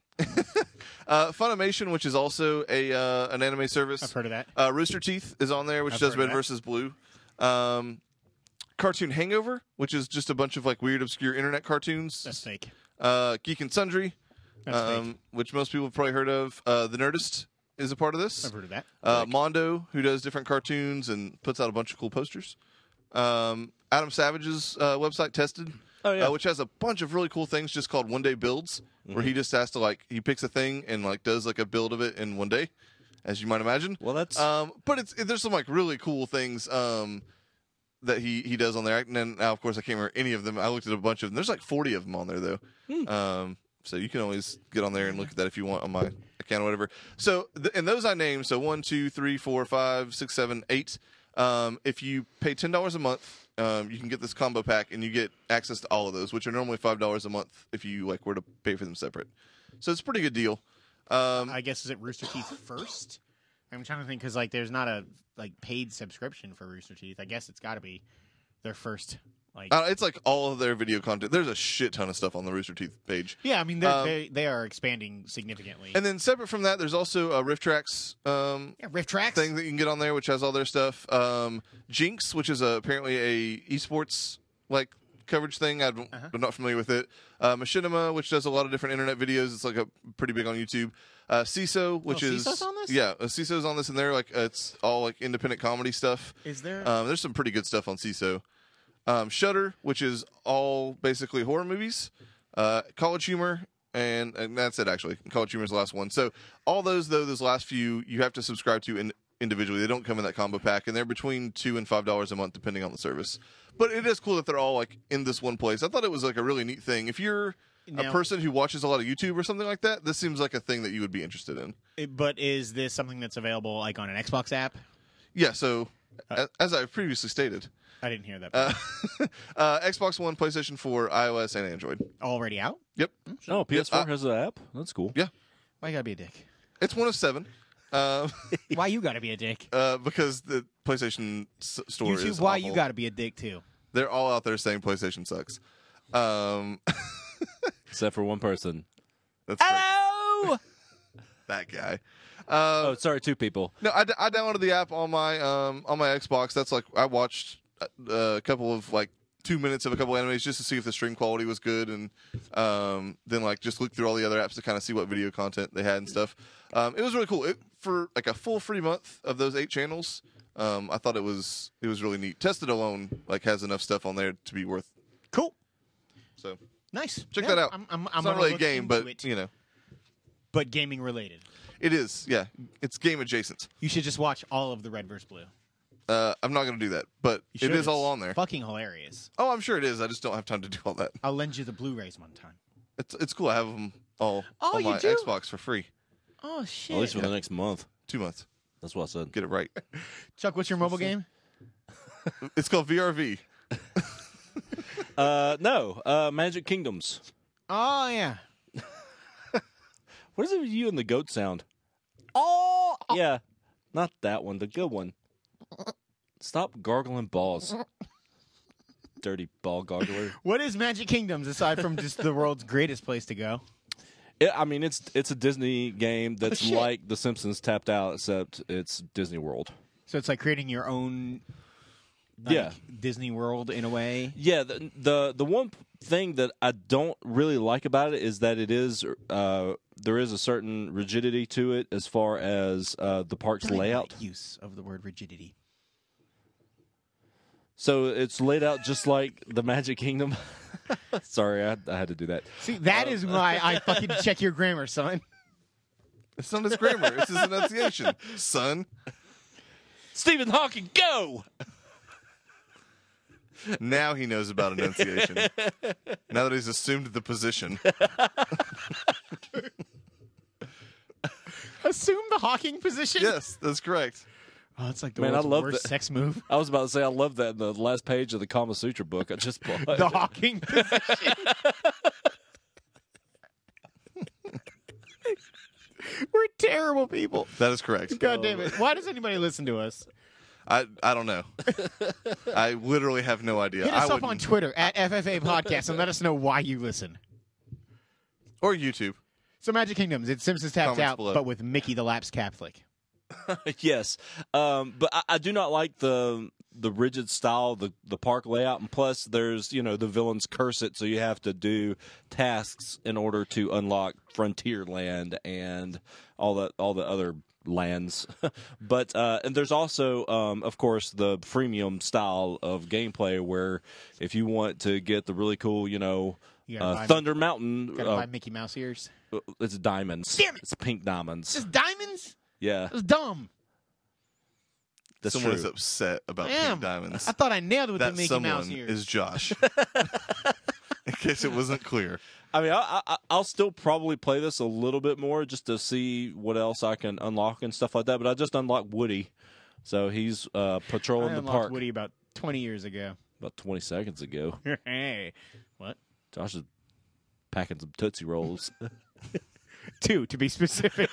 [SPEAKER 2] Uh, Funimation, which is also a uh, an anime service,
[SPEAKER 1] I've heard of that.
[SPEAKER 2] Uh, Rooster Teeth is on there, which
[SPEAKER 1] I've
[SPEAKER 2] does
[SPEAKER 1] heard of
[SPEAKER 2] Red
[SPEAKER 1] that.
[SPEAKER 2] versus Blue. Um, Cartoon Hangover, which is just a bunch of like weird, obscure internet cartoons.
[SPEAKER 1] That's fake.
[SPEAKER 2] Uh, Geek and Sundry,
[SPEAKER 1] That's fake.
[SPEAKER 2] um, which most people have probably heard of. Uh, the Nerdist is a part of this.
[SPEAKER 1] I've heard of that.
[SPEAKER 2] Uh, Mondo, who does different cartoons and puts out a bunch of cool posters. Um, Adam Savage's uh, website, Tested,
[SPEAKER 3] Oh, yeah. Mm-hmm.
[SPEAKER 2] uh, which has a bunch of really cool things just called One Day Builds, where he just has to like he picks a thing and like does like a build of it in one day, as you might imagine.
[SPEAKER 3] Well, that's
[SPEAKER 2] Um, but it's there's some like really cool things um, that he he does on there. And then now, of course, I can't remember any of them. I looked at a bunch of them. There's like 40 of them on there though. Um, so you can always get on there and look at that if you want on my account or whatever. So th- and those I named. So one, two, three, four, five, six, seven, eight. Um, if you pay ten dollars a month, um, you can get this combo pack and you get access to all of those, which are normally five dollars a month if you like were to pay for them separate. So it's a pretty good deal. Um,
[SPEAKER 1] I guess is it Rooster Teeth first? I'm trying to think because like there's not a like paid subscription for Rooster Teeth. I guess it's got to be their first. Like
[SPEAKER 2] Uh, it's like all of their video content. There's a shit ton of stuff on the Rooster Teeth page.
[SPEAKER 1] yeah, I mean they're,
[SPEAKER 2] um,
[SPEAKER 1] they they are expanding significantly.
[SPEAKER 2] And then separate from that, there's also a Rift Tracks um,
[SPEAKER 1] yeah, Rift Tracks.
[SPEAKER 2] thing that you can get on there, which has all their stuff. Um, Jinx, which is a, apparently a esports like coverage thing. I don't,
[SPEAKER 1] Uh-huh.
[SPEAKER 2] I'm not familiar with it. Uh, Machinima, which does a lot of different internet videos. It's like a pretty big on YouTube. Uh, CISO, which is
[SPEAKER 1] CISO's Oh, on this?
[SPEAKER 2] yeah, uh, CISO's on this, and they're like uh, it's all like independent comedy stuff.
[SPEAKER 1] Is there?
[SPEAKER 2] Um, there's some pretty good stuff on CISO. Um, Shutter, which is all basically horror movies, uh, College Humor, and, and that's it actually. College Humor is the last one. So all those though, those last few you have to subscribe to in, individually. They don't come in that combo pack, and they're between two and five dollars a month depending on the service. But it is cool that they're all like in this one place. I thought it was like a really neat thing. If you're a
[SPEAKER 1] Now-
[SPEAKER 2] person who watches a lot of YouTube or something like that, this seems like a thing that you would be interested in.
[SPEAKER 1] It- but is this something that's available like on an Xbox app?
[SPEAKER 2] Yeah. So a- as I previously stated.
[SPEAKER 1] I didn't hear that.
[SPEAKER 2] Uh, uh, Xbox One, PlayStation 4, iOS, and Android.
[SPEAKER 1] Already out?
[SPEAKER 2] Yep.
[SPEAKER 3] oh, PS4
[SPEAKER 2] uh,
[SPEAKER 3] has an app. That's cool.
[SPEAKER 2] Yeah.
[SPEAKER 1] Why you gotta be a dick?
[SPEAKER 2] It's one of seven. Um
[SPEAKER 1] Why you gotta be a dick?
[SPEAKER 2] uh, because the PlayStation s- store
[SPEAKER 1] YouTube,
[SPEAKER 2] is
[SPEAKER 1] why
[SPEAKER 2] awful.
[SPEAKER 1] you gotta be a dick too?
[SPEAKER 2] They're all out there saying PlayStation sucks. Um,
[SPEAKER 3] Except for one person.
[SPEAKER 2] that's great.
[SPEAKER 3] Hello.
[SPEAKER 2] that guy. Uh,
[SPEAKER 3] oh, sorry, two people.
[SPEAKER 2] no, I, d- I downloaded the app on my um, on my Xbox. That's like I watched uh, a couple of like two minutes of a couple of animes just to see if the stream quality was good, and um, then like just look through all the other apps to kind of see what video content they had and stuff. Um, it was really cool. It, for like a full free month of those eight channels, um, I thought it was it was really neat. Tested alone like has enough stuff on there to be worth.
[SPEAKER 1] Cool.
[SPEAKER 2] So
[SPEAKER 1] Nice.
[SPEAKER 2] check
[SPEAKER 1] Yeah,
[SPEAKER 2] that out.
[SPEAKER 1] I'm, I'm, I'm
[SPEAKER 2] it's not
[SPEAKER 1] gonna
[SPEAKER 2] really a
[SPEAKER 1] look
[SPEAKER 2] game,
[SPEAKER 1] into
[SPEAKER 2] but
[SPEAKER 1] it,
[SPEAKER 2] you know
[SPEAKER 1] but gaming related.
[SPEAKER 2] it is. Yeah, it's game adjacent.
[SPEAKER 1] You should just watch all of the Red vs. Blue.
[SPEAKER 2] Uh, I'm not gonna do that, but
[SPEAKER 1] You
[SPEAKER 2] it
[SPEAKER 1] should.
[SPEAKER 2] is all
[SPEAKER 1] It's
[SPEAKER 2] on there.
[SPEAKER 1] Fucking hilarious.
[SPEAKER 2] Oh, I'm sure it is. I just don't have time to do all that.
[SPEAKER 1] I'll lend you the Blu-rays one time.
[SPEAKER 2] It's it's cool. I have them all
[SPEAKER 1] Oh,
[SPEAKER 2] on
[SPEAKER 1] you
[SPEAKER 2] my
[SPEAKER 1] do?
[SPEAKER 2] Xbox for free.
[SPEAKER 1] Oh
[SPEAKER 3] At least
[SPEAKER 1] shit.
[SPEAKER 3] for the next month.
[SPEAKER 2] Two months.
[SPEAKER 3] That's what I said.
[SPEAKER 2] Get it right.
[SPEAKER 1] Chuck, what's your mobile game?
[SPEAKER 2] it's called VRV.
[SPEAKER 3] Uh, no, uh, Magic Kingdoms.
[SPEAKER 1] Oh yeah.
[SPEAKER 3] What is it with you and the goat sound? Oh, yeah, not that one. The good one. Stop gargling balls, dirty ball gargler.
[SPEAKER 1] What is Magic Kingdoms aside from just the world's greatest place to go?
[SPEAKER 3] It, I mean, it's it's a Disney game that's like The Simpsons tapped out, except it's Disney World.
[SPEAKER 1] So it's like creating your own like,
[SPEAKER 3] Yeah.
[SPEAKER 1] Disney World in a way.
[SPEAKER 3] Yeah, the, the the one thing that I don't really like about it is that it is uh, there is a certain rigidity to it as far as uh, the park's layout.
[SPEAKER 1] Dynamite use of the word rigidity.
[SPEAKER 3] So it's laid out just like the Magic Kingdom. Sorry, I, I had to do that.
[SPEAKER 1] See, that is why I fucking check your grammar, son.
[SPEAKER 2] It's not his grammar; it's his enunciation, son.
[SPEAKER 3] Stephen Hawking, go!
[SPEAKER 2] Now he knows about enunciation. now that he's assumed the position,
[SPEAKER 1] Assume the Hawking position.
[SPEAKER 2] yes, that's correct.
[SPEAKER 1] Oh, it's like the
[SPEAKER 3] Man, I
[SPEAKER 1] world's
[SPEAKER 3] love
[SPEAKER 1] worst
[SPEAKER 3] that.
[SPEAKER 1] sex move.
[SPEAKER 3] I was about to say I love that in the last page of the Kama Sutra book I just bought.
[SPEAKER 1] The Hawking position. We're terrible people.
[SPEAKER 2] That is correct.
[SPEAKER 1] God damn it. Why does anybody listen to us?
[SPEAKER 2] I I don't know. I literally have no idea.
[SPEAKER 1] Hit
[SPEAKER 2] I
[SPEAKER 1] us up on
[SPEAKER 2] wouldn't-
[SPEAKER 1] Twitter at FFA Podcast and let us know why you listen.
[SPEAKER 2] or YouTube.
[SPEAKER 1] So Magic Kingdoms, it's Simpsons Tapped
[SPEAKER 2] Comments
[SPEAKER 1] Out,
[SPEAKER 2] below.
[SPEAKER 1] but with Mickey the Lapsed Catholic.
[SPEAKER 3] yes, um, but I, I do not like the the rigid style, the the park layout, and plus there's you know the villains curse it, so you have to do tasks in order to unlock frontier land and all that all the other lands. but uh, and there's also um, of course the freemium style of gameplay where if you want to get the really cool you know.
[SPEAKER 1] You gotta buy-
[SPEAKER 3] Uh, Thunder Mountain,
[SPEAKER 1] Gotta
[SPEAKER 2] Oh.
[SPEAKER 3] uh,
[SPEAKER 1] buy Mickey Mouse ears.
[SPEAKER 3] it's diamonds.
[SPEAKER 1] Damn it!
[SPEAKER 3] It's pink diamonds.
[SPEAKER 1] Just diamonds?
[SPEAKER 3] Yeah,
[SPEAKER 1] It's dumb.
[SPEAKER 3] that's
[SPEAKER 2] someone
[SPEAKER 3] true.
[SPEAKER 2] is upset about
[SPEAKER 1] Damn.
[SPEAKER 2] pink diamonds.
[SPEAKER 1] I thought I nailed it with
[SPEAKER 2] That
[SPEAKER 1] the Mickey
[SPEAKER 2] someone
[SPEAKER 1] Mouse ears.
[SPEAKER 2] is Josh. In case it wasn't clear,
[SPEAKER 3] I mean, I, I, I'll still probably play this a little bit more just to see what else I can unlock and stuff like that. But I just unlocked Woody, so he's uh,
[SPEAKER 1] I
[SPEAKER 3] patrolling the
[SPEAKER 1] unlocked
[SPEAKER 3] park
[SPEAKER 1] Woody about 20 years ago.
[SPEAKER 3] about twenty seconds ago.
[SPEAKER 1] hey. What?
[SPEAKER 3] Josh is packing some tootsie rolls.
[SPEAKER 1] Two, to be specific.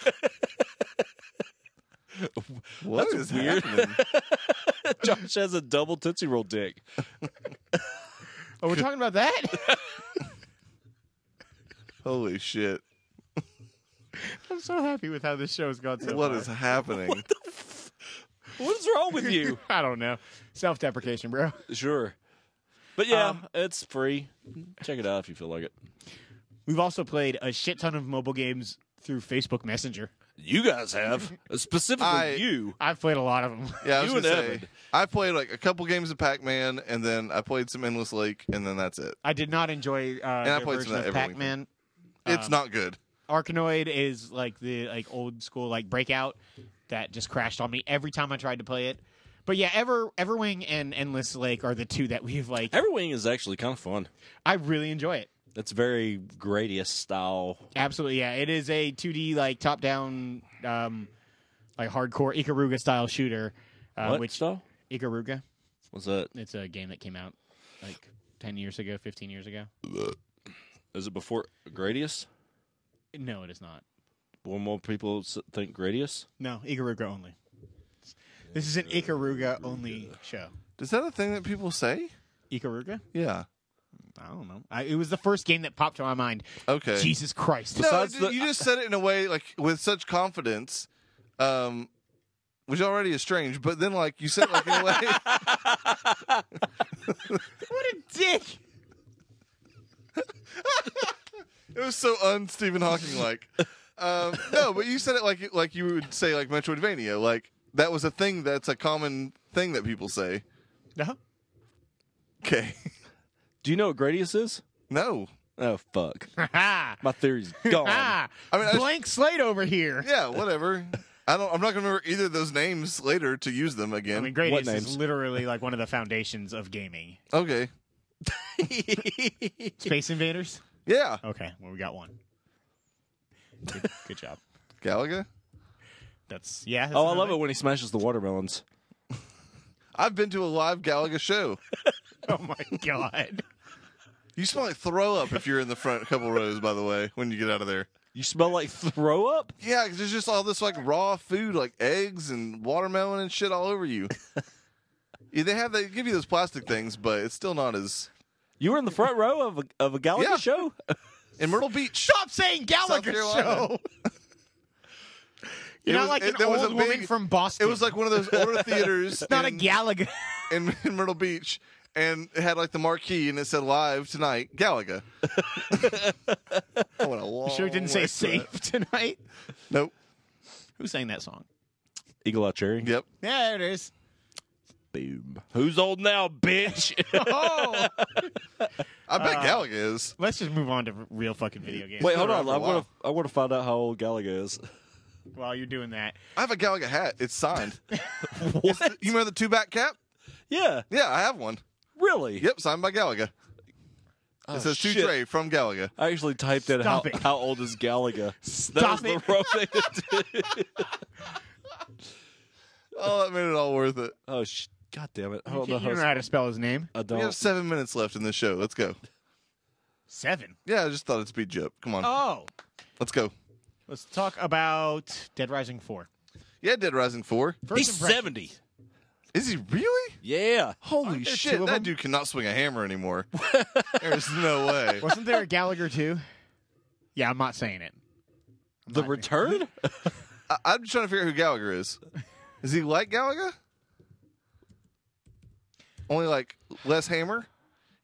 [SPEAKER 2] what is happening?
[SPEAKER 3] Josh has a double tootsie roll dick.
[SPEAKER 1] oh, we're talking about that?
[SPEAKER 2] Holy shit!
[SPEAKER 1] I'm so happy with how this show has gone so
[SPEAKER 2] What
[SPEAKER 1] far.
[SPEAKER 2] is happening?
[SPEAKER 3] What is wrong with you?
[SPEAKER 1] I don't know. Self deprecation, bro.
[SPEAKER 3] sure, but yeah,
[SPEAKER 1] Um,
[SPEAKER 3] it's free. Check it out if you feel like it.
[SPEAKER 1] We've also played a shit ton of mobile games through Facebook Messenger.
[SPEAKER 3] You guys have Uh, specifically
[SPEAKER 2] I-
[SPEAKER 3] you.
[SPEAKER 1] I've played a lot of them.
[SPEAKER 2] Yeah, I was
[SPEAKER 3] You and
[SPEAKER 2] gonna say
[SPEAKER 3] Evan.
[SPEAKER 2] I played like a couple games of Pac-Man, and then I played some Endless Lake, and then that's it.
[SPEAKER 1] I did not enjoy uh,
[SPEAKER 2] And I
[SPEAKER 1] their
[SPEAKER 2] played
[SPEAKER 1] version
[SPEAKER 2] some of
[SPEAKER 1] of
[SPEAKER 2] that every
[SPEAKER 1] Pac-Man.
[SPEAKER 2] It's
[SPEAKER 3] Ah.
[SPEAKER 1] Um,
[SPEAKER 2] not good.
[SPEAKER 1] Arkanoid is like the like old school like breakout that just crashed on me every time I tried to play it. But yeah, Ever Everwing and Endless Lake are the two that we've like.
[SPEAKER 3] Everwing is actually kind of fun.
[SPEAKER 1] I really enjoy it.
[SPEAKER 3] It's very Gradius style.
[SPEAKER 1] Absolutely, yeah. It is a 2D like top-down, um, like hardcore Ikaruga style shooter. Uh,
[SPEAKER 3] what
[SPEAKER 1] Which
[SPEAKER 3] style?
[SPEAKER 1] Ikaruga?
[SPEAKER 3] What's that?
[SPEAKER 1] It's a game that came out like ten years ago, fifteen years ago.
[SPEAKER 3] Is it before Gradius?
[SPEAKER 1] No, it is not.
[SPEAKER 3] More more people s- think Gradius.
[SPEAKER 1] No, Ikaruga only. This is an Ikaruga only show.
[SPEAKER 2] Is that a thing that people say?
[SPEAKER 1] Ikaruga?
[SPEAKER 2] Yeah.
[SPEAKER 1] I don't know. I, it was the first game that popped to my mind.
[SPEAKER 2] Okay.
[SPEAKER 1] Jesus Christ!
[SPEAKER 2] No,
[SPEAKER 3] Besides
[SPEAKER 2] dude,
[SPEAKER 3] the-
[SPEAKER 2] you just said it in a way like with such confidence, um, which already is strange. But then, like you said, it, like in a way,
[SPEAKER 1] what a dick!
[SPEAKER 2] it was so un Stephen Hawking like. Um, no, but you said it like like you would say like Metroidvania, like that was a thing that's a common thing that people say.
[SPEAKER 1] No,
[SPEAKER 2] Okay.
[SPEAKER 3] Do you know what Gradius is?
[SPEAKER 2] no.
[SPEAKER 3] Oh fuck,
[SPEAKER 1] ha
[SPEAKER 3] my theory's gone.
[SPEAKER 1] ha!
[SPEAKER 2] I mean, I-
[SPEAKER 1] Ah. Blank slate over here.
[SPEAKER 2] Yeah. Whatever. I don't. I'm not gonna remember either of those names later to use them again.
[SPEAKER 1] I mean, Gradius
[SPEAKER 3] names?
[SPEAKER 1] is literally like one of the foundations of gaming.
[SPEAKER 2] okay.
[SPEAKER 1] Space Invaders.
[SPEAKER 2] Yeah.
[SPEAKER 1] Okay, well we got one. Good, good job.
[SPEAKER 2] Galaga.
[SPEAKER 1] That's yeah. that's
[SPEAKER 3] oh, I love
[SPEAKER 1] another-
[SPEAKER 3] it when he smashes the watermelons.
[SPEAKER 2] I've been to a live Galaga show.
[SPEAKER 1] Oh my god.
[SPEAKER 2] You smell like throw up if you're in the front couple rows. By the way, when you get out of there.
[SPEAKER 3] You smell like throw up.
[SPEAKER 2] Yeah, 'cause there's just all this like raw food, like eggs and watermelon and shit all over you. yeah, they have they give you those plastic things, but it's still not as
[SPEAKER 3] You were in the front row of a, of a Galaga
[SPEAKER 2] Yeah.
[SPEAKER 3] show.
[SPEAKER 2] in Myrtle Beach.
[SPEAKER 1] Stop saying Gallagher
[SPEAKER 2] Carolina.
[SPEAKER 1] show. You're
[SPEAKER 2] It
[SPEAKER 1] not
[SPEAKER 2] was-
[SPEAKER 1] like
[SPEAKER 2] it-
[SPEAKER 1] an
[SPEAKER 2] there
[SPEAKER 1] old
[SPEAKER 2] was a
[SPEAKER 1] woman
[SPEAKER 2] big-
[SPEAKER 1] from Boston.
[SPEAKER 2] It was like one of those older theaters.
[SPEAKER 1] not a
[SPEAKER 2] in-
[SPEAKER 1] Gallagher.
[SPEAKER 2] in, in Myrtle Beach, and it had like the marquee, and it said "Live tonight, Galaga." what a long
[SPEAKER 1] sure didn't
[SPEAKER 2] way
[SPEAKER 1] say
[SPEAKER 2] to
[SPEAKER 1] safe
[SPEAKER 2] that.
[SPEAKER 1] tonight.
[SPEAKER 2] Nope.
[SPEAKER 1] Who sang that song?
[SPEAKER 3] Eagle Eye Cherry.
[SPEAKER 2] Yep.
[SPEAKER 1] Yeah, there it is.
[SPEAKER 3] Boom.
[SPEAKER 4] Who's old now, bitch?
[SPEAKER 1] Oh,
[SPEAKER 2] I bet Galaga is.
[SPEAKER 1] let's just move on to r- real fucking video games.
[SPEAKER 3] Wait, hold
[SPEAKER 2] been
[SPEAKER 3] on.
[SPEAKER 2] around
[SPEAKER 3] I'm
[SPEAKER 2] for a
[SPEAKER 3] gonna I want to find out how old Galaga is.
[SPEAKER 1] While you're doing that,
[SPEAKER 2] I have a Galaga hat. It's signed. It's the- you remember the two back cap?
[SPEAKER 3] Yeah,
[SPEAKER 2] Yeah, I have one.
[SPEAKER 3] really.
[SPEAKER 2] Yep, signed by Galaga.
[SPEAKER 3] Oh,
[SPEAKER 2] It says two
[SPEAKER 3] shit.
[SPEAKER 2] tray from Galaga.
[SPEAKER 3] I actually typed in how,
[SPEAKER 1] Stop it.
[SPEAKER 3] how old is Galaga.
[SPEAKER 1] Stop
[SPEAKER 3] that was
[SPEAKER 1] it.
[SPEAKER 3] the wrong thing to do.
[SPEAKER 2] Oh, that made it all worth it.
[SPEAKER 3] Oh, sh- God damn it. I
[SPEAKER 1] you
[SPEAKER 3] don't know
[SPEAKER 1] don't
[SPEAKER 3] how
[SPEAKER 1] know how to spell his name.
[SPEAKER 3] I
[SPEAKER 2] We have
[SPEAKER 3] don't.
[SPEAKER 2] seven minutes left in this show. Let's go.
[SPEAKER 1] Seven.
[SPEAKER 2] Yeah, I just thought it'd speed you up. Come on,
[SPEAKER 1] Oh,
[SPEAKER 2] let's go.
[SPEAKER 1] let's talk about Dead Rising Four.
[SPEAKER 2] Yeah, Dead Rising Four.
[SPEAKER 1] First
[SPEAKER 3] He's
[SPEAKER 1] impressions.
[SPEAKER 3] 70.
[SPEAKER 2] Is he really?
[SPEAKER 3] Yeah.
[SPEAKER 2] Holy
[SPEAKER 1] there
[SPEAKER 2] shit!
[SPEAKER 1] two
[SPEAKER 2] That
[SPEAKER 1] of them?
[SPEAKER 2] dude cannot swing a hammer anymore. There's no way.
[SPEAKER 1] Wasn't there a Gallagher too? Yeah, I'm not saying it.
[SPEAKER 3] The return?
[SPEAKER 2] I- I'm just trying to figure out who Gallagher is. Is he like Gallagher? Only like less hammer.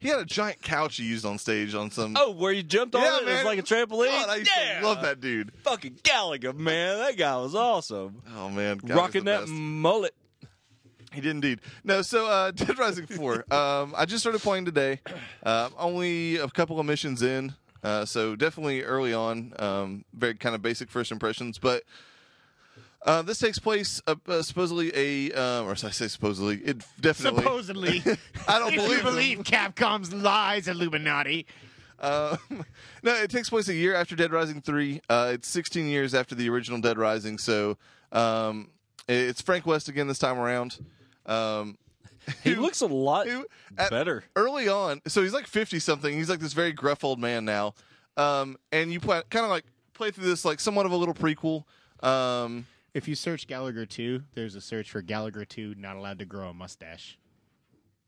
[SPEAKER 2] He had a giant couch he used on stage on some.
[SPEAKER 3] oh, where you jumped on
[SPEAKER 2] Yeah,
[SPEAKER 3] it? It was
[SPEAKER 2] man.
[SPEAKER 3] like a trampoline?
[SPEAKER 2] God, I used
[SPEAKER 3] yeah.
[SPEAKER 2] to love that dude.
[SPEAKER 3] Fucking Galaga, man. That guy was awesome.
[SPEAKER 2] Oh man, Gallagher's
[SPEAKER 3] Rocking
[SPEAKER 2] the
[SPEAKER 3] that
[SPEAKER 2] best.
[SPEAKER 3] mullet.
[SPEAKER 2] He did indeed. No, so uh, Dead Rising Four. Um, I just started playing today. Um only a couple of missions in, uh, so definitely early on. Um, very kind of basic first impressions, but uh, this takes place uh, uh, supposedly a, um, or I say supposedly, it definitely.
[SPEAKER 1] Supposedly,
[SPEAKER 2] I
[SPEAKER 1] if
[SPEAKER 2] don't believe
[SPEAKER 1] you
[SPEAKER 2] them.
[SPEAKER 1] believe Capcom's lies, Illuminati.
[SPEAKER 2] Um, no, it takes place a year after Dead Rising 3. Uh, it's 16 years after the original Dead Rising, so um, i- it's Frank West again this time around. Um,
[SPEAKER 3] He
[SPEAKER 2] who-
[SPEAKER 3] looks a lot
[SPEAKER 2] who at-
[SPEAKER 3] better.
[SPEAKER 2] early on, so he's like 50 something. He's like this very gruff old man now. Um, and you play, kind of like play through this like somewhat of a little prequel. Um,
[SPEAKER 1] If you search Gallagher 2, there's a search for Gallagher 2 not allowed to grow a mustache.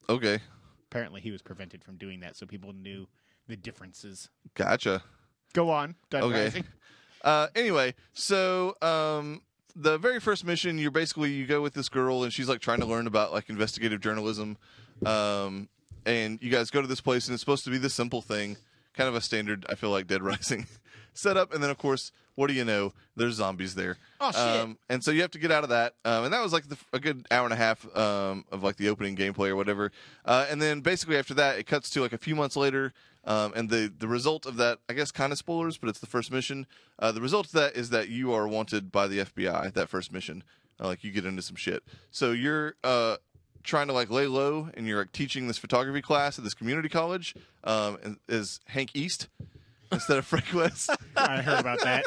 [SPEAKER 2] okay,
[SPEAKER 1] Apparently, he was prevented from doing that, so people knew the differences.
[SPEAKER 2] gotcha.
[SPEAKER 1] Go on. Dead
[SPEAKER 2] Okay.
[SPEAKER 1] Rising.
[SPEAKER 2] Uh, anyway, so um, the very first mission, you're basically you go with this girl, and she's like trying to learn about like investigative journalism. Um, and you guys go to this place, and it's supposed to be this simple thing, kind of a standard. I feel like Dead Rising setup, and then of course, what do you know? There's zombies there.
[SPEAKER 1] Oh, shit.
[SPEAKER 2] Um, and so you have to get out of that. Um, and that was like the, a good hour and a half um, of like the opening gameplay or whatever. Uh, and then basically after that, it cuts to like a few months later. Um, and the, the result of that, I guess, kind of spoilers, but it's the first mission. Uh, the result of that is that you are wanted by the FBI. That first mission, uh, like you get into some shit. So you're uh, trying to like lay low, and you're like teaching this photography class at this community college. Um, and is Hank East instead of Frank West?
[SPEAKER 1] I heard about that.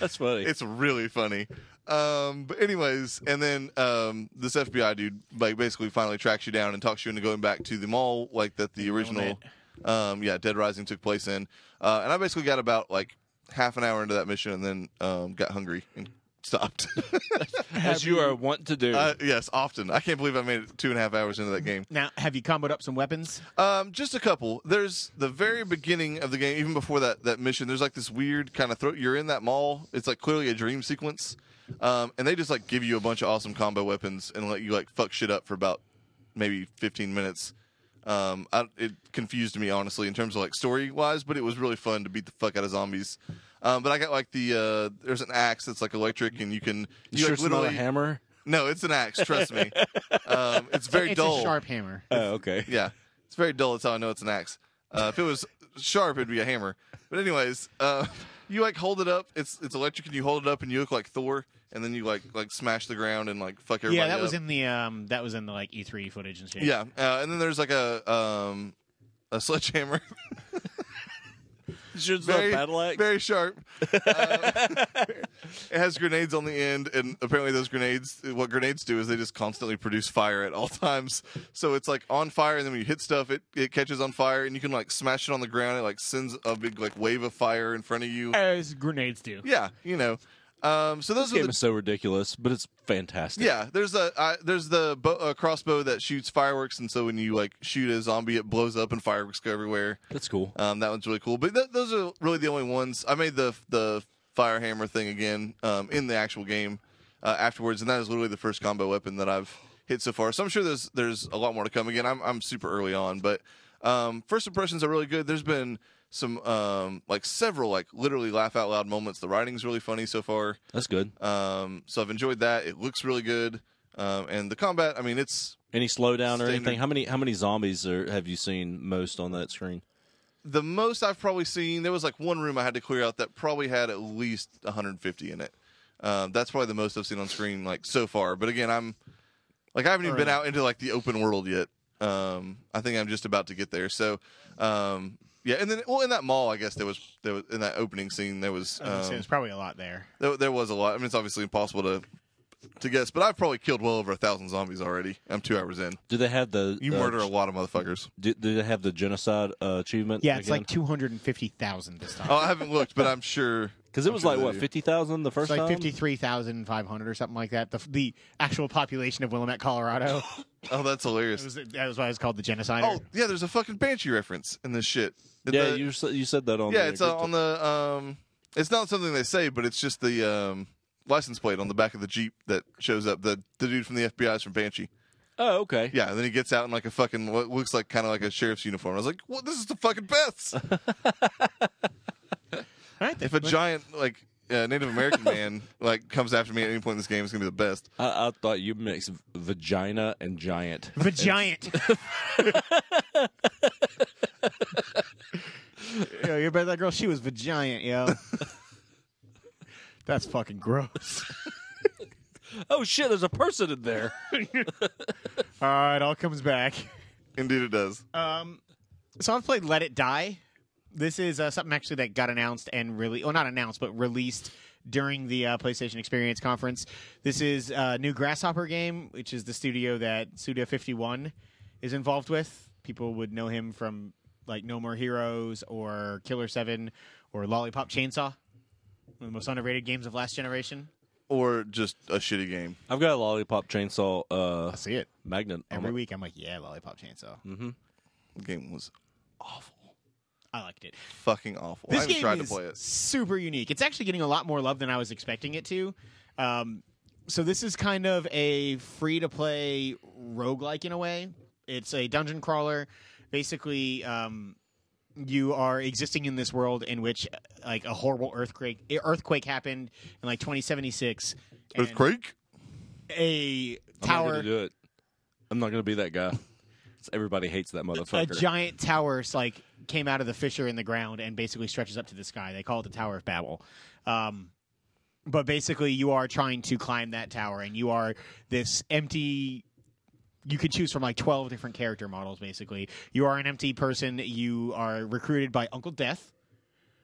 [SPEAKER 3] That's funny.
[SPEAKER 2] It's really funny. Um, but anyways, and then um, this FBI dude like basically finally tracks you down and talks you into going back to the mall like that the original, um, yeah, Dead Rising took place in. Uh, and I basically got about like half an hour into that mission and then um, got hungry and stopped.
[SPEAKER 3] As you are wont to do.
[SPEAKER 2] uh, yes, often. I can't believe I made it two and a half hours into that game.
[SPEAKER 1] Now, have you comboed up some weapons?
[SPEAKER 2] Um, just a couple. There's the very beginning of the game, even before that that mission. There's like this weird kind of throw. You're in that mall. It's like clearly a dream sequence, um, and they just like give you a bunch of awesome combo weapons and let you like fuck shit up for about maybe 15 minutes. Um, I, it confused me honestly in terms of like story wise, but it was really fun to beat the fuck out of zombies. Um, but I got like the uh, there's an axe that's like electric and you can you
[SPEAKER 3] you sure
[SPEAKER 2] like,
[SPEAKER 3] it's not a
[SPEAKER 2] literally-
[SPEAKER 3] hammer?
[SPEAKER 2] No, it's an axe. Trust me. um, it's very
[SPEAKER 1] it's
[SPEAKER 2] dull.
[SPEAKER 1] a sharp hammer.
[SPEAKER 3] Oh, okay.
[SPEAKER 2] Yeah, it's very dull. That's how I know it's an axe. Uh, if it was sharp, it'd be a hammer. But anyways, uh, you like hold it up. It's it's electric, and you hold it up, and you look like Thor, and then you like like smash the ground and like fuck everybody.
[SPEAKER 1] Yeah, that was
[SPEAKER 2] up.
[SPEAKER 1] in the um, that was in the like E3 footage and shit.
[SPEAKER 2] Yeah, uh, and then there's like a um a sledgehammer,
[SPEAKER 3] Sure it's not a
[SPEAKER 2] very
[SPEAKER 3] battle axe?
[SPEAKER 2] very sharp. Uh, it has grenades on the end, and apparently those grenades, what grenades do is they just constantly produce fire at all times. So it's like on fire, and then when you hit stuff, it, it catches on fire, and you can like smash it on the ground. It like sends a big like wave of fire in front of you.
[SPEAKER 1] As grenades do.
[SPEAKER 2] Yeah, you know. Um, so those
[SPEAKER 3] This
[SPEAKER 2] are
[SPEAKER 3] game
[SPEAKER 2] the
[SPEAKER 3] is so ridiculous, but it's fantastic.
[SPEAKER 2] yeah. There's a I, there's the bo- uh, crossbow that shoots fireworks, and so when you like shoot a zombie, it blows up and fireworks go everywhere.
[SPEAKER 3] that's cool.
[SPEAKER 2] Um, that one's really cool. But th- those are really the only ones. I made the the fire hammer thing again um, in the actual game uh, afterwards, and that is literally the first combo weapon that I've hit so far. So I'm sure there's there's a lot more to come. Again, I'm I'm super early on, but um, first impressions are really good. There's been some um, like several like literally laugh out loud moments. The writing's really funny so far.
[SPEAKER 3] That's good.
[SPEAKER 2] Um, so I've enjoyed that. It looks really good. Um, and the combat, I mean, it's
[SPEAKER 3] Any slowdown or
[SPEAKER 2] Standard.
[SPEAKER 3] anything? How many how many zombies are, have you seen most on that screen?
[SPEAKER 2] the most I've probably seen. There was like one room I had to clear out that probably had at least 150 in it. Um, that's probably the most I've seen on screen like so far. But again, I'm like I haven't even been out into like the open world yet. Um, I think I'm just about to get there. So um, yeah, and then well in that mall, I guess there was there was in that opening scene there was
[SPEAKER 1] I was gonna say,
[SPEAKER 2] um,
[SPEAKER 1] there's probably a lot there.
[SPEAKER 2] there, there was a lot. I mean, it's obviously impossible to to guess, but I've probably killed well over a thousand zombies already. I'm two hours in.
[SPEAKER 3] Do they have the
[SPEAKER 2] You
[SPEAKER 3] uh,
[SPEAKER 2] murder a lot of motherfuckers.
[SPEAKER 3] Do, do they have the genocide uh, achievement?
[SPEAKER 1] Yeah, it's like two hundred and fifty thousand this time.
[SPEAKER 2] Oh, I haven't looked, but I'm sure
[SPEAKER 3] because it
[SPEAKER 2] I'm
[SPEAKER 3] was
[SPEAKER 2] sure
[SPEAKER 3] like
[SPEAKER 2] they
[SPEAKER 3] what
[SPEAKER 2] do.
[SPEAKER 3] fifty thousand the first
[SPEAKER 1] it's like
[SPEAKER 3] time.
[SPEAKER 1] fifty three thousand five hundred or something like that. The the actual population of Willamette, Colorado.
[SPEAKER 2] Oh, that's hilarious.
[SPEAKER 1] It was, that was why it's called the genocide.
[SPEAKER 2] Oh yeah, there's a fucking banshee reference in this shit. In
[SPEAKER 3] Yeah,
[SPEAKER 2] the-
[SPEAKER 3] you s- you said that on.
[SPEAKER 2] yeah,
[SPEAKER 3] the
[SPEAKER 2] it's uh,
[SPEAKER 3] group
[SPEAKER 2] on the um, it's not something they say, but it's just the um license plate on the back of the jeep that shows up. The the dude from the FBI is from Banshee.
[SPEAKER 3] chat. Oh, okay.
[SPEAKER 2] Yeah, and then he gets out in like a fucking what looks like kind of like a sheriff's uniform. I was like, what? This is the fucking best.
[SPEAKER 1] All right,
[SPEAKER 2] if a giant like uh, Native American man like comes after me at any point in this game, it's gonna be the best.
[SPEAKER 3] I, I thought you mixed vagina and giant.
[SPEAKER 1] the giant. yo, you bet that girl. She was the giant, yo. That's fucking gross.
[SPEAKER 3] oh shit! There's a person in there.
[SPEAKER 1] All right, all comes back.
[SPEAKER 2] Indeed, it does.
[SPEAKER 1] Um, so I've played Let It Die. This is uh, something actually that got announced and really, well, not announced, but released during the uh, PlayStation Experience conference. This is a new Grasshopper game, which is the studio that Suda Fifty One is involved with. People would know him from like No More Heroes or Killer Seven or Lollipop Chainsaw, one of the most underrated games of last generation.
[SPEAKER 2] Or just a shitty game.
[SPEAKER 3] I've got a lollipop chainsaw uh,
[SPEAKER 1] I see it
[SPEAKER 3] magnet. on
[SPEAKER 1] every
[SPEAKER 3] it.
[SPEAKER 1] week. I'm Hmm. like, yeah, Lollipop Chainsaw.
[SPEAKER 2] The game was awful,
[SPEAKER 1] I liked it.
[SPEAKER 2] fucking awful. I
[SPEAKER 1] This
[SPEAKER 2] haven't
[SPEAKER 1] game
[SPEAKER 2] tried
[SPEAKER 1] is
[SPEAKER 2] to play it.
[SPEAKER 1] super unique. It's actually getting a lot more love than I was expecting it to. Um, so this is kind of a free to play roguelike in a way. It's a dungeon crawler. Basically, um, you are existing in this world in which uh, like a horrible earthquake earthquake happened in like 2076. and
[SPEAKER 2] Earthquake.
[SPEAKER 1] A
[SPEAKER 3] I'm not
[SPEAKER 1] tower
[SPEAKER 3] gonna do it. I'm not gonna be that guy. 'Cause Everybody hates that
[SPEAKER 1] a
[SPEAKER 3] motherfucker.
[SPEAKER 1] giant tower like came out of the fissure in the ground and basically stretches up to the sky. They call it the Tower of Babel. Um, but basically, you are trying to climb that tower, and you are this empty. You can choose from like twelve different character models. Basically, you are an empty person. You are recruited by Uncle Death,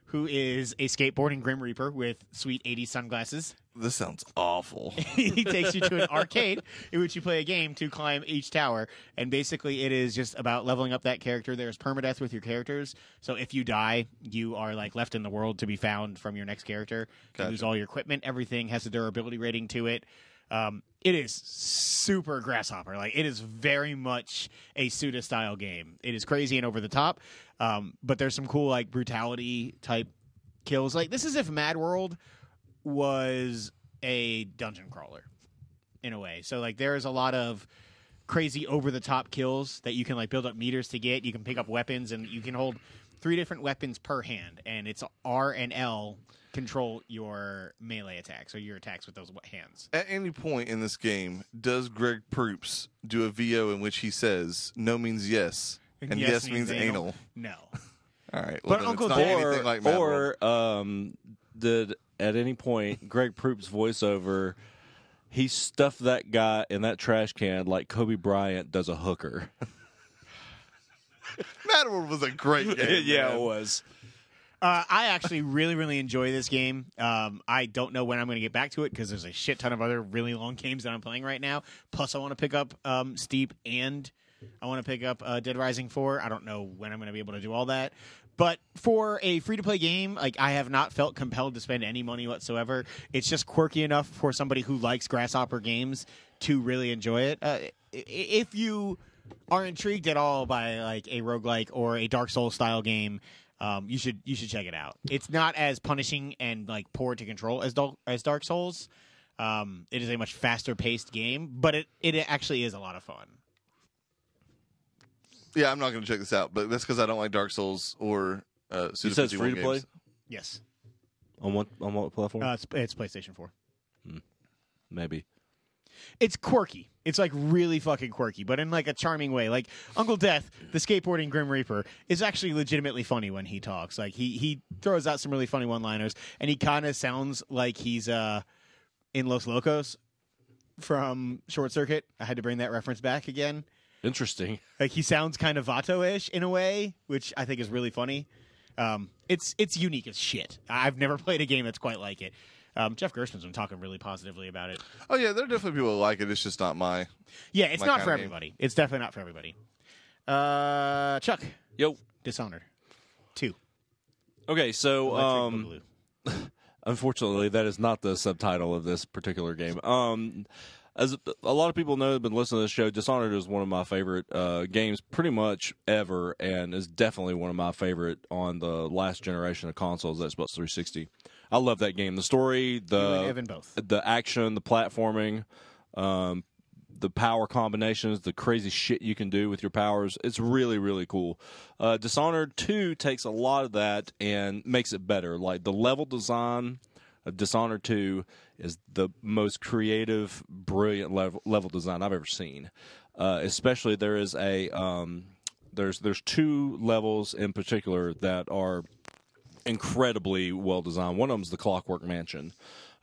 [SPEAKER 1] who is a skateboarding Grim Reaper with sweet '80s sunglasses
[SPEAKER 2] This sounds awful.
[SPEAKER 1] he takes you to an arcade in which you play a game to climb each tower. And basically, it is just about leveling up that character. There's permadeath with your characters. So if you die, you are like left in the world to be found from your next character. You lose all your equipment. Everything has a durability rating to it. Um, it is super grasshopper. Like it is very much a Suda style game. It is crazy and over the top. Um, but there's some cool like brutality type kills. Like this is if Mad World was a dungeon crawler in a way. So like there is a lot of crazy over the top kills that you can like build up meters to get. You can pick up weapons and you can hold three different weapons per hand and it's R and L control your melee attacks or your attacks with those wa- hands.
[SPEAKER 2] At any point in this game, does Greg Proops do a VO in which he says no means yes and yes, means, anal.
[SPEAKER 1] No.
[SPEAKER 2] All right.
[SPEAKER 1] But
[SPEAKER 2] Well, then
[SPEAKER 1] Uncle
[SPEAKER 2] it's not
[SPEAKER 1] Dan-
[SPEAKER 2] anything
[SPEAKER 3] or
[SPEAKER 2] like Mad World.
[SPEAKER 3] or um, did at any point Greg Proop's voiceover? He stuffed that guy in that trash can like Kobe Bryant does a hooker.
[SPEAKER 2] Mad World was a great game. man.
[SPEAKER 3] was.
[SPEAKER 1] Uh, I actually really, really enjoy this game. Um, I don't know when I'm going to get back to it because there's a shit ton of other really long games that I'm playing right now. Plus, I want to pick up um, Steep and I want to pick up uh, Dead Rising 4. I don't know when I'm going to be able to do all that. But for a free to play game, like I have not felt compelled to spend any money whatsoever. It's just quirky enough for somebody who likes grasshopper games to really enjoy it. Uh, i- i- if you are intrigued at all by like a roguelike or a Dark Souls style game, um, you should you should check it out. It's not as punishing and like poor to control as Dol- as Dark Souls. Um, it is a much faster paced game, but it it actually is a lot of fun.
[SPEAKER 2] Yeah, I'm not going to check this out, but that's because I don't like Dark Souls or uh, Suda
[SPEAKER 3] It says
[SPEAKER 2] 51
[SPEAKER 3] free to play
[SPEAKER 2] games.
[SPEAKER 1] Yes,
[SPEAKER 3] on what on what platform?
[SPEAKER 1] uh, it's, it's PlayStation Four.
[SPEAKER 3] Maybe.
[SPEAKER 1] it's quirky. It's like really fucking quirky, but in like a charming way. Like Uncle Death, the skateboarding Grim Reaper, is actually legitimately funny when he talks. Like he he throws out some really funny one-liners, and he kind of sounds like he's uh in Los Locos from Short Circuit. I had to bring that reference back again.
[SPEAKER 3] Interesting.
[SPEAKER 1] Like he sounds kind of Vato-ish in a way, which I think is really funny. Um, it's it's unique as shit. I've never played a game that's quite like it. Um, Jeff Gerstmann's been talking really positively about it.
[SPEAKER 2] Oh yeah, there are definitely people who like it. It's just not my.
[SPEAKER 1] Yeah, it's
[SPEAKER 2] my
[SPEAKER 1] not
[SPEAKER 2] kinda
[SPEAKER 1] for
[SPEAKER 2] game.
[SPEAKER 1] everybody. It's definitely not for everybody. Uh, Chuck,
[SPEAKER 3] Yo.
[SPEAKER 1] Dishonored, two.
[SPEAKER 3] Okay, so
[SPEAKER 1] Electric
[SPEAKER 3] um,
[SPEAKER 1] Boogaloo.
[SPEAKER 3] unfortunately, that is not the subtitle of this particular game. Um, as a lot of people know, have been listening to this show. Dishonored is one of my favorite uh, games, pretty much ever, and is definitely one of my favorite on the last generation of consoles, Xbox 360. I love that game. The story,
[SPEAKER 1] You
[SPEAKER 3] the
[SPEAKER 1] and Evan both.
[SPEAKER 3] the action, the platforming, um, the power combinations, the crazy shit you can do with your powers. It's really, really cool. Uh, Dishonored 2 takes a lot of that and makes it better. Like the level design of Dishonored 2 is the most creative, brilliant level, level design I've ever seen. Uh, especially there is a. Um, there's there's two levels in particular that are incredibly well designed. One of them's the Clockwork Mansion.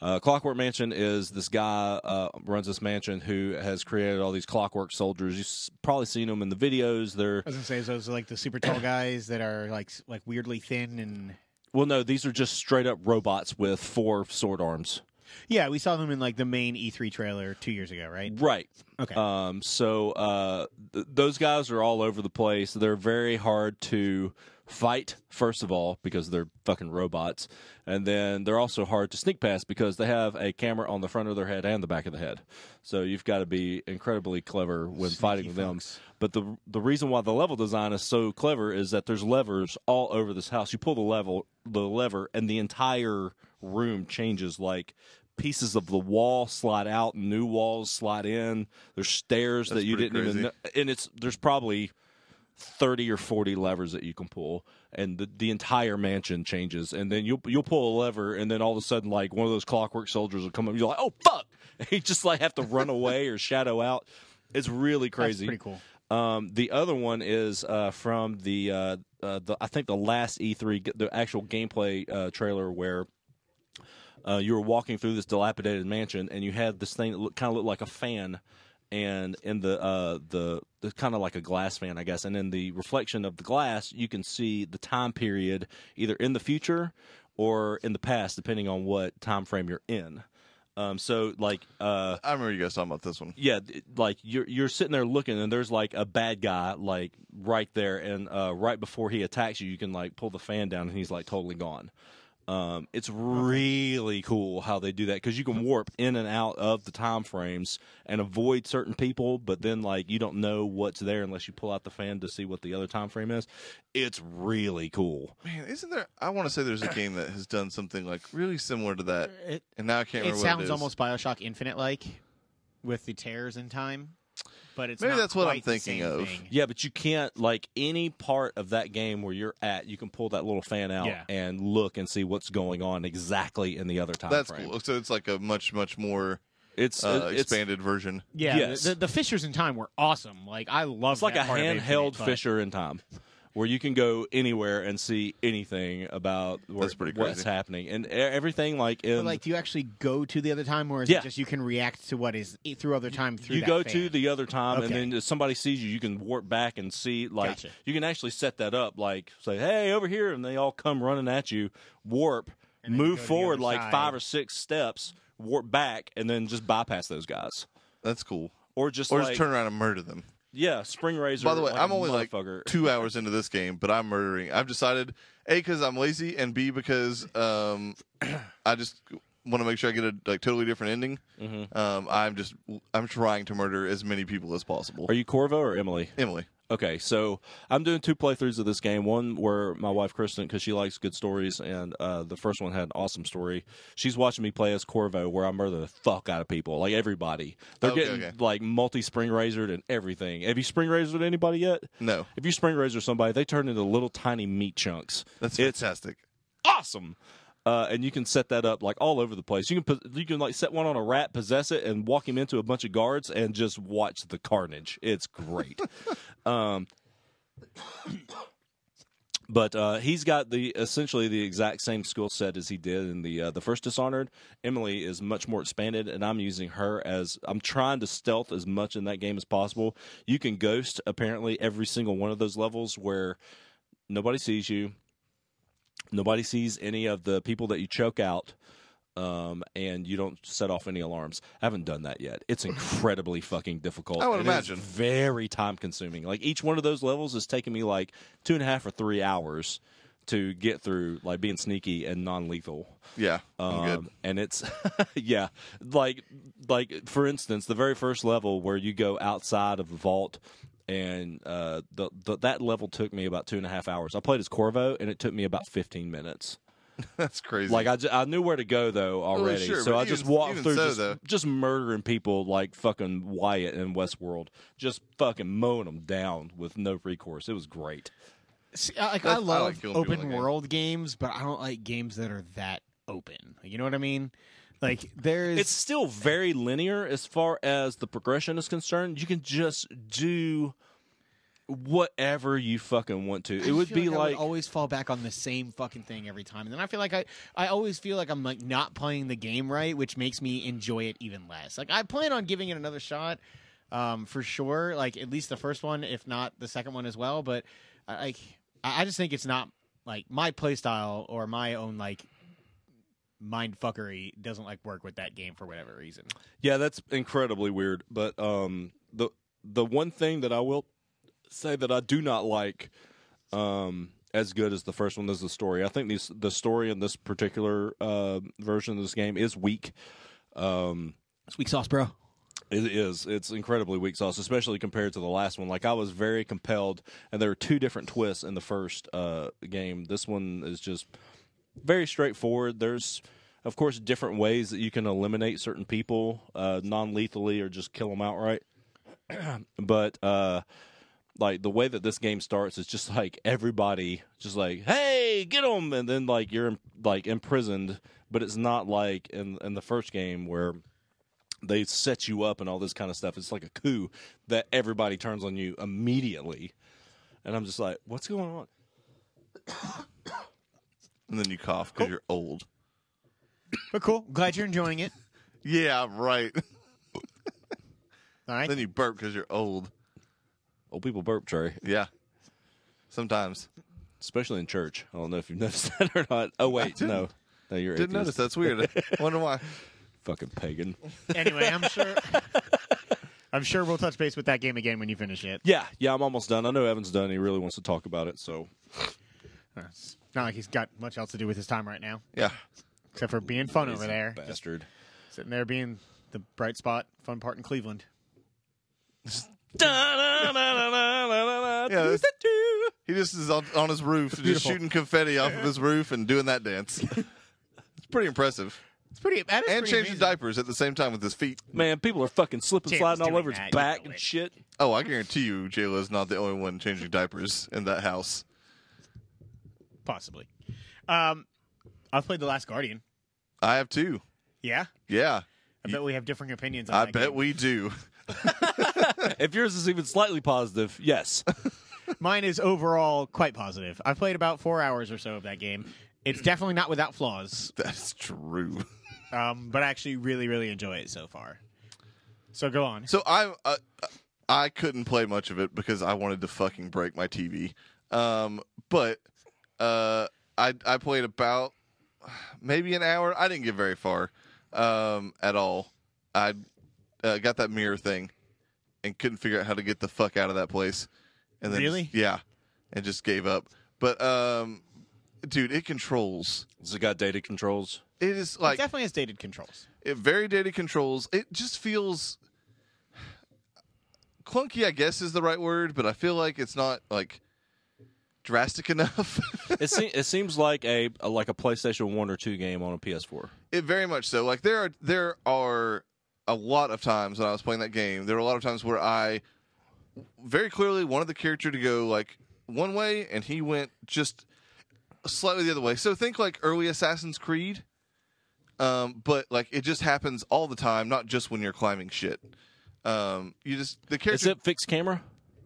[SPEAKER 3] Uh, Clockwork Mansion is this guy uh, runs this mansion who has created all these clockwork soldiers. You've s- probably seen them in the videos. They're
[SPEAKER 1] I was gonna say those are like the super tall guys that are like s- like weirdly thin and
[SPEAKER 3] well, no, these are just straight up robots with four sword arms.
[SPEAKER 1] yeah, we saw them in like the main E3 trailer two years ago, right?
[SPEAKER 3] Right.
[SPEAKER 1] Okay,
[SPEAKER 3] Um, so uh, th- those guys are all over the place. They're very hard to fight, first of all, because they're fucking robots, and then they're also hard to sneak past because they have a camera on the front of their head and the back of the head. So you've got to be incredibly clever when fighting with them. But the the reason why the level design is so clever is that there's levers all over this house. You pull the level the lever, and the entire room changes like pieces of the wall slide out, new walls slide in. There's stairs that you
[SPEAKER 2] pretty
[SPEAKER 3] didn't even know,
[SPEAKER 2] crazy.
[SPEAKER 3] and it's there's probably 30 or 40 levers that you can pull and the, the entire mansion changes and then you'll you'll pull a lever and then all of a sudden like one of those clockwork soldiers will come up and you're like oh fuck and you just like have to run away or shadow out it's really
[SPEAKER 1] That's
[SPEAKER 3] crazy
[SPEAKER 1] pretty cool.
[SPEAKER 3] um, the other one is uh, from the, uh, uh, the I think the last E3, g- the actual gameplay uh, trailer where uh, you were walking through this dilapidated mansion and you had this thing that look, kind of looked like a fan, and in the uh, the, the kind of like a glass fan, I guess, and in the reflection of the glass, you can see the time period either in the future or in the past, depending on what time frame you're in. Um, so like. Uh,
[SPEAKER 2] I remember you guys talking about this one.
[SPEAKER 3] yeah, th- like you're you're sitting there looking, and there's like a bad guy like right there, and uh, right before he attacks you, you can like pull the fan down, and he's like totally gone. Um, it's really cool how they do that because you can warp in and out of the time frames and avoid certain people, but then like you don't know what's there unless you pull out the fan to see what the other time frame is. It's really cool.
[SPEAKER 2] Man, isn't there? I want to say there's a game that has done something like really similar to that,
[SPEAKER 1] It,
[SPEAKER 2] and now I can't
[SPEAKER 1] it
[SPEAKER 2] remember. what
[SPEAKER 1] sounds
[SPEAKER 2] it is.
[SPEAKER 1] almost Bioshock Infinite like with the tears in time, but it's
[SPEAKER 2] Maybe
[SPEAKER 1] not
[SPEAKER 2] that's what I'm
[SPEAKER 1] quite the
[SPEAKER 2] thinking
[SPEAKER 1] same
[SPEAKER 2] of.
[SPEAKER 1] thing.
[SPEAKER 3] Yeah, but you can't like any part of that game where you're at. You can pull that little fan out
[SPEAKER 1] Yeah.
[SPEAKER 3] and look and see what's going on exactly in the other time.
[SPEAKER 2] That's
[SPEAKER 3] frame.
[SPEAKER 2] cool. So it's like a much much more
[SPEAKER 3] It's
[SPEAKER 2] uh,
[SPEAKER 3] it's,
[SPEAKER 2] expanded version.
[SPEAKER 1] Yeah,
[SPEAKER 3] Yes.
[SPEAKER 1] the, the, the Fishers in Time were awesome. Like I love
[SPEAKER 3] It's like a
[SPEAKER 1] that part of Infinite,
[SPEAKER 3] handheld
[SPEAKER 1] but-
[SPEAKER 3] Fisher in time, where you can go anywhere and see anything about where,
[SPEAKER 2] That's pretty
[SPEAKER 3] what's
[SPEAKER 2] crazy.
[SPEAKER 3] happening and e- everything. Like in
[SPEAKER 1] But like, do you actually go to the other time, or is
[SPEAKER 3] Yeah.
[SPEAKER 1] it just you can react to what is i- through other time through?
[SPEAKER 3] you
[SPEAKER 1] that
[SPEAKER 3] go
[SPEAKER 1] fan?
[SPEAKER 3] to the other time,
[SPEAKER 1] Okay.
[SPEAKER 3] and then if somebody sees you, you can warp back and see. Like
[SPEAKER 1] Gotcha.
[SPEAKER 3] you can actually set that up. Like say, hey, over here, and they all come running at you. Warp,
[SPEAKER 1] then you
[SPEAKER 3] move
[SPEAKER 1] go to the
[SPEAKER 3] forward
[SPEAKER 1] other
[SPEAKER 3] like
[SPEAKER 1] side.
[SPEAKER 3] five or six steps, warp back, and then just bypass those guys,
[SPEAKER 2] That's cool.
[SPEAKER 3] or just
[SPEAKER 2] Or
[SPEAKER 3] like,
[SPEAKER 2] just turn around and murder them.
[SPEAKER 3] yeah, Spring Razor.
[SPEAKER 2] By the way,
[SPEAKER 3] like
[SPEAKER 2] I'm
[SPEAKER 3] a
[SPEAKER 2] only like
[SPEAKER 3] motherfucker.
[SPEAKER 2] two hours into this game, but I'm murdering. I've decided a because I'm lazy, and b because um, I just want to make sure I get a like totally different ending.
[SPEAKER 3] Mm-hmm.
[SPEAKER 2] Um, I'm just I'm trying to murder as many people as possible.
[SPEAKER 3] Are you Corvo or Emily?
[SPEAKER 2] Emily,
[SPEAKER 3] Okay, so I'm doing two playthroughs of this game. One where my wife Kristen, because she likes good stories, and uh, the first one had an awesome story. She's watching me play as Corvo, where I murder the fuck out of people, like everybody. They're
[SPEAKER 2] Okay,
[SPEAKER 3] getting
[SPEAKER 2] okay.
[SPEAKER 3] like multi spring razored and everything. Have you spring razored anybody yet?
[SPEAKER 2] no,
[SPEAKER 3] If you spring razor somebody, they turn into little tiny meat chunks.
[SPEAKER 2] that's
[SPEAKER 3] It's-
[SPEAKER 2] fantastic.
[SPEAKER 3] awesome. Uh, and you can set that up like all over the place. You can pos- you can like set one on a rat, possess it, and walk him into a bunch of guards and just watch the carnage. It's great. um, but uh, he's got the essentially the exact same skill set as he did in the uh, the first Dishonored. Emily is much more expanded, and I'm using her as I'm trying to stealth as much in that game as possible. You can ghost apparently every single one of those levels where nobody sees you. Nobody sees any of the people that you choke out, um, and you don't set off any alarms. I haven't done that yet. It's incredibly fucking difficult.
[SPEAKER 2] I would
[SPEAKER 3] and it's
[SPEAKER 2] imagine.
[SPEAKER 3] very time consuming. Like each one of those levels is taking me like two and a half or three hours to get through, like being sneaky and non lethal.
[SPEAKER 2] Yeah, I'm good.
[SPEAKER 3] Um, and it's yeah, like like for instance, the very first level where you go outside of the vault, and uh, the, the that level took me about two and a half hours. I played as Corvo, and it took me about fifteen minutes.
[SPEAKER 2] That's crazy.
[SPEAKER 3] Like I, ju- I knew where to go though already,
[SPEAKER 2] sure,
[SPEAKER 3] so
[SPEAKER 2] but
[SPEAKER 3] I just
[SPEAKER 2] even-
[SPEAKER 3] walked
[SPEAKER 2] even
[SPEAKER 3] through
[SPEAKER 2] so,
[SPEAKER 3] just,
[SPEAKER 2] though.
[SPEAKER 3] just murdering people like fucking Wyatt and Westworld, just fucking mowing them down with no recourse. It was great.
[SPEAKER 1] See, I- like,
[SPEAKER 2] That's-
[SPEAKER 1] I
[SPEAKER 2] I
[SPEAKER 1] love
[SPEAKER 2] like killing people in
[SPEAKER 1] open
[SPEAKER 2] that game.
[SPEAKER 1] world games, but I don't like games that are that open. You know what I mean? Like there is
[SPEAKER 3] it's still very linear as far as the progression is concerned. You can just do whatever you fucking want to.
[SPEAKER 1] I
[SPEAKER 3] It would
[SPEAKER 1] feel
[SPEAKER 3] be
[SPEAKER 1] I would
[SPEAKER 3] like,
[SPEAKER 1] always fall back on the same fucking thing every time, and then I feel like I I always feel like I'm like not playing the game right, which makes me enjoy it even less. Like I plan on giving it another shot, um, for sure. Like at least the first one, if not the second one as well. But I like I I just think it's not like my playstyle or my own like mind fuckery doesn't like work with that game for whatever reason.
[SPEAKER 3] yeah, that's incredibly weird. But um, the the one thing that I will say that I do not like um, as good as the first one is the story. I think these the story in this particular uh, version of this game is weak. Um,
[SPEAKER 1] Sweet sauce, bro.
[SPEAKER 3] It is. It's incredibly weak sauce, especially compared to the last one. Like I was very compelled, and there were two different twists in the first uh, game. This one is just very straightforward. There's, of course, different ways that you can eliminate certain people uh, non-lethally or just kill them outright. but uh, like the way that this game starts is just like everybody just like hey get them and then like you're like imprisoned but it's not like in in the first game where they set you up and all this kind of stuff it's like a coup that everybody turns on you immediately and i'm just like what's going on
[SPEAKER 2] and then you
[SPEAKER 3] Oh.
[SPEAKER 2] cough because you're old.
[SPEAKER 1] But cool. Glad you're enjoying it.
[SPEAKER 2] Yeah, right.
[SPEAKER 1] All right.
[SPEAKER 2] then you burp because you're old.
[SPEAKER 3] old people burp trey
[SPEAKER 2] Yeah, sometimes.
[SPEAKER 3] especially in church i don't know if you've noticed that or not oh wait
[SPEAKER 2] didn't.
[SPEAKER 3] no no you're
[SPEAKER 2] Didn't notice.
[SPEAKER 3] atheist.
[SPEAKER 2] That's weird. Wonder why.
[SPEAKER 3] fucking pagan
[SPEAKER 1] anyway, I'm sure. I'm sure we'll touch base with that game again when you finish it.
[SPEAKER 3] yeah yeah i'm almost done i know evan's done he really wants to talk about it so
[SPEAKER 1] It's not like he's got much else to do with his time right now,
[SPEAKER 2] Yeah,
[SPEAKER 1] except for being fun
[SPEAKER 3] He's
[SPEAKER 1] over
[SPEAKER 3] a
[SPEAKER 1] there, just
[SPEAKER 3] bastard
[SPEAKER 1] sitting there being the bright spot, fun part in Cleveland.
[SPEAKER 2] Yeah, that's- he just is on, on his roof, just
[SPEAKER 1] Beautiful.
[SPEAKER 2] shooting confetti off of his roof and doing that dance. It's pretty impressive.
[SPEAKER 1] It's pretty. That is
[SPEAKER 2] and
[SPEAKER 1] pretty
[SPEAKER 2] changing
[SPEAKER 1] amazing.
[SPEAKER 2] diapers at the same time with his feet.
[SPEAKER 3] Man, people are fucking slipping,
[SPEAKER 1] Jayla's
[SPEAKER 3] sliding all
[SPEAKER 1] doing
[SPEAKER 3] over his
[SPEAKER 1] that, you
[SPEAKER 3] back
[SPEAKER 1] know
[SPEAKER 3] and
[SPEAKER 1] it.
[SPEAKER 3] shit.
[SPEAKER 2] Oh, I guarantee you, Jayla's not the only one changing diapers in that house.
[SPEAKER 1] possibly. Um, I've played the Last Guardian.
[SPEAKER 2] I have two.
[SPEAKER 1] Yeah,
[SPEAKER 2] Yeah,
[SPEAKER 1] I
[SPEAKER 2] You-
[SPEAKER 1] bet we have different opinions. on
[SPEAKER 2] I
[SPEAKER 1] that
[SPEAKER 2] bet
[SPEAKER 1] game.
[SPEAKER 2] we do.
[SPEAKER 3] If yours is even slightly positive, yes.
[SPEAKER 1] Mine is overall quite positive. I've played about four hours or so of that game. It's definitely not without flaws,
[SPEAKER 2] That's true.
[SPEAKER 1] um, but I actually really, really enjoy it so far. So go on.
[SPEAKER 2] So I uh, I couldn't play much of it because I wanted to fucking break my TV. Um, but uh, I I played about maybe an hour. I didn't get very far um, at all. I uh, got that mirror thing, and couldn't figure out how to get the fuck out of that place. And then
[SPEAKER 1] Really?
[SPEAKER 2] yeah, and just gave up. But um, dude, it controls.
[SPEAKER 3] Has it got data controls?
[SPEAKER 2] It is
[SPEAKER 1] it
[SPEAKER 2] like
[SPEAKER 1] definitely has dated controls.
[SPEAKER 2] it very data controls. It just feels clunky. I guess is the right word, but I feel like it's not like drastic enough.
[SPEAKER 3] it, se- it seems like a, a like a PlayStation One or two game on a PS4.
[SPEAKER 2] It very much so. Like there are there are a lot of times when I was playing that game, there were a lot of times where I very clearly wanted the character to go like one way and he went just slightly the other way. So think like early Assassin's Creed. Um, but like it just happens all the time, not just when you're climbing shit. Um, you just the
[SPEAKER 3] Is
[SPEAKER 2] character
[SPEAKER 3] it fixed camera?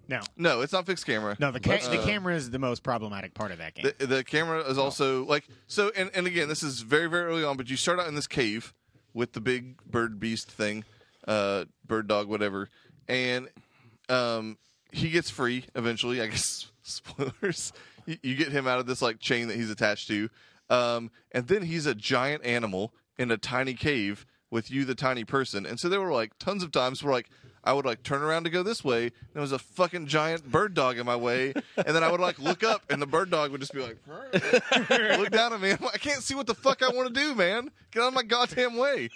[SPEAKER 1] No,
[SPEAKER 2] No, it's not fixed camera.
[SPEAKER 1] no, the ca-
[SPEAKER 2] But,
[SPEAKER 1] the
[SPEAKER 2] uh,
[SPEAKER 1] camera is the most problematic part of that game.
[SPEAKER 2] the, the camera is also like so and, and again this is very very early on but you start out in this cave with the big bird beast thing uh bird dog whatever and um he gets free eventually i guess spoilers you, you get him out of this like chain that he's attached to um and then he's a giant animal in a tiny cave with you the tiny person and so there were like tons of times where like I would like turn around to go this way, and there was a fucking giant bird dog in my way, and then I would like look up, and the bird dog would just be like, look down at me. I'm like, I can't see what the fuck I want to do, man. Get out of my goddamn way.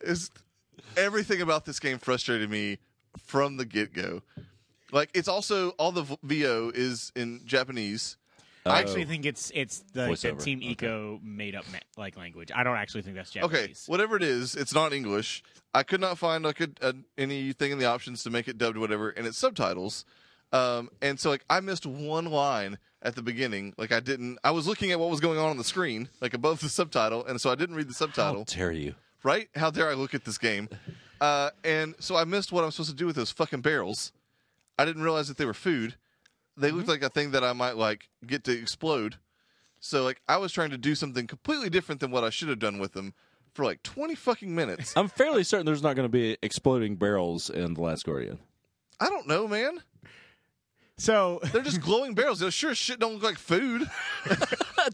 [SPEAKER 2] It's everything about this game frustrated me from the get go. Like it's also all the v- VO is in Japanese. Oh.
[SPEAKER 1] I actually think it's it's the, the
[SPEAKER 3] Voiceover,
[SPEAKER 1] Team Eco made up ma- like language. I don't actually think that's Japanese.
[SPEAKER 2] Okay, whatever it is, it's not English. I could not find like a, a, anything in the options to make it dubbed whatever, and it's subtitles. Um, and so like I missed one line at the beginning. Like I didn't. I was looking at what was going on on the screen, like above the subtitle, and so I didn't read the subtitle.
[SPEAKER 3] How dare you?
[SPEAKER 2] right? How dare I look at this game? Uh, and so I missed what I'm supposed to do with those fucking barrels. I didn't realize that they were food. They
[SPEAKER 3] Mm-hmm.
[SPEAKER 2] looked like a thing that I might like get to explode. So like I was trying to do something completely different than what I should have done with them for like 20 fucking minutes.
[SPEAKER 3] I'm fairly certain there's not going to be exploding barrels in The Last Guardian.
[SPEAKER 2] I don't know, man.
[SPEAKER 1] So
[SPEAKER 2] They're just glowing barrels. They sure as shit don't look like food.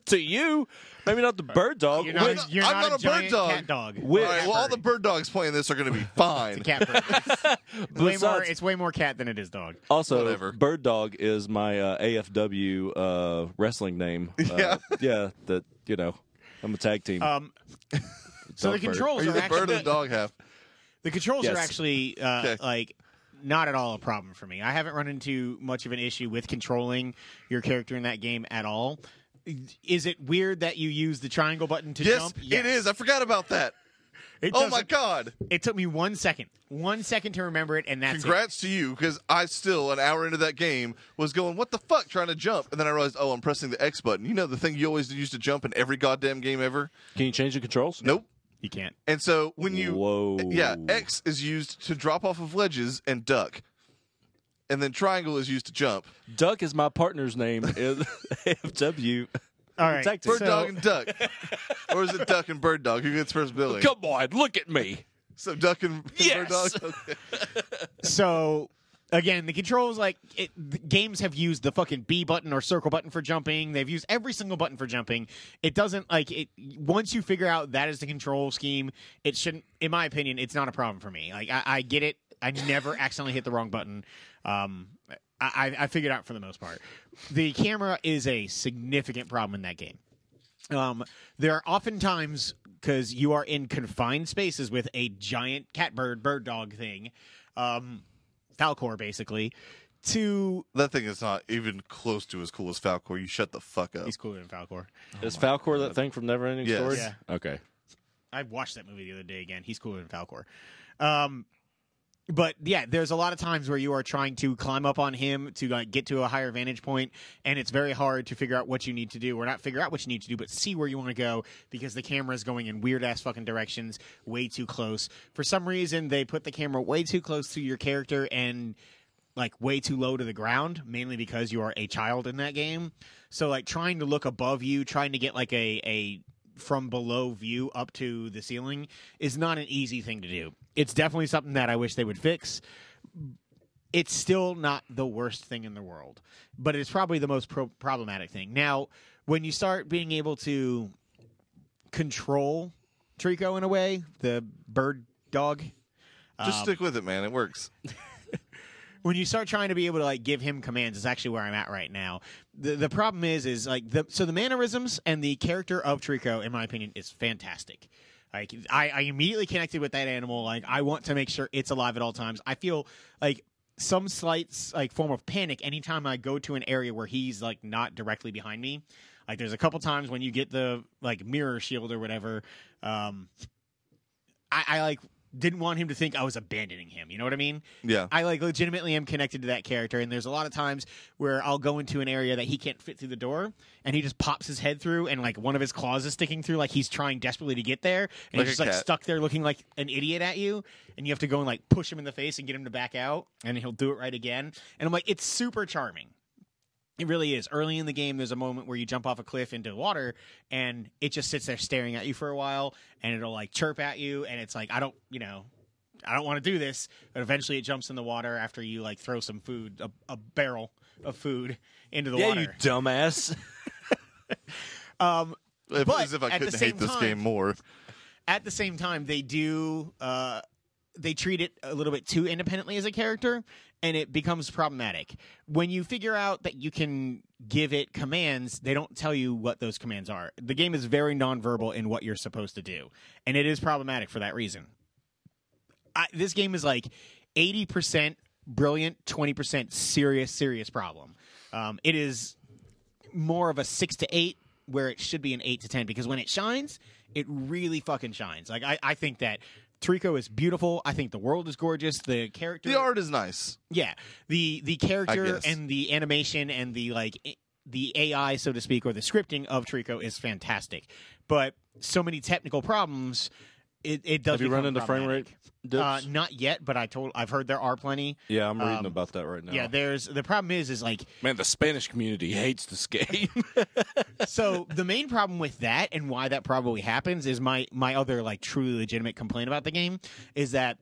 [SPEAKER 3] to you, maybe not the bird dog.
[SPEAKER 1] you're not,
[SPEAKER 2] Wait,
[SPEAKER 1] a- you're
[SPEAKER 2] I'm
[SPEAKER 1] not,
[SPEAKER 2] not a bird
[SPEAKER 1] giant
[SPEAKER 2] dog.
[SPEAKER 1] cat dog.
[SPEAKER 3] Wait,
[SPEAKER 2] All right, well, all the bird dogs playing this are going to be fine.
[SPEAKER 1] cat bird. It's way more,
[SPEAKER 3] Besides-
[SPEAKER 1] it's way more cat than it is dog.
[SPEAKER 3] Also,
[SPEAKER 2] Whatever.
[SPEAKER 3] Bird Dog is my uh, AFW uh, wrestling name. Uh,
[SPEAKER 2] Yeah.
[SPEAKER 3] yeah, that you know, I'm a tag team.
[SPEAKER 1] Um, so the
[SPEAKER 3] Dog bird.
[SPEAKER 2] Are
[SPEAKER 1] controls
[SPEAKER 2] you
[SPEAKER 1] are
[SPEAKER 2] the bird or
[SPEAKER 1] actually
[SPEAKER 2] the dog half?
[SPEAKER 1] The controls
[SPEAKER 3] Yes.
[SPEAKER 1] are actually uh,
[SPEAKER 2] Okay.
[SPEAKER 1] like not at all a problem for me. I haven't run into much of an issue with controlling your character in that game at all. Is it weird that you use the triangle button to
[SPEAKER 2] Yes,
[SPEAKER 1] jump?
[SPEAKER 2] it is. I forgot about that.
[SPEAKER 1] It
[SPEAKER 2] Oh my
[SPEAKER 1] doesn't-
[SPEAKER 2] god.
[SPEAKER 1] It took me one second, one second to remember it, and that's it.
[SPEAKER 2] Congrats to you, because I still, an hour into that game, was going, what the fuck, trying to jump. And then I realized, oh, I'm pressing the X button. You know the thing you always use to jump in every goddamn game ever?
[SPEAKER 3] Can you change the controls?
[SPEAKER 2] Nope.
[SPEAKER 1] You can't.
[SPEAKER 2] And so when you.
[SPEAKER 3] Whoa.
[SPEAKER 2] Yeah, X is used to drop off of ledges and duck. And then triangle is used to jump.
[SPEAKER 3] Duck is my partner's name. Is AFW.
[SPEAKER 1] All right.
[SPEAKER 3] Detective.
[SPEAKER 2] Bird
[SPEAKER 1] so-
[SPEAKER 2] dog and duck. or is it duck and bird dog? Who gets first billing?
[SPEAKER 3] Come on, look at me.
[SPEAKER 2] So duck and bird
[SPEAKER 3] Yes.
[SPEAKER 2] dog? Okay.
[SPEAKER 1] So again, the controls like it, the games have used the fucking B button or circle button for jumping. They've used every single button for jumping. It doesn't like it once you figure out that is the control scheme. It shouldn't, in my opinion, it's not a problem for me. Like I, I get it. I never accidentally hit the wrong button. Um, I, I I figured out for the most part. The camera is a significant problem in that game. Um, there are oftentimes because you are in confined spaces with a giant catbird, bird dog thing, um, Falcor basically. To
[SPEAKER 2] that thing is not even close to as cool as Falcor. You shut the fuck up.
[SPEAKER 1] he's cooler than Falcor.
[SPEAKER 3] is Falcor that thing from Neverending
[SPEAKER 2] Yes.
[SPEAKER 3] Story?
[SPEAKER 1] Yeah.
[SPEAKER 3] Okay.
[SPEAKER 1] I watched that movie the other day again. He's cooler than Falcor. Um, but yeah, there's a lot of times where you are trying to climb up on him to like get to a higher vantage point, and it's very hard to figure out what you need to do, or not figure out what you need to do, but see where you want to go because the camera is going in weird ass fucking directions, way too close. For some reason, they put the camera way too close to your character and like way too low to the ground, mainly because you are a child in that game. So like trying to look above you, trying to get like a a from below view up to the ceiling is not an easy thing to do. It's definitely something that I wish they would fix. It's still not the worst thing in the world, but it's probably the most pro- problematic thing. Now, when you start being able to control Trico in a way, the bird dog um,
[SPEAKER 2] Just stick with it, man. It works.
[SPEAKER 1] when you start trying to be able to like give him commands is actually where I'm at right now. The the problem is is like the so the mannerisms and the character of Trico, in my opinion, is fantastic. Like I, I immediately connected with that animal. Like I want to make sure it's alive at all times. I feel like some slight like form of panic anytime I go to an area where he's like not directly behind me. Like there's a couple times when you get the like mirror shield or whatever. Um, I, I like didn't want him to think I was abandoning him. You know what I mean?
[SPEAKER 2] Yeah.
[SPEAKER 1] I like legitimately am connected to that character, and there's a lot of times where I'll go into an area that he can't fit through the door, and he just pops his head through, and like one of his claws is sticking through, like he's trying desperately to get there, and
[SPEAKER 2] Like a
[SPEAKER 1] he's just like
[SPEAKER 2] cat.
[SPEAKER 1] stuck there looking like an idiot at you, and you have to go and like push him in the face and get him to back out, and he'll do it right again, and I'm like, it's super charming. It really is. Early in the game, there's a moment where you jump off a cliff into water, and it just sits there staring at you for a while, and it'll like chirp at you, and it's like, I don't, you know, I don't want to do this. But eventually, it jumps in the water after you like throw some food, a, a barrel of food into the
[SPEAKER 3] yeah, you
[SPEAKER 1] water.
[SPEAKER 3] dumbass.
[SPEAKER 1] um,
[SPEAKER 2] If,
[SPEAKER 1] But
[SPEAKER 2] as if I
[SPEAKER 1] at the
[SPEAKER 2] couldn't
[SPEAKER 1] same
[SPEAKER 2] hate this
[SPEAKER 1] time-
[SPEAKER 2] game more.
[SPEAKER 1] at the same time, they do uh, they treat it a little bit too independently as a character, and it becomes problematic when you figure out that you can give it commands. They don't tell you what those commands are. The game is very nonverbal in what you're supposed to do, and it is problematic for that reason. I, this game is like eighty percent brilliant, twenty percent serious, serious problem. Um, it is more of a six to eight where it should be an eight to ten because when it shines, it really fucking shines. Like I, I think that Trico is beautiful. I think the world is gorgeous. The character,
[SPEAKER 2] The art is nice.
[SPEAKER 1] yeah, the the character
[SPEAKER 2] guess.
[SPEAKER 1] and the animation and the like, i- the AI, so to speak, or the scripting of Trico is fantastic. But so many technical problems. It, it does
[SPEAKER 3] Have you run
[SPEAKER 1] become
[SPEAKER 3] into frame rate
[SPEAKER 1] problematic.
[SPEAKER 3] dips?
[SPEAKER 1] Uh, not yet, but I told I've heard there are plenty.
[SPEAKER 3] yeah, I'm reading
[SPEAKER 1] um,
[SPEAKER 3] about that right now.
[SPEAKER 1] Yeah, there's the problem is is like
[SPEAKER 3] Man, the Spanish community hates this game.
[SPEAKER 1] so the main problem with that and why that probably happens is my my other like truly legitimate complaint about the game is that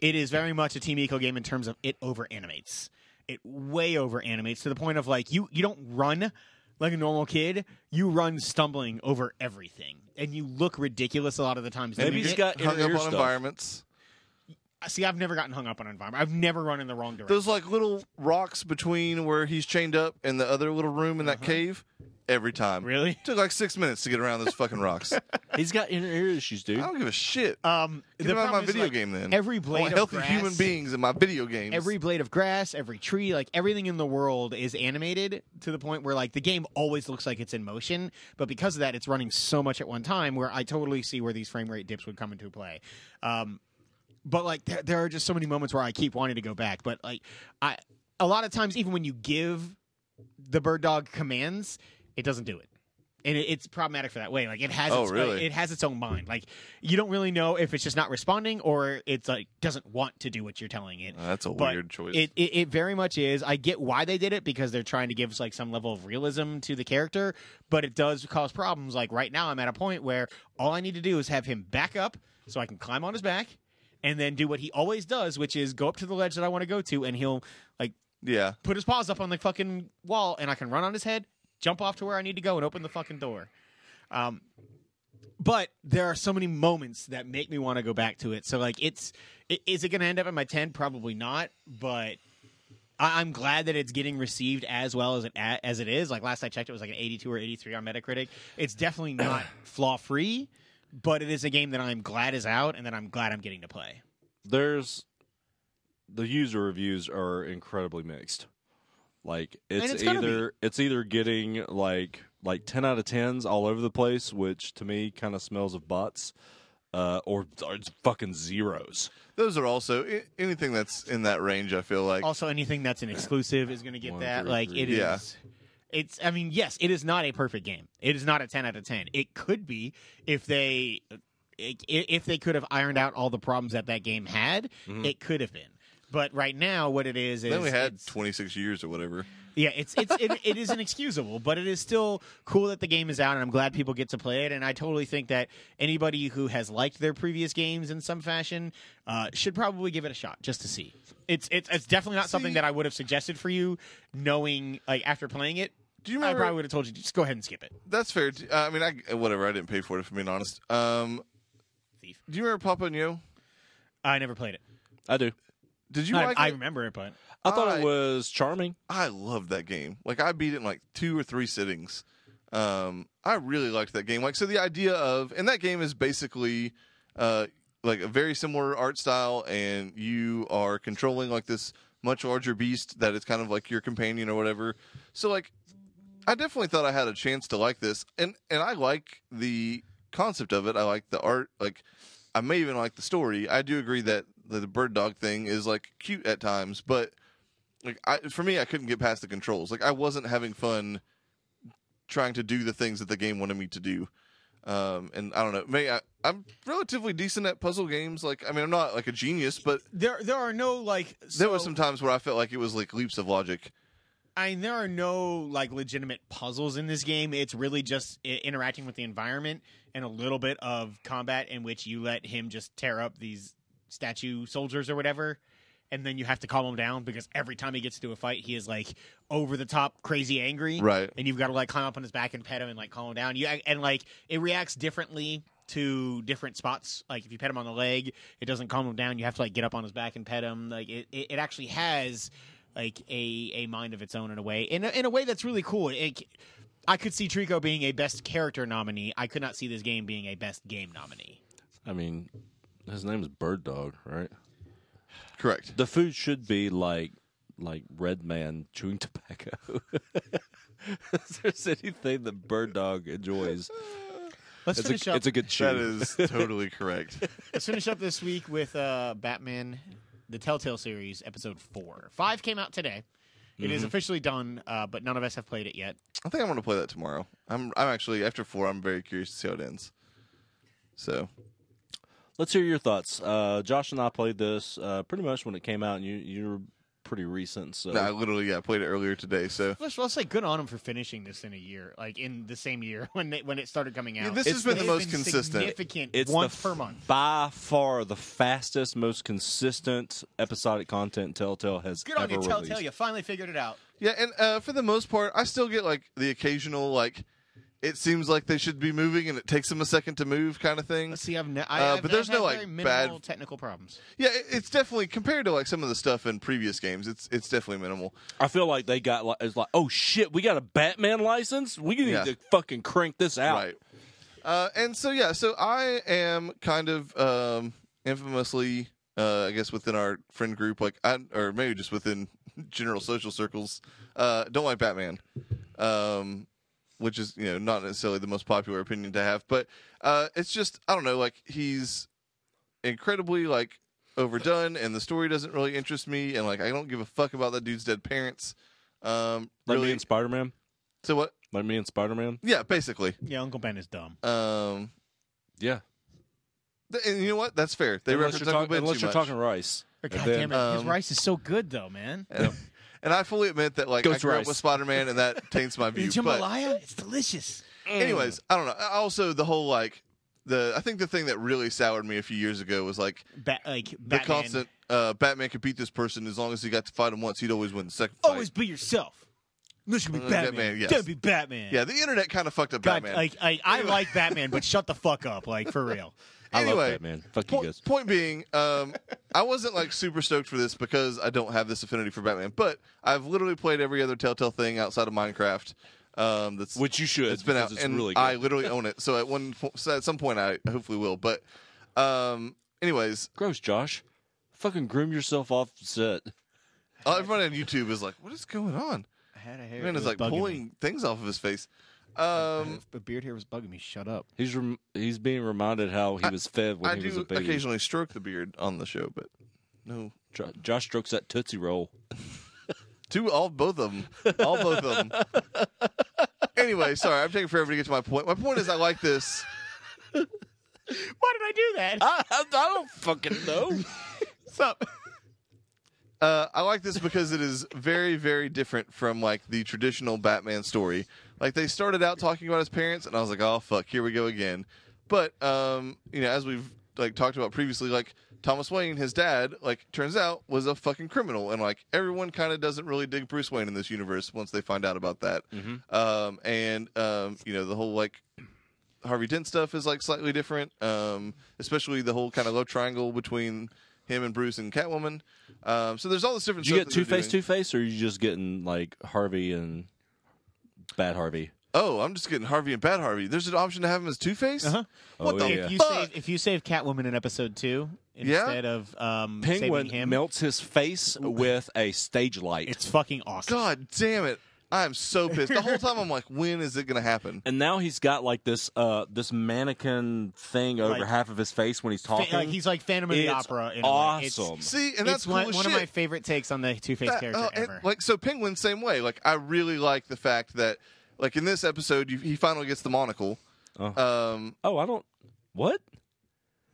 [SPEAKER 1] it is very much a team eco game in terms of it over animates it way over animates to the point of like you you don't run like a normal kid you run stumbling over everything and you look ridiculous a lot of the times
[SPEAKER 3] Maybe
[SPEAKER 1] You
[SPEAKER 3] he's
[SPEAKER 1] get-
[SPEAKER 3] got
[SPEAKER 2] Hung up
[SPEAKER 3] inner
[SPEAKER 2] on
[SPEAKER 3] ear stuff.
[SPEAKER 2] environments.
[SPEAKER 1] see i've never gotten hung up on environment i've never run in the wrong direction
[SPEAKER 2] There's like little rocks between where he's chained up and the other little room in that cave. Every time.
[SPEAKER 1] Uh-huh. really
[SPEAKER 2] Took like six minutes to get around those fucking rocks. I
[SPEAKER 3] He's got inner ear issues, dude.
[SPEAKER 2] don't give a shit.
[SPEAKER 1] um
[SPEAKER 2] Get
[SPEAKER 1] the
[SPEAKER 2] him out of my
[SPEAKER 1] problem is,
[SPEAKER 2] video
[SPEAKER 1] like,
[SPEAKER 2] game then.
[SPEAKER 1] every
[SPEAKER 2] I
[SPEAKER 1] blade
[SPEAKER 2] want
[SPEAKER 1] of
[SPEAKER 2] healthy
[SPEAKER 1] grass-
[SPEAKER 2] human beings in my video games.
[SPEAKER 1] every blade of grass, every tree, like everything in the world is animated to the point where like the game always looks like it's in motion, but because of that, it's running so much at one time. Where I totally see where these frame rate dips would come into play. Um, but like there, there are just so many moments where I keep wanting to go back. But like I, a lot of times, even when you give the bird dog commands, it doesn't do it. And it, it's problematic for that way. Like it has,
[SPEAKER 2] Oh,
[SPEAKER 1] its,
[SPEAKER 2] really?
[SPEAKER 1] it has its own mind. Like you don't really know if it's just not responding or it's like doesn't want to do what you're telling it.
[SPEAKER 2] Uh, that's a
[SPEAKER 1] But
[SPEAKER 2] weird choice.
[SPEAKER 1] It, it it very much is. I get why they did it because they're trying to give like some level of realism to the character, but it does cause problems. Like right now, I'm at a point where all I need to do is have him back up so I can climb on his back, and then do what he always does, which is go up to the ledge that I want to go to, and he'll like
[SPEAKER 2] yeah.
[SPEAKER 1] put his paws up on the fucking wall, and I can run on his head, jump off to where I need to go, and open the fucking door. Um, but there are so many moments that make me want to go back to it. So like, it's i- is it going to end up in my ten? Probably not. But I, I'm glad that it's getting received as well as it a- as it is. Like last I checked, it was like an 82 or 83 on Metacritic. It's definitely not flaw free, but it is a game that I'm glad is out and that I'm glad I'm getting to play.
[SPEAKER 3] There's the user reviews are incredibly mixed. Like it's,
[SPEAKER 1] it's gonna
[SPEAKER 3] either it's either getting like like ten out of tens all over the place, which to me kind of smells of bots, uh, or, or it's fucking zeros.
[SPEAKER 2] Those are also i- anything that's in that range. I feel like
[SPEAKER 1] also anything that's an exclusive is going to get
[SPEAKER 3] One,
[SPEAKER 1] that
[SPEAKER 3] three,
[SPEAKER 1] like
[SPEAKER 3] three.
[SPEAKER 1] it is.
[SPEAKER 2] Yeah.
[SPEAKER 1] it's i mean yes it is not a perfect game it is not a 10 out of 10 it could be if they i- if they could have ironed out all the problems that that game had it could have been but right now what it is is
[SPEAKER 2] they only had
[SPEAKER 1] it's-
[SPEAKER 2] 26 years or whatever.
[SPEAKER 1] yeah, it's it's it, it is inexcusable, but it is still cool that the game is out, and I'm glad people get to play it. And I totally think that anybody who has liked their previous games in some fashion uh, should probably give it a shot just to see. It's it's, it's definitely not something
[SPEAKER 2] See-
[SPEAKER 1] that I would have suggested for you, knowing like after playing it.
[SPEAKER 2] Do you
[SPEAKER 1] I
[SPEAKER 2] remember?
[SPEAKER 1] probably would have told you just go ahead and skip it.
[SPEAKER 2] that's fair. t- I mean, I whatever. I didn't pay for it. If I'm being honest. Um,
[SPEAKER 1] Thief.
[SPEAKER 2] do you remember Papa and Yo?
[SPEAKER 1] I never played it.
[SPEAKER 3] I do.
[SPEAKER 2] Did you
[SPEAKER 1] I,
[SPEAKER 2] like
[SPEAKER 1] I
[SPEAKER 2] it?
[SPEAKER 1] remember it, but
[SPEAKER 3] I thought
[SPEAKER 2] I-
[SPEAKER 3] it was charming.
[SPEAKER 2] I loved that game. Like I beat it in like two or three sittings. Um, I really liked that game. Like so, the idea of and that game is basically uh, like a very similar art style, and you are controlling like this much larger beast that is kind of like your companion or whatever. So like, I definitely thought I had a chance to like this, and and I like the concept of it. I like the art. Like I may even like the story. I do agree that the, the bird dog thing is like cute at times, but like I, for me, I couldn't get past the controls. Like I wasn't having fun trying to do the things that the game wanted me to do. Um, and I don't know. May I, I'm relatively decent at puzzle games. Like I mean, I'm not like a genius, but
[SPEAKER 1] there there are no like
[SPEAKER 2] there were some times where I felt like it was like leaps of logic.
[SPEAKER 1] I mean, there are no like legitimate puzzles in this game. It's really just I- interacting with the environment and a little bit of combat in which you let him just tear up these statue soldiers or whatever, and then you have to calm him down because every time he gets into a fight, he is like over the top, crazy angry,
[SPEAKER 2] Right.
[SPEAKER 1] And you've got to like climb up on his back and pet him and like calm him down. You and like it reacts differently to different spots. Like if you pet him on the leg, it doesn't calm him down. You have to like get up on his back and pet him. Like it, it, it actually has like a a mind of its own in a way, in a, in a way that's really cool. It, I could see Trico being a best character nominee. I could not see this game being a best game nominee.
[SPEAKER 3] I mean, his name is Bird Dog, right?
[SPEAKER 2] Correct.
[SPEAKER 3] The food should be like like Red Man chewing tobacco. Is there's anything that Bird Dog enjoys?
[SPEAKER 1] Let's
[SPEAKER 3] It's
[SPEAKER 1] finish
[SPEAKER 3] a,
[SPEAKER 1] up.
[SPEAKER 3] it's a good chew.
[SPEAKER 2] That is totally correct.
[SPEAKER 1] Let's finish up this week with uh, Batman, the Telltale series, episode four. Five came out today. It is officially done, uh, but none of us have played it yet.
[SPEAKER 2] I think I'm gonna play that tomorrow. I'm I'm actually after four. I'm very curious to see how it ends. So
[SPEAKER 3] Let's hear your thoughts. Uh, Josh and I played this uh, pretty much when it came out, and you you were pretty recent. So
[SPEAKER 2] no, I literally yeah played it earlier today. So
[SPEAKER 1] Let's, let's say good on them for finishing this in a year, like in the same year when they, when it started coming out.
[SPEAKER 2] Yeah, this
[SPEAKER 1] It's-
[SPEAKER 2] has been the
[SPEAKER 1] they've
[SPEAKER 2] most consistent.
[SPEAKER 1] significant
[SPEAKER 3] it's
[SPEAKER 1] once
[SPEAKER 3] the,
[SPEAKER 1] per month.
[SPEAKER 3] by far the fastest, most consistent episodic content Telltale has
[SPEAKER 1] Good on
[SPEAKER 3] ever
[SPEAKER 1] you, Telltale!
[SPEAKER 3] released.
[SPEAKER 1] You finally figured it out.
[SPEAKER 2] Yeah, and uh, for the most part, I still get like the occasional like it seems like they should be moving and it takes them a second to move kind of thing.
[SPEAKER 1] Let's see, I've ne-
[SPEAKER 2] Uh,
[SPEAKER 1] I, I've,
[SPEAKER 2] but there's
[SPEAKER 1] I've had
[SPEAKER 2] no, like,
[SPEAKER 1] very minimal
[SPEAKER 2] bad-
[SPEAKER 1] technical problems.
[SPEAKER 2] Yeah, it, it's definitely compared to like some of the stuff in previous games. It's it's definitely minimal.
[SPEAKER 3] I feel like they got like it's like oh shit, we got a Batman license. We need
[SPEAKER 2] Yeah.
[SPEAKER 3] to fucking crank this out.
[SPEAKER 2] Right. Uh, and so yeah, so I am kind of um, infamously, uh, I guess, within our friend group, like, I, or maybe just within general social circles, uh, don't like Batman, um, which is you know not necessarily the most popular opinion to have, but uh, it's just I don't know, like he's incredibly like overdone, and the story doesn't really interest me, and like I don't give a fuck about that dude's dead parents. Um,
[SPEAKER 3] Like
[SPEAKER 2] really,
[SPEAKER 3] me and Spider Man.
[SPEAKER 2] so what?
[SPEAKER 3] Like me and Spider Man.
[SPEAKER 2] Yeah, basically.
[SPEAKER 1] Yeah, Uncle Ben is dumb.
[SPEAKER 2] Um,
[SPEAKER 3] Yeah.
[SPEAKER 2] Th- And you know what? That's fair. They
[SPEAKER 3] unless
[SPEAKER 2] reference
[SPEAKER 3] you're,
[SPEAKER 2] Uncle
[SPEAKER 3] talk-
[SPEAKER 2] Ben
[SPEAKER 3] unless
[SPEAKER 2] too
[SPEAKER 3] you're
[SPEAKER 2] much.
[SPEAKER 3] talking rice.
[SPEAKER 1] God
[SPEAKER 3] And
[SPEAKER 1] damn it, his
[SPEAKER 2] um,
[SPEAKER 1] rice is so good though, man.
[SPEAKER 2] And, and I fully admit that, like, I
[SPEAKER 3] Ghost
[SPEAKER 2] grew
[SPEAKER 3] rice.
[SPEAKER 2] up with Spider-Man, and that taints my view.
[SPEAKER 1] the
[SPEAKER 2] But,
[SPEAKER 1] jambalaya, it's delicious.
[SPEAKER 2] anyways, I don't know. I- Also, the whole like, the I think the thing that really soured me a few years ago was like
[SPEAKER 1] Bat, like
[SPEAKER 2] the
[SPEAKER 1] Batman,
[SPEAKER 2] constant uh, Batman could beat this person as long as he got to fight him once. He'd always win the second fight.
[SPEAKER 1] always be yourself. Unless you can be
[SPEAKER 2] Uh,
[SPEAKER 1] Batman,
[SPEAKER 2] Batman, yes.
[SPEAKER 1] don't be Batman.
[SPEAKER 2] yeah, the internet kind of fucked up
[SPEAKER 1] God,
[SPEAKER 2] Batman.
[SPEAKER 1] like I, I like Batman, but shut the fuck up, like for real.
[SPEAKER 3] I love
[SPEAKER 2] Anyway,
[SPEAKER 3] Batman. Fuck you
[SPEAKER 2] Po-
[SPEAKER 3] guys.
[SPEAKER 2] point being, um, I wasn't like super stoked for this because I don't have this affinity for Batman, but I've literally played every other Telltale thing outside of Minecraft. Um, that's
[SPEAKER 3] Which you should.
[SPEAKER 2] It's been
[SPEAKER 3] because
[SPEAKER 2] out,
[SPEAKER 3] It's
[SPEAKER 2] and
[SPEAKER 3] really
[SPEAKER 2] I
[SPEAKER 3] good.
[SPEAKER 2] literally own it. So at one, po- so at some point, I hopefully will. But, um, anyways,
[SPEAKER 3] Gross, Josh. Fucking groom yourself off set.
[SPEAKER 2] uh, everyone on YouTube is like, "What is going on?"
[SPEAKER 1] I had a hair.
[SPEAKER 2] Man is like pulling things off of his face. Um,
[SPEAKER 1] The beard hair was bugging me. Shut up.
[SPEAKER 3] He's rem- he's being reminded how he
[SPEAKER 2] I-
[SPEAKER 3] was fed when
[SPEAKER 2] I
[SPEAKER 3] he was
[SPEAKER 2] do
[SPEAKER 3] a baby.
[SPEAKER 2] occasionally stroke the beard on the show, but no,
[SPEAKER 3] Jo- Josh strokes that tootsie roll.
[SPEAKER 2] Two, all both of them, all both of them. anyway, sorry, I'm taking forever to get to my point. My point is, I like this.
[SPEAKER 1] Why did I do that?
[SPEAKER 3] I, I, don't fucking know.
[SPEAKER 1] What's up?
[SPEAKER 2] Uh, I like this because it is very, very different from like the traditional Batman story. Like they started out talking about his parents, and I was like, "Oh fuck, here we go again." But um, you know, as we've like talked about previously, like Thomas Wayne, his dad, like turns out was a fucking criminal, and like everyone kind of doesn't really dig Bruce Wayne in this universe once they find out about that. Um, and um, you know, the whole like Harvey Dent stuff is like slightly different, um, especially the whole kind of love triangle between him and Bruce and Catwoman. Um, so there's all this different.
[SPEAKER 3] Did you
[SPEAKER 2] stuff
[SPEAKER 3] get
[SPEAKER 2] that
[SPEAKER 3] Two
[SPEAKER 2] they're
[SPEAKER 3] Face,
[SPEAKER 2] doing.
[SPEAKER 3] Two Face, or are you just getting like Harvey and Bad Harvey?
[SPEAKER 2] Oh, I'm just getting Harvey and Bad Harvey. There's an option to have him as Two Face.
[SPEAKER 1] Uh-huh.
[SPEAKER 2] What
[SPEAKER 3] Oh,
[SPEAKER 2] the
[SPEAKER 3] yeah.
[SPEAKER 1] If you
[SPEAKER 2] fuck?
[SPEAKER 1] save if you save Catwoman in episode two
[SPEAKER 2] Yeah.
[SPEAKER 1] instead of um, saving
[SPEAKER 3] Penguin
[SPEAKER 1] him,
[SPEAKER 3] melts his face with a stage light,
[SPEAKER 1] it's fucking awesome.
[SPEAKER 2] God damn it! I'm so pissed. The whole time I'm like, when is it gonna happen?
[SPEAKER 3] and now he's got like this uh this mannequin thing over
[SPEAKER 1] Like-
[SPEAKER 3] half of his face when he's
[SPEAKER 1] Fa-
[SPEAKER 3] talking.
[SPEAKER 1] like he's like Phantom of the
[SPEAKER 3] It's
[SPEAKER 1] Opera. In a way. It's-
[SPEAKER 3] awesome.
[SPEAKER 2] See, and
[SPEAKER 1] it's
[SPEAKER 2] that's cool
[SPEAKER 1] one,
[SPEAKER 2] as
[SPEAKER 1] one
[SPEAKER 2] shit.
[SPEAKER 1] of my favorite takes on the Two Face
[SPEAKER 2] That-
[SPEAKER 1] character
[SPEAKER 2] oh, and,
[SPEAKER 1] ever.
[SPEAKER 2] like so, Penguin same way. Like I really like the fact that like in this episode, you, he finally gets the monocle. Um,
[SPEAKER 3] oh, I don't. What?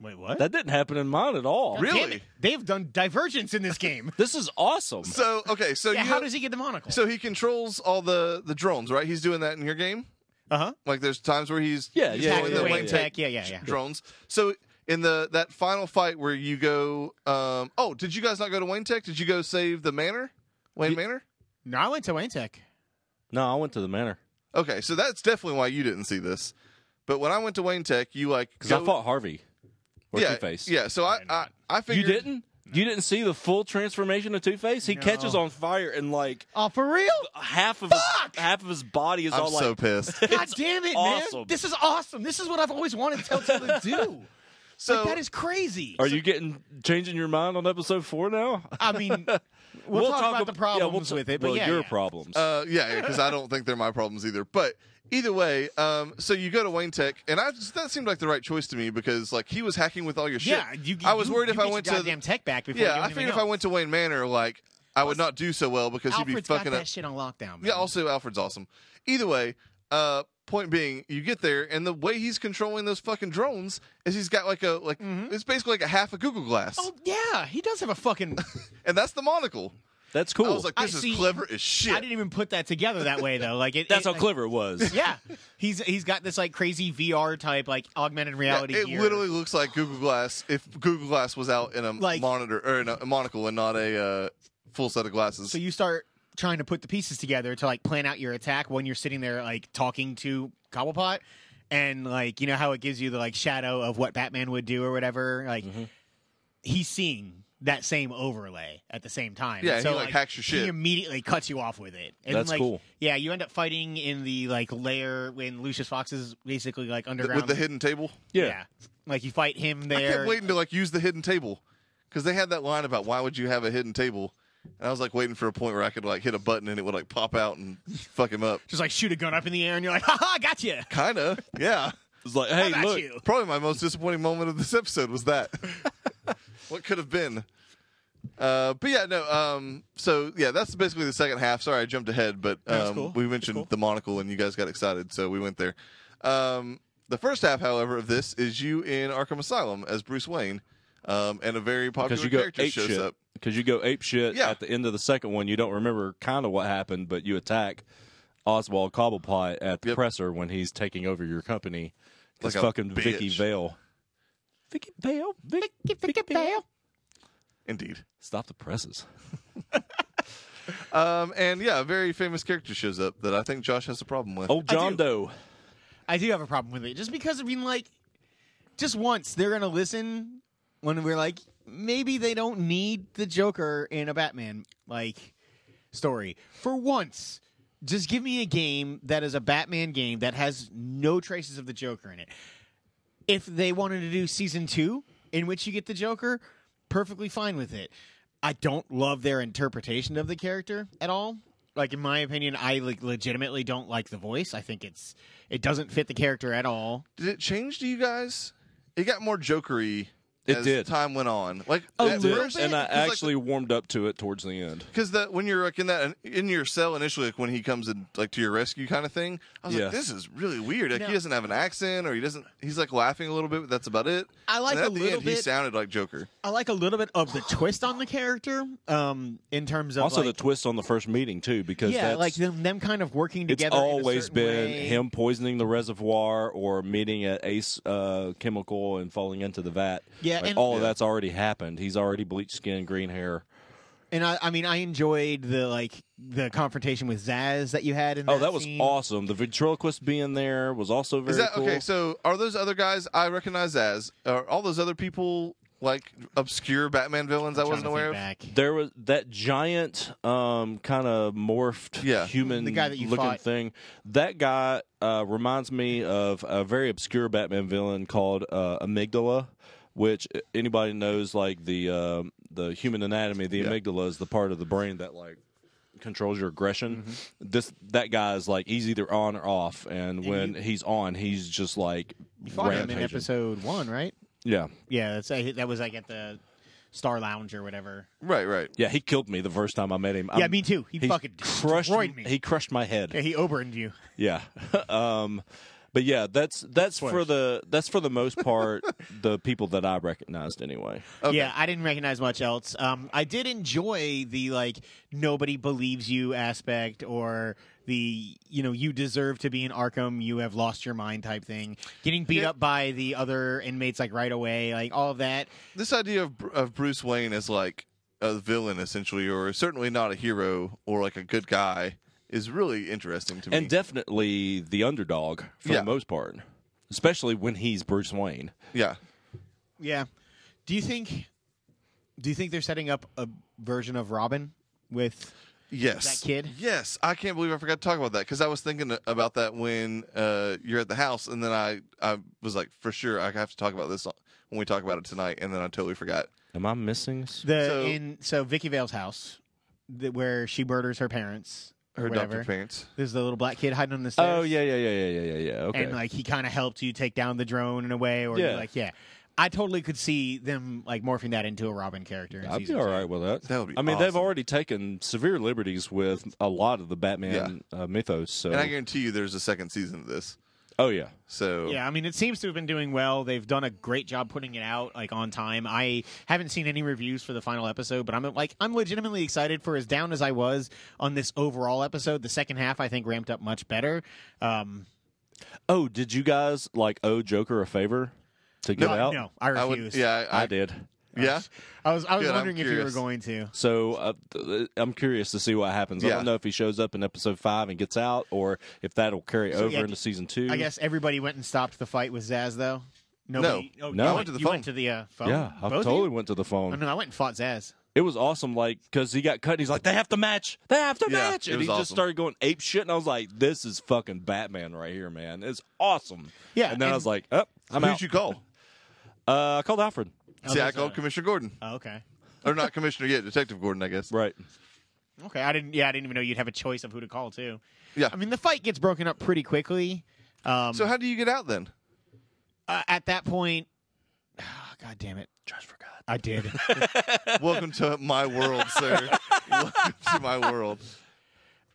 [SPEAKER 1] Wait, what?
[SPEAKER 3] That didn't happen in mine at all.
[SPEAKER 2] Really?
[SPEAKER 1] Damn it. They've done divergence in this game.
[SPEAKER 3] This is awesome.
[SPEAKER 2] so okay, so
[SPEAKER 1] yeah,
[SPEAKER 2] you
[SPEAKER 1] how
[SPEAKER 2] know-
[SPEAKER 1] does he get the monocle?
[SPEAKER 2] so he controls all the the drones, right? He's doing that in your game.
[SPEAKER 1] uh huh.
[SPEAKER 2] Like there's times where he's
[SPEAKER 3] Yeah,
[SPEAKER 2] he's
[SPEAKER 3] yeah,
[SPEAKER 2] pulling
[SPEAKER 3] yeah,
[SPEAKER 2] the
[SPEAKER 3] yeah,
[SPEAKER 2] wing
[SPEAKER 3] yeah.
[SPEAKER 2] tape
[SPEAKER 1] Yeah, yeah, yeah.
[SPEAKER 2] drones. So in the that final fight where you go, um, oh, did you guys not go to Wayne Tech? Did you go save the manor, Wayne Manor?
[SPEAKER 1] No, I went to Wayne Tech.
[SPEAKER 3] No, I went to the manor
[SPEAKER 2] Okay, so that's definitely why you didn't see this. But when I went to Wayne Tech, you like
[SPEAKER 3] because I
[SPEAKER 2] go-
[SPEAKER 3] fought Harvey or
[SPEAKER 2] yeah,
[SPEAKER 3] Two Face.
[SPEAKER 2] Yeah, so I I, I
[SPEAKER 3] you
[SPEAKER 2] figured
[SPEAKER 3] didn't. You didn't see the full transformation of Two Face. He catches on fire and like
[SPEAKER 1] Oh, for real?
[SPEAKER 3] half of his, half of his body is
[SPEAKER 2] I'm
[SPEAKER 3] all like
[SPEAKER 2] so pissed.
[SPEAKER 1] God damn it,
[SPEAKER 3] awesome.
[SPEAKER 1] man! This is awesome. This is what I've always wanted Telltale to do.
[SPEAKER 2] So
[SPEAKER 1] like, that is crazy.
[SPEAKER 3] Are you getting changing your mind on episode four now?
[SPEAKER 1] I mean, we'll, talk, about the
[SPEAKER 3] ab-
[SPEAKER 1] problems
[SPEAKER 3] yeah, we'll ta-
[SPEAKER 1] with it, but
[SPEAKER 3] well,
[SPEAKER 1] yeah,
[SPEAKER 3] your
[SPEAKER 1] yeah.
[SPEAKER 3] problems.
[SPEAKER 2] Uh, yeah, because I don't think they're my problems either. But either way, um, so you go to Wayne Tech, and I just, that seemed like the right choice to me because like he was hacking with all your shit.
[SPEAKER 1] Yeah, you,
[SPEAKER 2] I was
[SPEAKER 1] you-
[SPEAKER 2] worried
[SPEAKER 1] you
[SPEAKER 2] if I
[SPEAKER 1] get
[SPEAKER 2] went
[SPEAKER 1] your
[SPEAKER 2] to
[SPEAKER 1] goddamn tech back before.
[SPEAKER 2] yeah,
[SPEAKER 1] you
[SPEAKER 2] I figured if I went to Wayne Manor, like I would not do so well because he'd be
[SPEAKER 1] Alfred's got
[SPEAKER 2] fucking up.
[SPEAKER 1] that shit on lockdown. Man.
[SPEAKER 2] Yeah, also Alfred's awesome. Either way, uh, point being, you get there, and the way he's controlling those fucking drones is he's got like a like it's basically like a half a Google Glass,
[SPEAKER 1] Mm-hmm. Oh yeah, he does have a fucking.
[SPEAKER 2] and that's the monocle.
[SPEAKER 3] That's cool.
[SPEAKER 2] I was like,
[SPEAKER 1] I
[SPEAKER 2] this is
[SPEAKER 1] see-
[SPEAKER 2] clever as shit.
[SPEAKER 1] I didn't even put that together that way though. Like it,
[SPEAKER 3] That's
[SPEAKER 1] it,
[SPEAKER 3] how
[SPEAKER 1] like-
[SPEAKER 3] clever it was.
[SPEAKER 1] Yeah, he's he's got this like crazy VR type like augmented
[SPEAKER 2] Yeah,
[SPEAKER 1] reality.
[SPEAKER 2] it
[SPEAKER 1] gear.
[SPEAKER 2] literally looks like Google Glass if Google Glass was out in a
[SPEAKER 1] Like-
[SPEAKER 2] monitor or in a, a monocle and not a uh, full set of glasses.
[SPEAKER 1] So you start trying to put the pieces together to like plan out your attack when you're sitting there like talking to Cobblepot, and like you know how it gives you the like shadow of what Batman would do or whatever. Like
[SPEAKER 2] Mm-hmm.
[SPEAKER 1] he's seeing that same overlay at the same time.
[SPEAKER 2] Yeah,
[SPEAKER 1] And
[SPEAKER 2] he,
[SPEAKER 1] so,
[SPEAKER 2] like, hacks your shit.
[SPEAKER 1] He immediately cuts you off with it. And
[SPEAKER 3] That's
[SPEAKER 1] like,
[SPEAKER 3] cool.
[SPEAKER 1] Yeah, you end up fighting in the like layer when Lucius Fox is basically like underground.
[SPEAKER 2] with the hidden table.
[SPEAKER 3] Yeah.
[SPEAKER 1] like you fight him
[SPEAKER 2] I
[SPEAKER 1] there.
[SPEAKER 2] kept waiting to like use the hidden table because they had that line about why would you have a hidden table, and I was like waiting for a point where I could like hit a button and it would like pop out and fuck him up.
[SPEAKER 1] Just like shoot a gun up in the air, and you're like, "Ha ha, got you."
[SPEAKER 2] Kinda, yeah.
[SPEAKER 3] It was like,
[SPEAKER 1] How
[SPEAKER 3] hey,
[SPEAKER 1] about
[SPEAKER 3] look,
[SPEAKER 1] you?
[SPEAKER 2] Probably my most disappointing moment of this episode was that. what could have been? Uh, but yeah, no. Um, so yeah, that's basically the second half. Sorry, I jumped ahead, but
[SPEAKER 1] That's
[SPEAKER 2] um,
[SPEAKER 1] cool.
[SPEAKER 2] we mentioned
[SPEAKER 1] cool.
[SPEAKER 2] the monocle, and you guys got excited, so we went there. Um, the first half, however, of this is you in Arkham Asylum as Bruce Wayne, um, and a very popular
[SPEAKER 3] because you go
[SPEAKER 2] character
[SPEAKER 3] ape
[SPEAKER 2] shows
[SPEAKER 3] shit.
[SPEAKER 2] up.
[SPEAKER 3] Because you go ape shit
[SPEAKER 2] Yeah.
[SPEAKER 3] at the end of the second one. You don't remember kind of what happened, but you attack Oswald Cobblepot at the
[SPEAKER 2] Yep.
[SPEAKER 3] presser when he's taking over your company. Because
[SPEAKER 2] Like a
[SPEAKER 3] fucking Vicky
[SPEAKER 2] bitch.
[SPEAKER 3] Vale. Vicky Vale. Vicky, Vicky Vale.
[SPEAKER 2] Indeed.
[SPEAKER 3] Stop the presses.
[SPEAKER 2] Um, and yeah, a very famous character shows up that I think Josh has a problem with.
[SPEAKER 3] Old
[SPEAKER 1] I do.
[SPEAKER 3] Oh, John Doe.
[SPEAKER 1] I do have a problem with it, just because I mean, like, just once they're gonna listen when we're like, maybe they don't need the Joker in a Batman like story for once. Just give me a game that is a Batman game that has no traces of the Joker in it. If they wanted to do season two, in which you get the Joker, perfectly fine with it. I don't love their interpretation of the character at all. Like in my opinion, I like legitimately don't like the voice. I think it's it doesn't fit the character at all.
[SPEAKER 2] Did it change to you guys? It got more jokery.
[SPEAKER 3] It
[SPEAKER 2] as
[SPEAKER 3] did.
[SPEAKER 2] time went on. Like
[SPEAKER 1] Oh,
[SPEAKER 2] at first-
[SPEAKER 3] And I
[SPEAKER 2] 'cause, like,
[SPEAKER 3] actually warmed up to it towards the end.
[SPEAKER 2] because the when you're like in that in your cell initially, like when he comes in like to your rescue kind of thing, I was
[SPEAKER 3] Yeah.
[SPEAKER 2] like, this is really weird. Like
[SPEAKER 1] No.
[SPEAKER 2] he doesn't have an accent, or he doesn't. He's like laughing a little bit, but that's about it.
[SPEAKER 1] I like
[SPEAKER 2] and at
[SPEAKER 1] a
[SPEAKER 2] the
[SPEAKER 1] little
[SPEAKER 2] end, He
[SPEAKER 1] bit-
[SPEAKER 2] sounded like Joker.
[SPEAKER 1] I like a little bit of the twist on the character, um, in terms of
[SPEAKER 3] Also,
[SPEAKER 1] like,
[SPEAKER 3] the twist on the first meeting too, because
[SPEAKER 1] yeah,
[SPEAKER 3] that's,
[SPEAKER 1] like them, them kind of working
[SPEAKER 3] it's
[SPEAKER 1] together. in a
[SPEAKER 3] always
[SPEAKER 1] certain
[SPEAKER 3] been
[SPEAKER 1] way.
[SPEAKER 3] him poisoning the reservoir or meeting at Ace uh, Chemical and falling into the vat.
[SPEAKER 1] Yeah,
[SPEAKER 3] Like,
[SPEAKER 1] and-
[SPEAKER 3] all of that's already happened. He's already bleached skin, green hair.
[SPEAKER 1] And I, I mean, I enjoyed the like the confrontation with Zaz that you had in.
[SPEAKER 3] Oh, that was
[SPEAKER 1] scene.
[SPEAKER 3] awesome. The ventriloquist being there was also very
[SPEAKER 2] Is that
[SPEAKER 3] cool.
[SPEAKER 2] okay? So are those other guys I recognize as are all those other people like obscure Batman villains I wasn't aware of?
[SPEAKER 3] There was that giant, um, kind of morphed
[SPEAKER 2] Yeah.
[SPEAKER 3] human
[SPEAKER 1] The guy that you
[SPEAKER 3] looking
[SPEAKER 1] fought.
[SPEAKER 3] thing. That guy uh, reminds me of a very obscure Batman villain called uh, Amygdala, which uh, anybody knows, like the uh, the human anatomy. The amygdala is the part of the brain that like controls your aggression. This that guy is like he's either on or off, and, when he's on, he's just like
[SPEAKER 1] You fought him in
[SPEAKER 3] rampaging.
[SPEAKER 1] episode one, right?
[SPEAKER 3] Yeah,
[SPEAKER 1] Yeah, that's I- that was like at the Star Lounge or whatever.
[SPEAKER 2] Right, right.
[SPEAKER 3] yeah, he killed me the first time I met him.
[SPEAKER 1] Yeah,
[SPEAKER 3] I'm-
[SPEAKER 1] me too. He,
[SPEAKER 3] He
[SPEAKER 1] fucking
[SPEAKER 3] crushed
[SPEAKER 1] destroyed me.
[SPEAKER 3] He crushed my head.
[SPEAKER 1] yeah, he oberoned you.
[SPEAKER 3] Yeah. um but yeah, that's that's for
[SPEAKER 1] Spoilers.
[SPEAKER 3] the that's for the most part the people that I recognized anyway.
[SPEAKER 2] Okay.
[SPEAKER 1] Yeah, I didn't recognize much else. Um, I did enjoy the like nobody believes you aspect, or the you know you deserve to be in Arkham, you have lost your mind type thing. Getting beat
[SPEAKER 2] Yeah.
[SPEAKER 1] up by the other inmates like right away, like all of that.
[SPEAKER 2] This idea of Br- of Bruce Wayne as like a villain essentially, or certainly not a hero or like a good guy, is really interesting to me.
[SPEAKER 3] And definitely the underdog for
[SPEAKER 2] Yeah.
[SPEAKER 3] the most part. Especially when he's Bruce Wayne.
[SPEAKER 2] yeah.
[SPEAKER 1] Yeah. Do you think? Do you think they're setting up a version of Robin with?
[SPEAKER 2] Yes.
[SPEAKER 1] That kid?
[SPEAKER 2] Yes. I can't believe I forgot to talk about that because I was thinking about that when uh, you're at the house, and then I, I was like, for sure, I have to talk about this when we talk about it tonight, and then I totally forgot.
[SPEAKER 3] Am I missing s-
[SPEAKER 1] The
[SPEAKER 2] So-
[SPEAKER 1] in so Vicky Vale's house, th where she murders her parents, or
[SPEAKER 2] Her
[SPEAKER 1] whatever.
[SPEAKER 2] adopted parents.
[SPEAKER 1] There's the little black kid hiding on the stairs.
[SPEAKER 3] Oh yeah, yeah, yeah, yeah, yeah, yeah, yeah. Okay.
[SPEAKER 1] and like he kind of helped you take down the drone in a way, or
[SPEAKER 3] Yeah.
[SPEAKER 1] like yeah, I totally could see them like morphing that into a Robin character. in
[SPEAKER 3] I'd be
[SPEAKER 1] season
[SPEAKER 3] all
[SPEAKER 1] two.
[SPEAKER 3] right with that.
[SPEAKER 2] That would be
[SPEAKER 3] I mean, they've
[SPEAKER 2] awesome.
[SPEAKER 3] already taken severe liberties with a lot of the Batman uh, mythos. So,
[SPEAKER 2] And I guarantee you there's a second season of this.
[SPEAKER 3] oh yeah,
[SPEAKER 2] So
[SPEAKER 1] Yeah, I mean, it seems to have been doing well. They've done a great job putting it out like on time. I haven't seen any reviews for the final episode, but I'm like I'm legitimately excited for as down as I was on this overall episode. The second half I think ramped up much better. Um,
[SPEAKER 3] Oh, did you guys like owe Joker a favor to get
[SPEAKER 1] but
[SPEAKER 3] out?
[SPEAKER 1] no, I
[SPEAKER 2] I
[SPEAKER 1] refuse.
[SPEAKER 2] would. Yeah, I,
[SPEAKER 3] I did.
[SPEAKER 2] yeah.
[SPEAKER 1] I was I was
[SPEAKER 2] Good, I'm
[SPEAKER 1] wondering if you were
[SPEAKER 2] curious.
[SPEAKER 1] going to.
[SPEAKER 3] So uh, th- th- I'm curious to see what happens. I
[SPEAKER 2] Yeah.
[SPEAKER 3] don't know if he shows up in episode five and gets out, or if that'll carry over
[SPEAKER 1] yeah,
[SPEAKER 3] into season two.
[SPEAKER 1] I guess everybody went and stopped the fight with Zaz though. Nobody, Oh,
[SPEAKER 3] No.
[SPEAKER 1] you
[SPEAKER 3] I
[SPEAKER 2] went to the
[SPEAKER 1] you
[SPEAKER 2] phone.
[SPEAKER 1] Went to the uh, phone.
[SPEAKER 3] Yeah, I
[SPEAKER 1] Both of
[SPEAKER 3] totally
[SPEAKER 1] you?
[SPEAKER 3] went to the
[SPEAKER 1] Oh,
[SPEAKER 3] phone.
[SPEAKER 1] no, I went and fought Zaz.
[SPEAKER 3] It was awesome, like because he got cut. And he's like, "They have to match. They have to
[SPEAKER 2] Yeah,
[SPEAKER 3] match,"
[SPEAKER 2] it
[SPEAKER 3] and he
[SPEAKER 2] was
[SPEAKER 3] just
[SPEAKER 2] awesome.
[SPEAKER 3] started going ape shit. And I was like, "This is fucking Batman right here, man. It's awesome."
[SPEAKER 1] Yeah,
[SPEAKER 3] And then I
[SPEAKER 1] and-
[SPEAKER 3] was like, "Up, oh, I'm
[SPEAKER 2] Who'd
[SPEAKER 3] out."
[SPEAKER 2] you call?
[SPEAKER 3] uh, I called Alfred.
[SPEAKER 2] See, I
[SPEAKER 1] there's
[SPEAKER 2] called
[SPEAKER 1] a-
[SPEAKER 2] Commissioner Gordon,
[SPEAKER 1] Oh, okay.
[SPEAKER 2] or not Commissioner yet, Detective Gordon, I guess.
[SPEAKER 3] Right.
[SPEAKER 1] Okay, I didn't. Yeah, I didn't even know you'd have a choice of who to call too.
[SPEAKER 2] Yeah.
[SPEAKER 1] I mean the fight gets broken up pretty quickly. Um,
[SPEAKER 2] so how do you get out then?
[SPEAKER 1] uh, at that point, ah, God damn it,
[SPEAKER 3] Just forgot.
[SPEAKER 1] I did.
[SPEAKER 2] Welcome to my world, sir. Welcome to my world.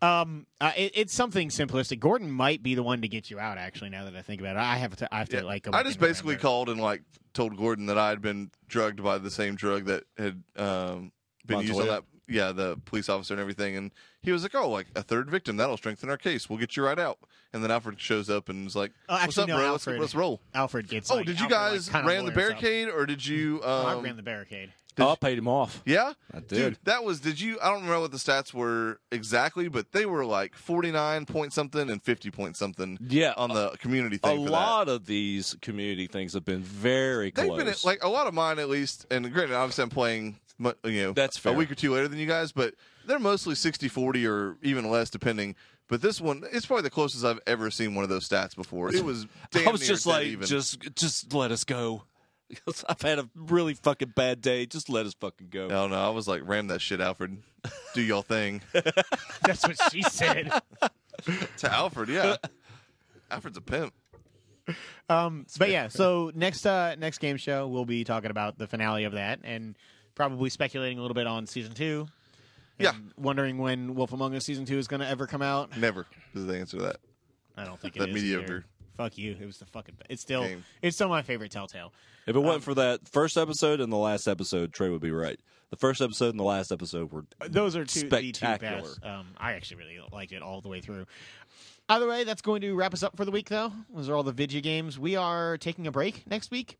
[SPEAKER 1] um, uh, it, it's something simplistic. Gordon might be the one to get you out. Actually, now that I think about it, I have to. I have to
[SPEAKER 2] Yeah.
[SPEAKER 1] like. Go
[SPEAKER 2] I
[SPEAKER 1] back
[SPEAKER 2] just
[SPEAKER 1] and
[SPEAKER 2] basically
[SPEAKER 1] remember.
[SPEAKER 2] called and like told Gordon that I had been drugged by the same drug that had um, been used on
[SPEAKER 3] Montoya.
[SPEAKER 2] that. Yeah, the police officer and everything, and he was like, "Oh, like a third victim. That'll strengthen our case. We'll get you right out." And then Alfred shows up and is like,
[SPEAKER 1] Oh,
[SPEAKER 2] "What's
[SPEAKER 1] actually,
[SPEAKER 2] up,
[SPEAKER 1] no,
[SPEAKER 2] bro? Let's,
[SPEAKER 1] Alfred.
[SPEAKER 2] let's roll."
[SPEAKER 1] Alfred gets.
[SPEAKER 2] Oh,
[SPEAKER 1] like-
[SPEAKER 2] did you
[SPEAKER 1] Alfred, like,
[SPEAKER 2] guys
[SPEAKER 1] kinda
[SPEAKER 2] ran the
[SPEAKER 1] lawyers up.
[SPEAKER 2] barricade or did you? Um,
[SPEAKER 1] I ran the barricade.
[SPEAKER 2] Did
[SPEAKER 3] oh, I paid him off.
[SPEAKER 2] Yeah,
[SPEAKER 3] I did.
[SPEAKER 2] dude, that was. Did you? I don't remember what the stats were exactly, but they were like forty nine point something and fifty point something.
[SPEAKER 3] Yeah,
[SPEAKER 2] on the community
[SPEAKER 3] a
[SPEAKER 2] thing. for that.
[SPEAKER 3] lot of these community things have been very
[SPEAKER 2] They've
[SPEAKER 3] close.
[SPEAKER 2] been like a lot of mine at least. And granted, obviously, I'm playing. mu- You know,
[SPEAKER 3] That's
[SPEAKER 2] a
[SPEAKER 3] fair.
[SPEAKER 2] week or two later than you guys, but they're mostly 60 40 or even less, depending. But this one, it's probably the closest I've ever seen one of those stats before. It was. Damn
[SPEAKER 3] I was
[SPEAKER 2] near
[SPEAKER 3] just
[SPEAKER 2] dead
[SPEAKER 3] like,
[SPEAKER 2] even.
[SPEAKER 3] just just let us go. I've had a really fucking bad day. Just let us fucking go.
[SPEAKER 2] No, no, I was like, ram that shit, Alfred. Do y'all thing
[SPEAKER 1] That's what she said.
[SPEAKER 2] to Alfred. Yeah, Alfred's a pimp.
[SPEAKER 1] Um, but yeah, so next uh, next game show, we'll be talking about the finale of that and probably speculating a little bit on season two.
[SPEAKER 2] Yeah.
[SPEAKER 1] and wondering when Wolf Among Us season two is going to ever come out.
[SPEAKER 2] Never is the answer to that.
[SPEAKER 1] I don't think it
[SPEAKER 2] That
[SPEAKER 1] is
[SPEAKER 2] mediocre
[SPEAKER 1] either. Fuck you. It was the fucking. be- It's still
[SPEAKER 2] game.
[SPEAKER 1] it's still my favorite Telltale.
[SPEAKER 3] If it
[SPEAKER 2] Um,
[SPEAKER 3] wasn't for that first episode and the last episode, Trey would be right. The first episode and the last episode were
[SPEAKER 1] Those are two the two
[SPEAKER 3] Spectacular.
[SPEAKER 1] best. Um, I actually really liked it all the way through. Either way, that's going to wrap us up for the week, though. Those are all the video games. We are taking a break next week.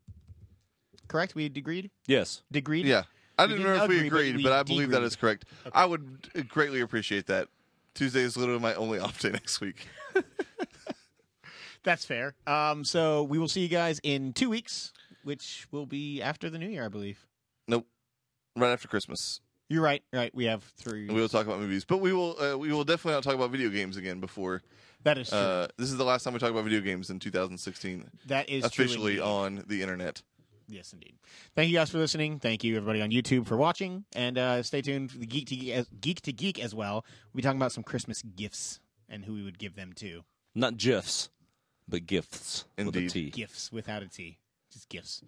[SPEAKER 1] Correct? We agreed.
[SPEAKER 3] yes.
[SPEAKER 1] Agreed.
[SPEAKER 2] Yeah. I
[SPEAKER 1] We
[SPEAKER 2] didn't
[SPEAKER 1] didn't
[SPEAKER 2] remember if we
[SPEAKER 1] agree, but
[SPEAKER 2] agreed,
[SPEAKER 1] we
[SPEAKER 2] but, I believe that
[SPEAKER 1] degreed.
[SPEAKER 2] is correct. I would greatly appreciate that. Tuesday is literally my only off day next week.
[SPEAKER 1] That's fair. Um, so we will see you guys in two weeks which will be after the new year, I believe.
[SPEAKER 2] Nope. Right after Christmas,
[SPEAKER 1] You're right. Right, we have three.
[SPEAKER 2] we will talk about movies, but we will uh, we will definitely not talk about video games again before.
[SPEAKER 1] that is true.
[SPEAKER 2] Uh, this is the last time we talk about video games in 2016,
[SPEAKER 1] that is true
[SPEAKER 2] officially
[SPEAKER 1] indeed.
[SPEAKER 2] on the internet.
[SPEAKER 1] Yes, indeed. Thank you guys for listening. Thank you everybody on YouTube for watching, and uh, stay tuned for the Geek to Geek as, Geek to Geek as well. We'll be talking about some Christmas gifts and who we would give them to.
[SPEAKER 4] Not GIFs, but gifts
[SPEAKER 2] Indeed.
[SPEAKER 4] with a T.
[SPEAKER 1] Gifts without a T, just gifts,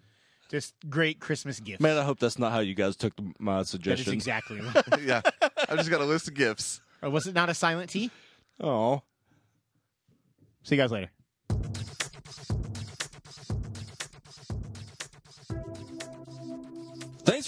[SPEAKER 1] just great Christmas gifts.
[SPEAKER 4] Man, I hope that's not how you guys took my
[SPEAKER 1] that is
[SPEAKER 4] suggestion.
[SPEAKER 1] exactly.
[SPEAKER 2] yeah, I just got a list of gifts.
[SPEAKER 1] Or was it not a silent T?
[SPEAKER 4] Oh.
[SPEAKER 1] See you guys later.
[SPEAKER 4] Thanks